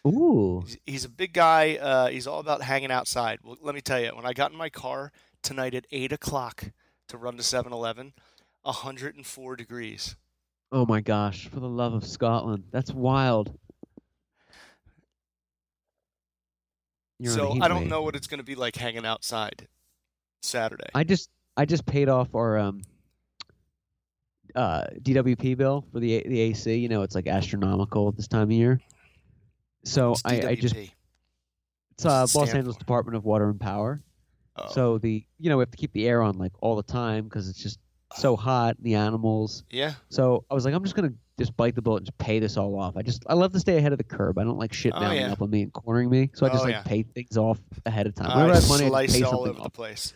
Speaker 4: Ooh,
Speaker 1: He's, he's a big guy. Uh, he's all about hanging outside. Well, let me tell you, when I got in my car tonight at eight o'clock to run to 7-Eleven, 104 degrees.
Speaker 4: oh my gosh! For the love of Scotland, that's wild. You're E on a
Speaker 1: so
Speaker 4: heat
Speaker 1: I don't
Speaker 4: wave.
Speaker 1: know what it's going to be like hanging outside Saturday.
Speaker 4: I just I just paid off our um uh DWP bill for the A- the AC. You know, it's like astronomical at this time of year. So
Speaker 1: It's
Speaker 4: I, I just
Speaker 1: DWP.
Speaker 4: it's uh,
Speaker 1: What's it
Speaker 4: Los
Speaker 1: stand
Speaker 4: Angeles
Speaker 1: for?
Speaker 4: Department of Water and Power.
Speaker 1: Oh,
Speaker 4: So the you know we have to keep the air on like all the time because it's just
Speaker 1: Uh.
Speaker 4: so hot. The animals.
Speaker 1: yeah,
Speaker 4: So I was like, I'm just gonna just bite the bullet and just pay this all off. I just I love to stay ahead of the curb. I don't like shit
Speaker 1: Oh,
Speaker 4: mounting
Speaker 1: yeah.
Speaker 4: up on me and cornering me. So I just
Speaker 1: Oh,
Speaker 4: like
Speaker 1: yeah.
Speaker 4: pay things off ahead of time. uh, Whenever I
Speaker 1: I
Speaker 4: have money, I just
Speaker 1: slice
Speaker 4: pay
Speaker 1: all
Speaker 4: something
Speaker 1: over the
Speaker 4: off.
Speaker 1: place.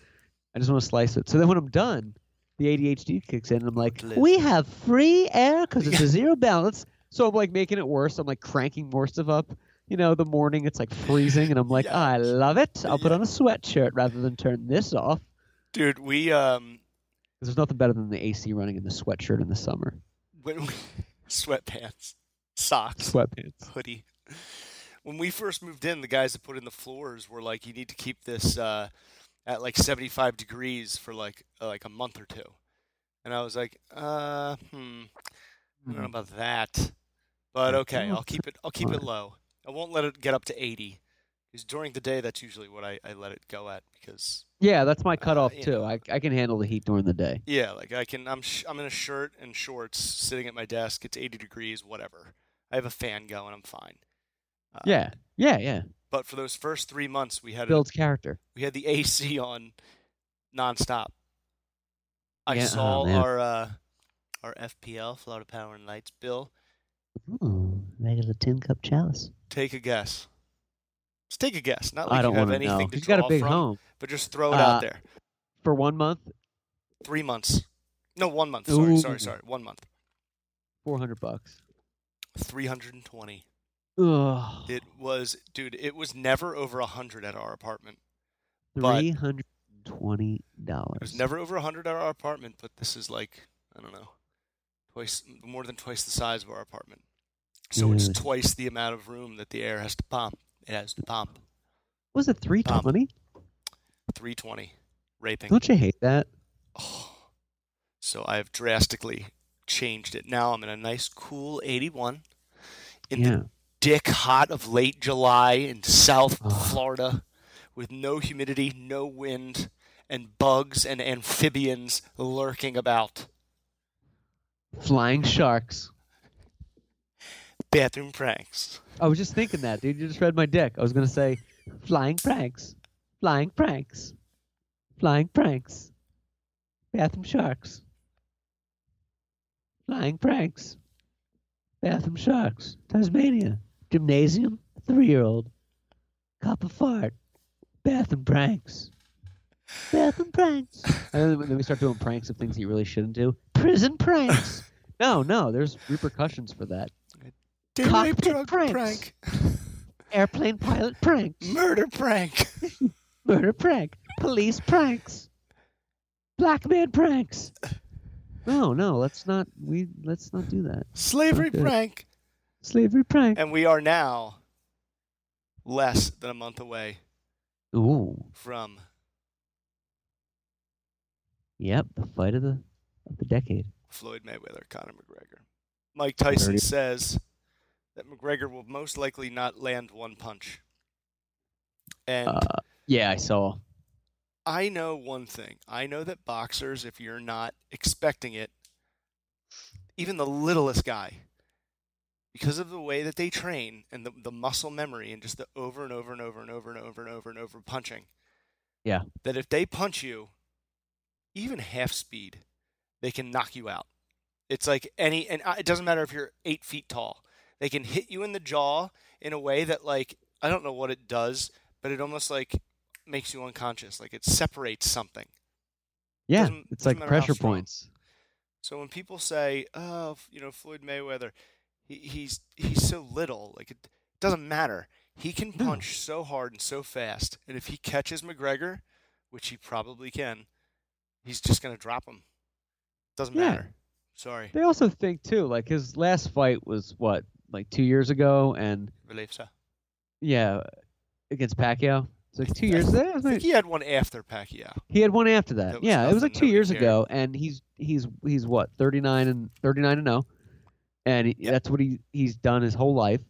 Speaker 4: I just want to slice it. So then when I'm done, the ADHD kicks in and I'm like,
Speaker 1: Listen.
Speaker 4: we have free air because it's a zero balance. So I'm like making it worse. I'm like cranking more stuff up. You know, the morning it's like freezing and I'm like,
Speaker 1: Yeah.
Speaker 4: I love it. I'll put
Speaker 1: Yeah.
Speaker 4: on a sweatshirt rather than turn this off.
Speaker 1: Dude, we um
Speaker 4: 'Cause There's nothing better than the AC running in the sweatshirt in the summer.
Speaker 1: when we, sweatpants, socks,
Speaker 4: Sweatpants.
Speaker 1: hoodie. When we first moved in, the guys that put in the floors were like, "You need to keep this uh, at like 75 degrees for like uh, like a month or two. And I was like, "Uh, hmm, I don't know about that, but okay, I'll keep it. I'll keep it low. I won't let it get up to 80 Because during the day, that's usually what I, I let it go at because
Speaker 4: Yeah, that's my cutoff
Speaker 1: you
Speaker 4: too.
Speaker 1: know.
Speaker 4: I, I can handle the heat during the day.
Speaker 1: yeah, like I can I'm sh- I'm in a shirt and shorts sitting at my desk. It's 80 degrees, whatever. I have a fan going. I'm fine. Uh,
Speaker 4: yeah, yeah, yeah.
Speaker 1: But for those first three months, we had a,
Speaker 4: Builds character.
Speaker 1: we had the AC on nonstop. I
Speaker 4: Yeah, oh,
Speaker 1: saw
Speaker 4: man.
Speaker 1: our uh, our FPL Florida Power and Lights bill.
Speaker 4: Ooh, regular tin cup chalice.
Speaker 1: Take a guess. Just take a guess. Not like
Speaker 4: I don't
Speaker 1: you have
Speaker 4: want to
Speaker 1: anything
Speaker 4: know.
Speaker 1: to
Speaker 4: He's
Speaker 1: draw
Speaker 4: got a big
Speaker 1: from,
Speaker 4: home
Speaker 1: but just throw it out
Speaker 4: Uh,
Speaker 1: there.
Speaker 4: for one month.
Speaker 1: Three months. No, one month. Sorry, sorry,
Speaker 4: Ooh.
Speaker 1: sorry. One month.
Speaker 4: Four hundred bucks.
Speaker 1: Three hundred and twenty.
Speaker 4: Ugh,
Speaker 1: It was, dude. It was never over a hundred at our apartment. But-
Speaker 4: three hundred twenty
Speaker 1: It was
Speaker 4: dollars.
Speaker 1: never over a hundred at our apartment, but this is like I don't know, twice more than twice the size of our apartment. So it's
Speaker 4: Dude.
Speaker 1: twice the amount of room that the air has to pump. It has to pump.
Speaker 4: Was
Speaker 1: Um,
Speaker 4: it three twenty?
Speaker 1: Three twenty, raping.
Speaker 4: Don't you hate that?
Speaker 1: Oh. So I've drastically changed it. Now I'm in a nice cool 81 in
Speaker 4: yeah.
Speaker 1: the dick hot of late July in South
Speaker 4: Ugh.
Speaker 1: Florida with no humidity, no wind, and bugs and amphibians lurking about.
Speaker 4: Flying sharks.
Speaker 1: Bathroom pranks.
Speaker 4: I was just thinking that, dude. You just read my dick. I was gonna say, flying pranks, flying pranks, flying pranks, bathroom sharks, flying pranks, bathroom sharks, Tasmania, gymnasium, three-year-old, copper fart, bathroom pranks, bathroom pranks. And then, then we start doing pranks of things that you really shouldn't do. Prison pranks. No, no, there's repercussions for that.
Speaker 1: Date
Speaker 4: Cockpit pranks. Airplane pilot prank.
Speaker 1: Murder prank.
Speaker 4: murder prank, police pranks, black man pranks. No, no, let's not. We let's not do that.
Speaker 1: Slavery
Speaker 4: Okay.
Speaker 1: prank.
Speaker 4: Slavery prank.
Speaker 1: And we are now less than a month away
Speaker 4: Ooh,
Speaker 1: from
Speaker 4: yep, the fight of the of the decade.
Speaker 1: Floyd Mayweather, Conor McGregor. Mike Tyson
Speaker 4: Very-
Speaker 1: says that McGregor will most likely not land one punch. And
Speaker 4: Uh, yeah, I saw.
Speaker 1: I know one thing. I know that boxers, if you're not expecting it, even the littlest guy, because of the way that they train and the, the muscle memory and just the over and over and over and over and over and over and over punching.
Speaker 4: Yeah.
Speaker 1: That if they punch you, even half speed, they can knock you out. It's like any, and I- it doesn't matter if you're eight feet tall. They can hit you in the jaw in a way that, like, I don't know what it does, but it almost like makes you unconscious. Like it separates something.
Speaker 4: Yeah,
Speaker 1: Doesn't-
Speaker 4: it's
Speaker 1: doesn't
Speaker 4: like
Speaker 1: matter how
Speaker 4: pressure
Speaker 1: strong.
Speaker 4: points.
Speaker 1: So when people say, "Oh, f- you know, Floyd Mayweather, he, he's he's so little," like it doesn't matter. He can
Speaker 4: No.
Speaker 1: punch so hard and so fast, and if he catches McGregor, which he probably can, he's just gonna drop him. Doesn't
Speaker 4: Yeah.
Speaker 1: matter. Sorry,
Speaker 4: They also think too, like his last fight was what, like two years ago, and
Speaker 1: believe so.
Speaker 4: yeah, against Pacquiao. It's like two years. that
Speaker 1: I
Speaker 4: was
Speaker 1: think
Speaker 4: like-
Speaker 1: he had one after Pacquiao.
Speaker 4: He had one after that.
Speaker 1: That was
Speaker 4: yeah, it
Speaker 1: nothing,
Speaker 4: was like two
Speaker 1: nobody
Speaker 4: years
Speaker 1: cared.
Speaker 4: ago, and he's he's he's what thirty nine and thirty nine and zero, and he, that's what he he's done his whole life.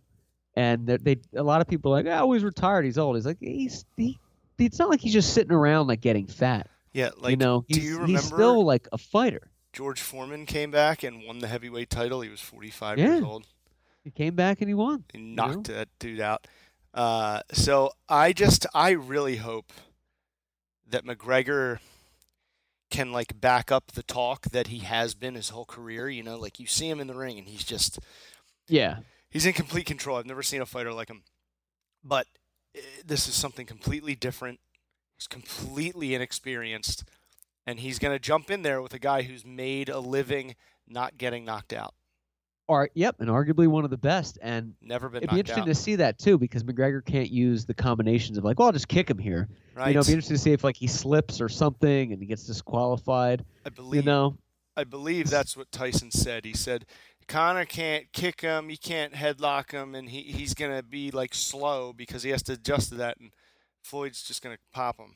Speaker 4: And they, they a lot of people are like, oh, he's retired, he's old. He's like, he's he, it's not like he's just sitting around like getting fat.
Speaker 1: Yeah, like
Speaker 4: you know,
Speaker 1: do
Speaker 4: he's,
Speaker 1: you
Speaker 4: he's
Speaker 1: remember-
Speaker 4: still like a fighter.
Speaker 1: George Foreman came back and won the heavyweight title. He was 45
Speaker 4: Yeah.
Speaker 1: years old.
Speaker 4: He came back and he won.
Speaker 1: He knocked that dude out. Uh, so I just, I really hope that McGregor can like back up the talk that he has been his whole career. You know, like you see him in the ring and he's just,
Speaker 4: Yeah,
Speaker 1: he's in complete control. I've never seen a fighter like him. But eh, this is something completely different. He's completely inexperienced. And he's going to jump in there with a guy who's made a living not getting knocked out.
Speaker 4: or yep, and arguably one of the best. And
Speaker 1: Never been
Speaker 4: it'd
Speaker 1: knocked
Speaker 4: be interesting
Speaker 1: out.
Speaker 4: to see that too, because McGregor can't use the combinations of like, well, I'll just kick him here.
Speaker 1: right?
Speaker 4: You know, it'd be interesting to see if like he slips or something and he gets disqualified.
Speaker 1: I believe
Speaker 4: You know,
Speaker 1: I believe that's what Tyson said. He said Connor can't kick him, he can't headlock him, and he, he's gonna be like slow because he has to adjust to that, and Floyd's just gonna pop him.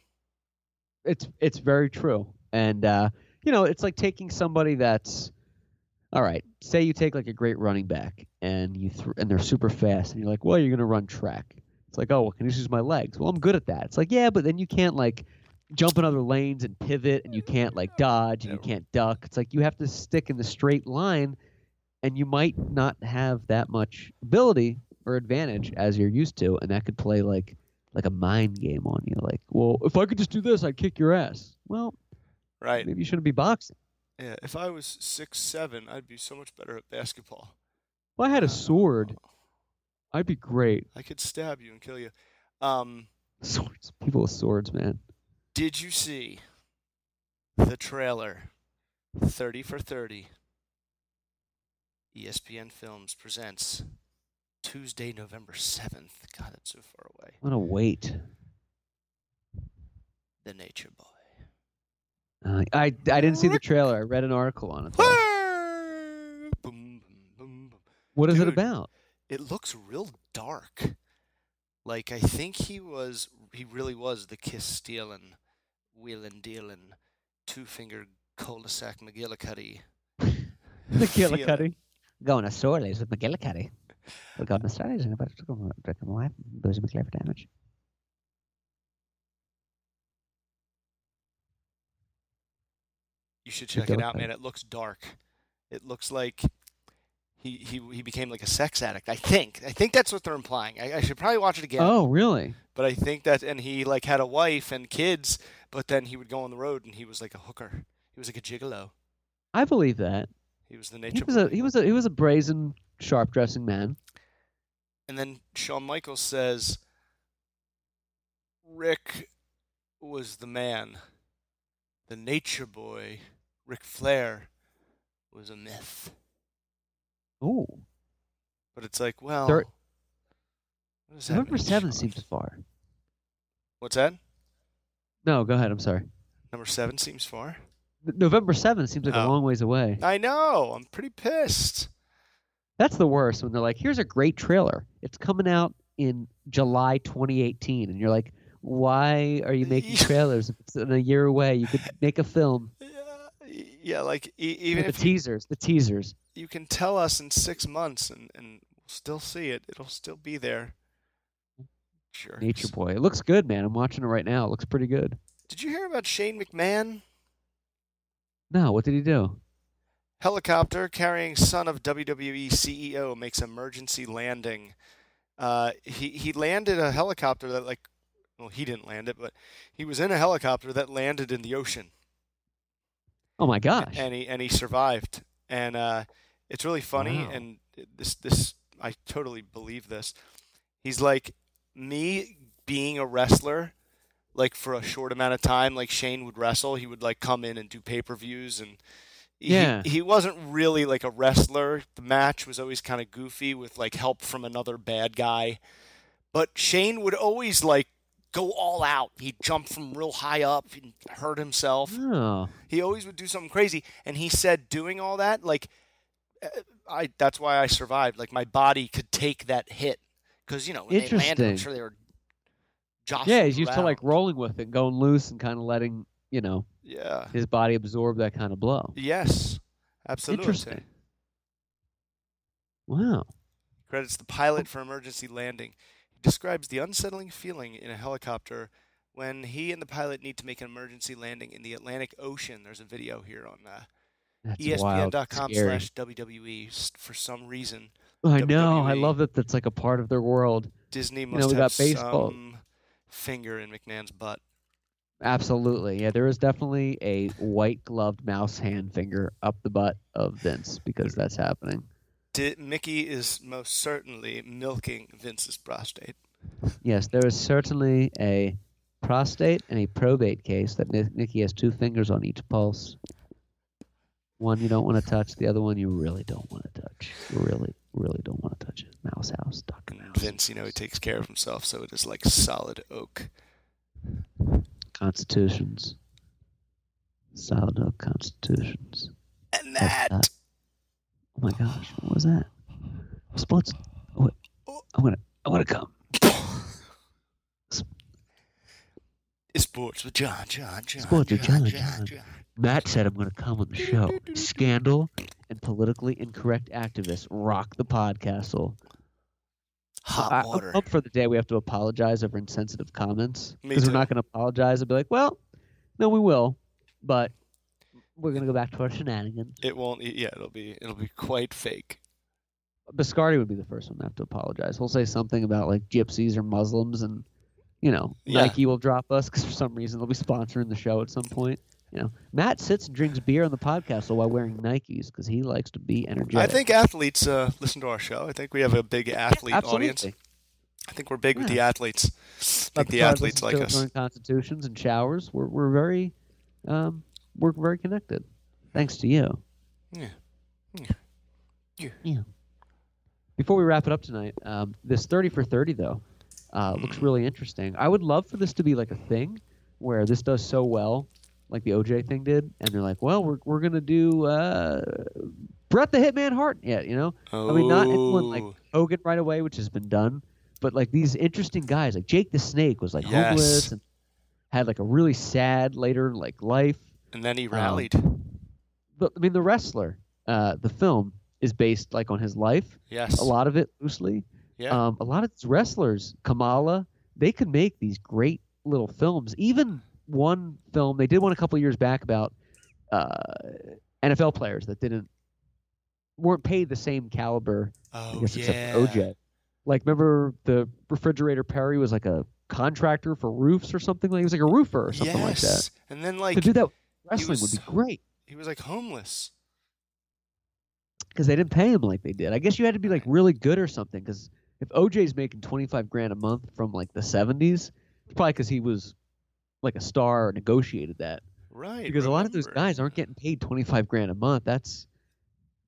Speaker 4: it's it's very true. And uh, you know, it's like taking somebody that's all right. Say you take like a great running back and you thr and they're super fast, and you're like, well, you're gonna run track. It's like, oh, well, can you just use my legs? Well, I'm good at that. It's like, yeah, but then you can't like jump in other lanes and pivot, and you can't like dodge, and you can't duck. It's like you have to stick in the straight line, and you might not have that much ability or advantage as you're used to, and that could play like like a mind game on you. Like, well, if I could just do this, I'd kick your ass. Well,
Speaker 1: right.
Speaker 4: Maybe you shouldn't be boxing.
Speaker 1: Yeah, if I was six seven, I'd be so much better at basketball.
Speaker 4: If I had a sword, I'd be great.
Speaker 1: I could stab you and kill you. Um,
Speaker 4: Swords, people with swords, man.
Speaker 1: did you see the trailer? Thirty for thirty. E ESPN Films presents Tuesday, November seventh. God, it's so far away.
Speaker 4: What a wait.
Speaker 1: The Nature Boy.
Speaker 4: Uh, I I didn't see the trailer. I read an article on it. Though.
Speaker 1: Boom, boom, boom, boom.
Speaker 4: What is it
Speaker 1: Dude.
Speaker 4: about?
Speaker 1: It looks real dark. Like I think he was, he really was the kiss stealing, wheeling dealing, two finger cul-de-sac McGillicuddy.
Speaker 4: McGillicuddy. Going to Sorley's with McGillicuddy. We're going to Sorley's and about to go drink my wife, Boozy McClare for damage.
Speaker 1: You should check it out,
Speaker 4: McGillicuddy.
Speaker 1: man. It looks dark. It looks like he he he became like a sex addict. I think. I think that's what they're implying. I, I should probably watch it again.
Speaker 4: Oh, really?
Speaker 1: But I think that, and he like had a wife and kids, but then he would go on the road and he was like a hooker. He was like a gigolo.
Speaker 4: I believe that.
Speaker 1: He was the
Speaker 4: He
Speaker 1: nature.
Speaker 4: was a
Speaker 1: boy.
Speaker 4: he was a he was a brazen, sharp dressing man.
Speaker 1: And then Shawn Michaels says, Rick was the man. The nature boy, Ric Flair, was a myth.
Speaker 4: Ooh,
Speaker 1: But it's like, well.
Speaker 4: Thir-
Speaker 1: what does that
Speaker 4: November
Speaker 1: mean,
Speaker 4: seventh
Speaker 1: Shawn?
Speaker 4: seems far.
Speaker 1: What's that?
Speaker 4: No, go ahead. I'm sorry.
Speaker 1: Number seven seems far.
Speaker 4: N- November seventh seems like a
Speaker 1: Oh.
Speaker 4: long ways away.
Speaker 1: I know. I'm pretty pissed.
Speaker 4: That's the worst when they're like, "Here's a great trailer. It's coming out in July 2018," and you're like, "Why are you making trailers? If It's in a year away. You could make a film."
Speaker 1: Yeah, y- yeah like, e- even
Speaker 4: with The
Speaker 1: if
Speaker 4: teasers, the teasers.
Speaker 1: you can tell us in six months and, and we'll still see it, it'll still be there. Sure.
Speaker 4: Nature Boy. It looks good, man. I'm watching it right now. It looks pretty good.
Speaker 1: Did you hear about Shane McMahon?
Speaker 4: No, what did he do?
Speaker 1: Helicopter carrying son of E WWE CEO makes emergency landing. Uh, he he landed a helicopter that like, well, he didn't land it, but he was in a helicopter that landed in the ocean,
Speaker 4: Oh my gosh.
Speaker 1: and he and he survived. And uh, it's really funny,
Speaker 4: Wow.
Speaker 1: and this this I totally believe this. He's like me being a wrestler, like for a short amount of time, like Shane would wrestle. He would like come in and do pay per views and he-
Speaker 4: Yeah.
Speaker 1: he, wasn't really like a wrestler. The match was always kind of goofy with like help from another bad guy. But Shane would always like go all out. He'd jump from real high up and hurt himself.
Speaker 4: Oh,
Speaker 1: He always would do something crazy. And he said doing all that, like, eh, I that's why I survived. Like, my body could take that hit. Because, you know, when they landed, I'm
Speaker 4: Interesting.
Speaker 1: sure they were jostling
Speaker 4: yeah. He's used to
Speaker 1: around.
Speaker 4: like rolling with it, going loose, and kind of letting you know
Speaker 1: Yeah.
Speaker 4: his body absorb that kind of blow.
Speaker 1: Yes. Absolutely.
Speaker 4: Interesting. Wow.
Speaker 1: credits the pilot for emergency landing. He describes the unsettling feeling in a helicopter when he and the pilot need to make an emergency landing in the Atlantic Ocean. There's a video here on uh,
Speaker 4: That's wild.
Speaker 1: ESPN.com
Speaker 4: Scary.
Speaker 1: slash WWE s- for some reason.
Speaker 4: I know. I
Speaker 1: WWE.
Speaker 4: love that. That's like a part of their world.
Speaker 1: Disney
Speaker 4: know,
Speaker 1: must
Speaker 4: we
Speaker 1: have
Speaker 4: got baseball.
Speaker 1: some finger in McMahon's butt.
Speaker 4: Absolutely. Yeah, there is definitely a white gloved mouse hand finger up the butt of Vince because that's happening.
Speaker 1: Di- Mickey is most certainly milking Vince's prostate.
Speaker 4: Yes, there is certainly a prostate and a probate case that Ni- Nikki has two fingers on each pulse. One you don't want to touch, the other one you really don't want to touch. You really, really don't want to touch it. Mouse house, Dr.
Speaker 1: And
Speaker 4: Mouse.
Speaker 1: Vince, you know, he takes care of himself, so it is like solid oak.
Speaker 4: Constitutions. Solid oak constitutions.
Speaker 1: And that.
Speaker 4: Uh, oh my gosh, what was that? Sports. What? I'm gonna. I want to come.
Speaker 1: is Sports with John, John, John.
Speaker 4: Sports with John, John.
Speaker 1: John.
Speaker 4: Matt said I'm gonna come on the show. Scandal and politically incorrect activists rock the podcastle.
Speaker 2: Hot
Speaker 4: I,
Speaker 2: water.
Speaker 4: am up for the day we have to apologize over insensitive comments because we're not going to apologize and be like, well, no, we will, but we're going to go back to our shenanigans.
Speaker 1: It won't. e, Yeah, it'll be it'll be quite fake.
Speaker 4: Biscardi would be the first one to have to apologize. He'll say something about like gypsies or Muslims, and you know
Speaker 1: Yeah.
Speaker 4: Nike will drop us because for some reason they'll be sponsoring the show at some point. You know, Matt sits and drinks beer on the podcast while wearing Nikes because he likes to be energetic.
Speaker 1: I think athletes uh, listen to our show. I think we have a big athlete audience.
Speaker 4: absolutely.
Speaker 1: I think we're big with
Speaker 4: Yeah.
Speaker 1: the athletes. I think
Speaker 4: About
Speaker 1: the
Speaker 4: cars
Speaker 1: athletes like
Speaker 4: listen to
Speaker 1: us.
Speaker 4: during constitutions and showers. We're we're very, um, we're very connected. Thanks to you.
Speaker 1: Yeah.
Speaker 4: Yeah. Before we wrap it up tonight, um, this 30 for 30, though, uh,
Speaker 1: Mm.
Speaker 4: looks really interesting. I would love for this to be like a thing where this does so well, like the OJ thing did, and they're like, well, we're, we're going to do uh, Brett the Hitman Hart yet, you know? I mean, not anyone like
Speaker 1: Oh.
Speaker 4: Hogan right away, which has been done, but like these interesting guys, like Jake the Snake was like
Speaker 1: Yes.
Speaker 4: homeless and had like a really sad later like life.
Speaker 1: And then he rallied.
Speaker 4: But I mean, the wrestler, uh, the film is based like on his life.
Speaker 1: Yes.
Speaker 4: A lot of it loosely.
Speaker 1: Yeah.
Speaker 4: Um, a lot of these wrestlers, Kamala, they could make these great little films. Even one film they did one a couple years back about uh, NFL players that didn't weren't paid the same caliber.
Speaker 1: Oh,
Speaker 4: I guess except for
Speaker 1: yeah.
Speaker 4: OJ. Like, remember the refrigerator Perry was like a contractor for roofs or something like he was like a roofer or something like that.
Speaker 1: yes. And then like
Speaker 4: to do that with
Speaker 1: he
Speaker 4: wrestling would
Speaker 1: was-
Speaker 4: be great
Speaker 1: He was like homeless.
Speaker 4: because they didn't pay him like they did. I guess you had to be like really good or something. Because if OJ's making twenty five grand a month from like the seventies, it's probably because he was like a star or negotiated that.
Speaker 1: Right.
Speaker 4: because a lot of those guys aren't getting paid twenty five grand a month. That's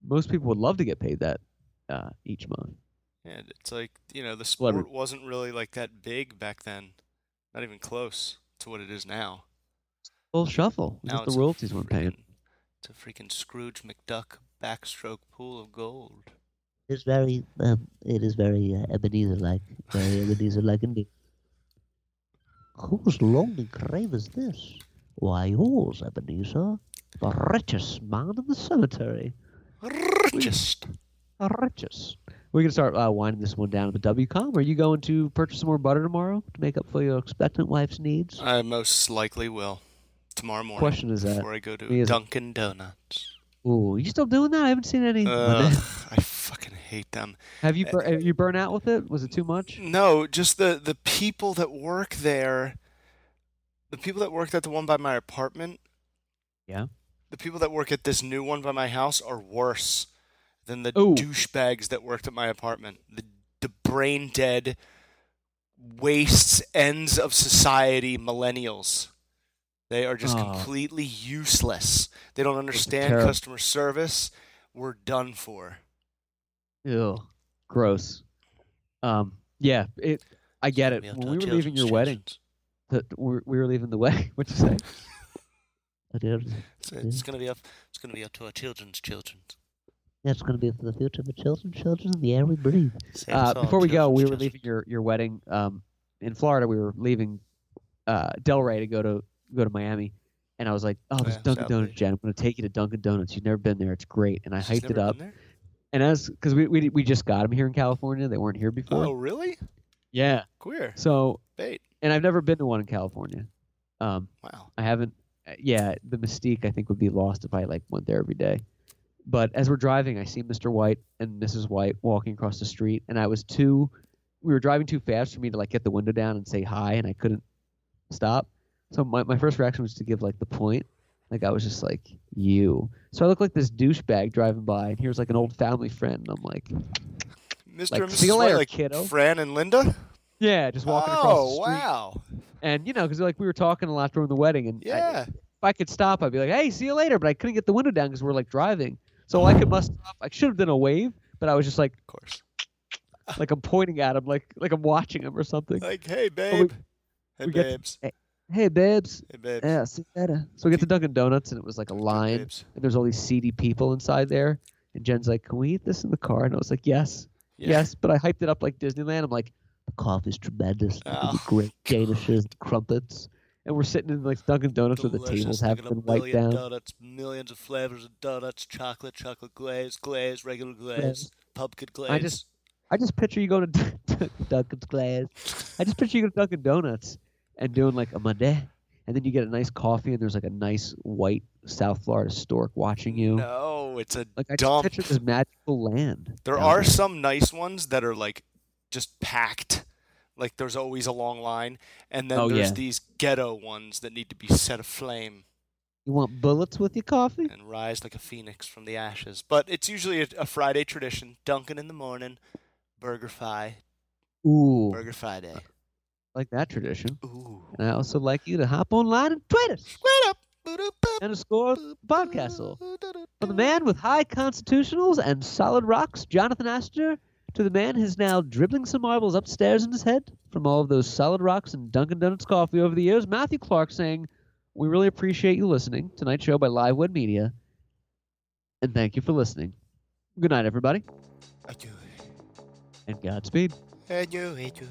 Speaker 4: most people would love to get paid that uh, each month.
Speaker 1: Yeah, it's like you know the sport
Speaker 4: Celebrity.
Speaker 1: wasn't really like that big back then, not even close to what it is now.
Speaker 4: Full shuffle.
Speaker 1: Now
Speaker 4: Just the
Speaker 1: it's a
Speaker 4: royalties weren't paying.
Speaker 1: It's a freaking Scrooge McDuck backstroke pool of gold.
Speaker 11: It's very, um, it is very uh, Ebenezer-like, very Ebenezer-like indeed. Whose lonely grave is this? Why, yours, Ebenezer, the richest man in the cemetery.
Speaker 1: Richest.
Speaker 4: Richest. We're gonna start uh, winding this one down at the WCOM. Are you going to purchase some more butter tomorrow to make up for your expectant wife's needs?
Speaker 1: I most likely will tomorrow morning.
Speaker 4: Question is that-
Speaker 1: before I go
Speaker 4: me
Speaker 1: to
Speaker 4: is-
Speaker 1: Dunkin' Donuts.
Speaker 4: Ooh, you still doing that? I haven't seen any.
Speaker 1: Ugh, I fucking hate them.
Speaker 4: have you
Speaker 1: Uh,
Speaker 4: bur- have you burn out with it? Was it too much?
Speaker 1: No, just the the people that work there. The people that worked at the one by my apartment.
Speaker 4: Yeah.
Speaker 1: The people that work at this new one by my house are worse than the
Speaker 4: Ooh.
Speaker 1: douchebags that worked at my apartment. The the brain dead wastes ends of society millennials. They are just
Speaker 4: Oh.
Speaker 1: completely useless. They don't understand
Speaker 4: terrible.
Speaker 1: customer service. We're done for.
Speaker 4: Ew, gross. Um, yeah, it. I get it.
Speaker 1: We have
Speaker 4: When
Speaker 1: to
Speaker 4: we were
Speaker 1: tell
Speaker 4: leaving your
Speaker 1: children's
Speaker 4: wedding, the, we we were leaving the wedding. What'd you say?
Speaker 1: It's, it's gonna be up. It's gonna be up to our children's children.
Speaker 11: That's going to be for the future of the children, children, and the air we breathe.
Speaker 4: Uh, before we go, we were leaving your, your wedding um, in Florida. We were leaving uh, Delray to go to go to Miami, and I was like, "Oh, there's
Speaker 1: Yeah,
Speaker 4: Dunkin'
Speaker 1: South
Speaker 4: Donuts, Jen. I'm gonna take you to Dunkin' Donuts. You've never been there. It's great." And I
Speaker 1: She's
Speaker 4: hyped it
Speaker 1: never
Speaker 4: up.
Speaker 1: been there?
Speaker 4: And as because we, we we just got them here in California, they weren't here before.
Speaker 1: Oh, really?
Speaker 4: Yeah.
Speaker 1: Queer.
Speaker 4: So
Speaker 1: Bait.
Speaker 4: and I've never been to one in California. Um,
Speaker 1: Wow.
Speaker 4: I haven't. uh, Yeah, the mystique I think would be lost if I like went there every day. But as we're driving, I see Mr. White and Mrs. White walking across the street, and I was too. We were driving too fast for me to like get the window down and say hi, and I couldn't stop. So my my first reaction was to give like the point. Like I was just like you. So I look like this douchebag driving by, and here's like an old family friend. And I'm like,
Speaker 1: Mr.
Speaker 4: Like,
Speaker 1: and Mrs.
Speaker 4: see you
Speaker 1: White,
Speaker 4: later,
Speaker 1: like
Speaker 4: kiddo.
Speaker 1: Fran and Linda.
Speaker 4: yeah, just walking across the
Speaker 1: oh
Speaker 4: street.
Speaker 1: wow.
Speaker 4: And you know, because like we were talking a lot during the wedding, and I-
Speaker 1: Yeah.
Speaker 4: if I could stop, I'd be like, "Hey, see you later." But I couldn't get the window down because we're like driving. So all I could muster up. I should have done a wave, but I was just like, "Of
Speaker 1: course."
Speaker 4: Like I'm pointing at him, like like I'm watching him or something.
Speaker 1: Like hey babe. Hey
Speaker 4: we get to-
Speaker 1: babes.
Speaker 4: hey, hey, babes.
Speaker 1: Hey babes.
Speaker 4: Yeah, see you later. So we get to Dunkin' Donuts, and it was like a line,
Speaker 1: babes.
Speaker 4: and there's all these seedy people inside there. And Jen's like, "Can we eat this in the car?" And I was like, "Yes,
Speaker 1: Yeah.
Speaker 4: yes." But I hyped it up like Disneyland. I'm like,
Speaker 11: The coffee's tremendous.
Speaker 1: Oh,
Speaker 11: the great
Speaker 4: Danishes, and crumpets, and we're sitting in like Dunkin' Donuts where the
Speaker 1: Delicious.
Speaker 4: tables
Speaker 1: They
Speaker 4: haven't
Speaker 1: got a
Speaker 4: been wiped
Speaker 1: billion
Speaker 4: down.
Speaker 1: Donuts, millions of flavors of donuts, chocolate, chocolate glaze, glaze, regular glaze, pumpkin glaze.
Speaker 4: I just I just picture you going to Dunkin' Glass. I just picture you going to Dunkin' Donuts and doing like a Monday, and then you get a nice coffee, and there's like a nice white South Florida stork watching you.
Speaker 1: No, it's a
Speaker 4: like I
Speaker 1: dump.
Speaker 4: just picture this magical land.
Speaker 1: There
Speaker 4: down
Speaker 1: are some nice ones that are like just packed. Like there's always a long line, and then
Speaker 4: Oh,
Speaker 1: there's
Speaker 4: yeah.
Speaker 1: these ghetto ones that need to be set aflame
Speaker 4: You want bullets with your coffee?
Speaker 1: and rise like a phoenix from the ashes. But it's usually a, a Friday tradition: Dunkin' in the morning, Burger Fi,
Speaker 4: Ooh,
Speaker 1: Burger Friday.
Speaker 4: like that tradition.
Speaker 1: Ooh.
Speaker 4: And I also like you to hop online and tweet us.
Speaker 1: Tweet up.
Speaker 4: Underscore podcastle. From the man with high constitutionals and solid rocks, Jonathan Astor, to the man who's now dribbling some marbles upstairs in his head from all of those solid rocks and Dunkin' Donuts coffee over the years, Matthew Clark saying, We really appreciate you listening. Tonight's show by Livewood Media. And thank you for listening. Good night, everybody.
Speaker 1: Adieu.
Speaker 4: And Godspeed.
Speaker 1: Adieu, adieu.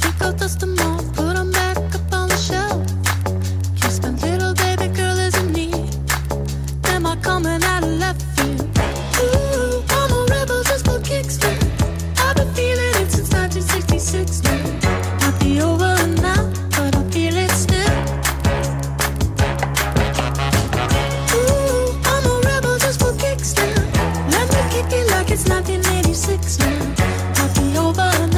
Speaker 12: Pick out, dust 'em off, put 'em back up on the shelf. Kiss my little baby girl is in need. Am I coming out of left field? Ooh, I'm a rebel just for kicks, man. I've been feeling it since 1966, man. Might be over now, but I feel it still. Ooh, I'm a rebel just for kicks, man. Let me kick it like it's 1986, man. Might be over now.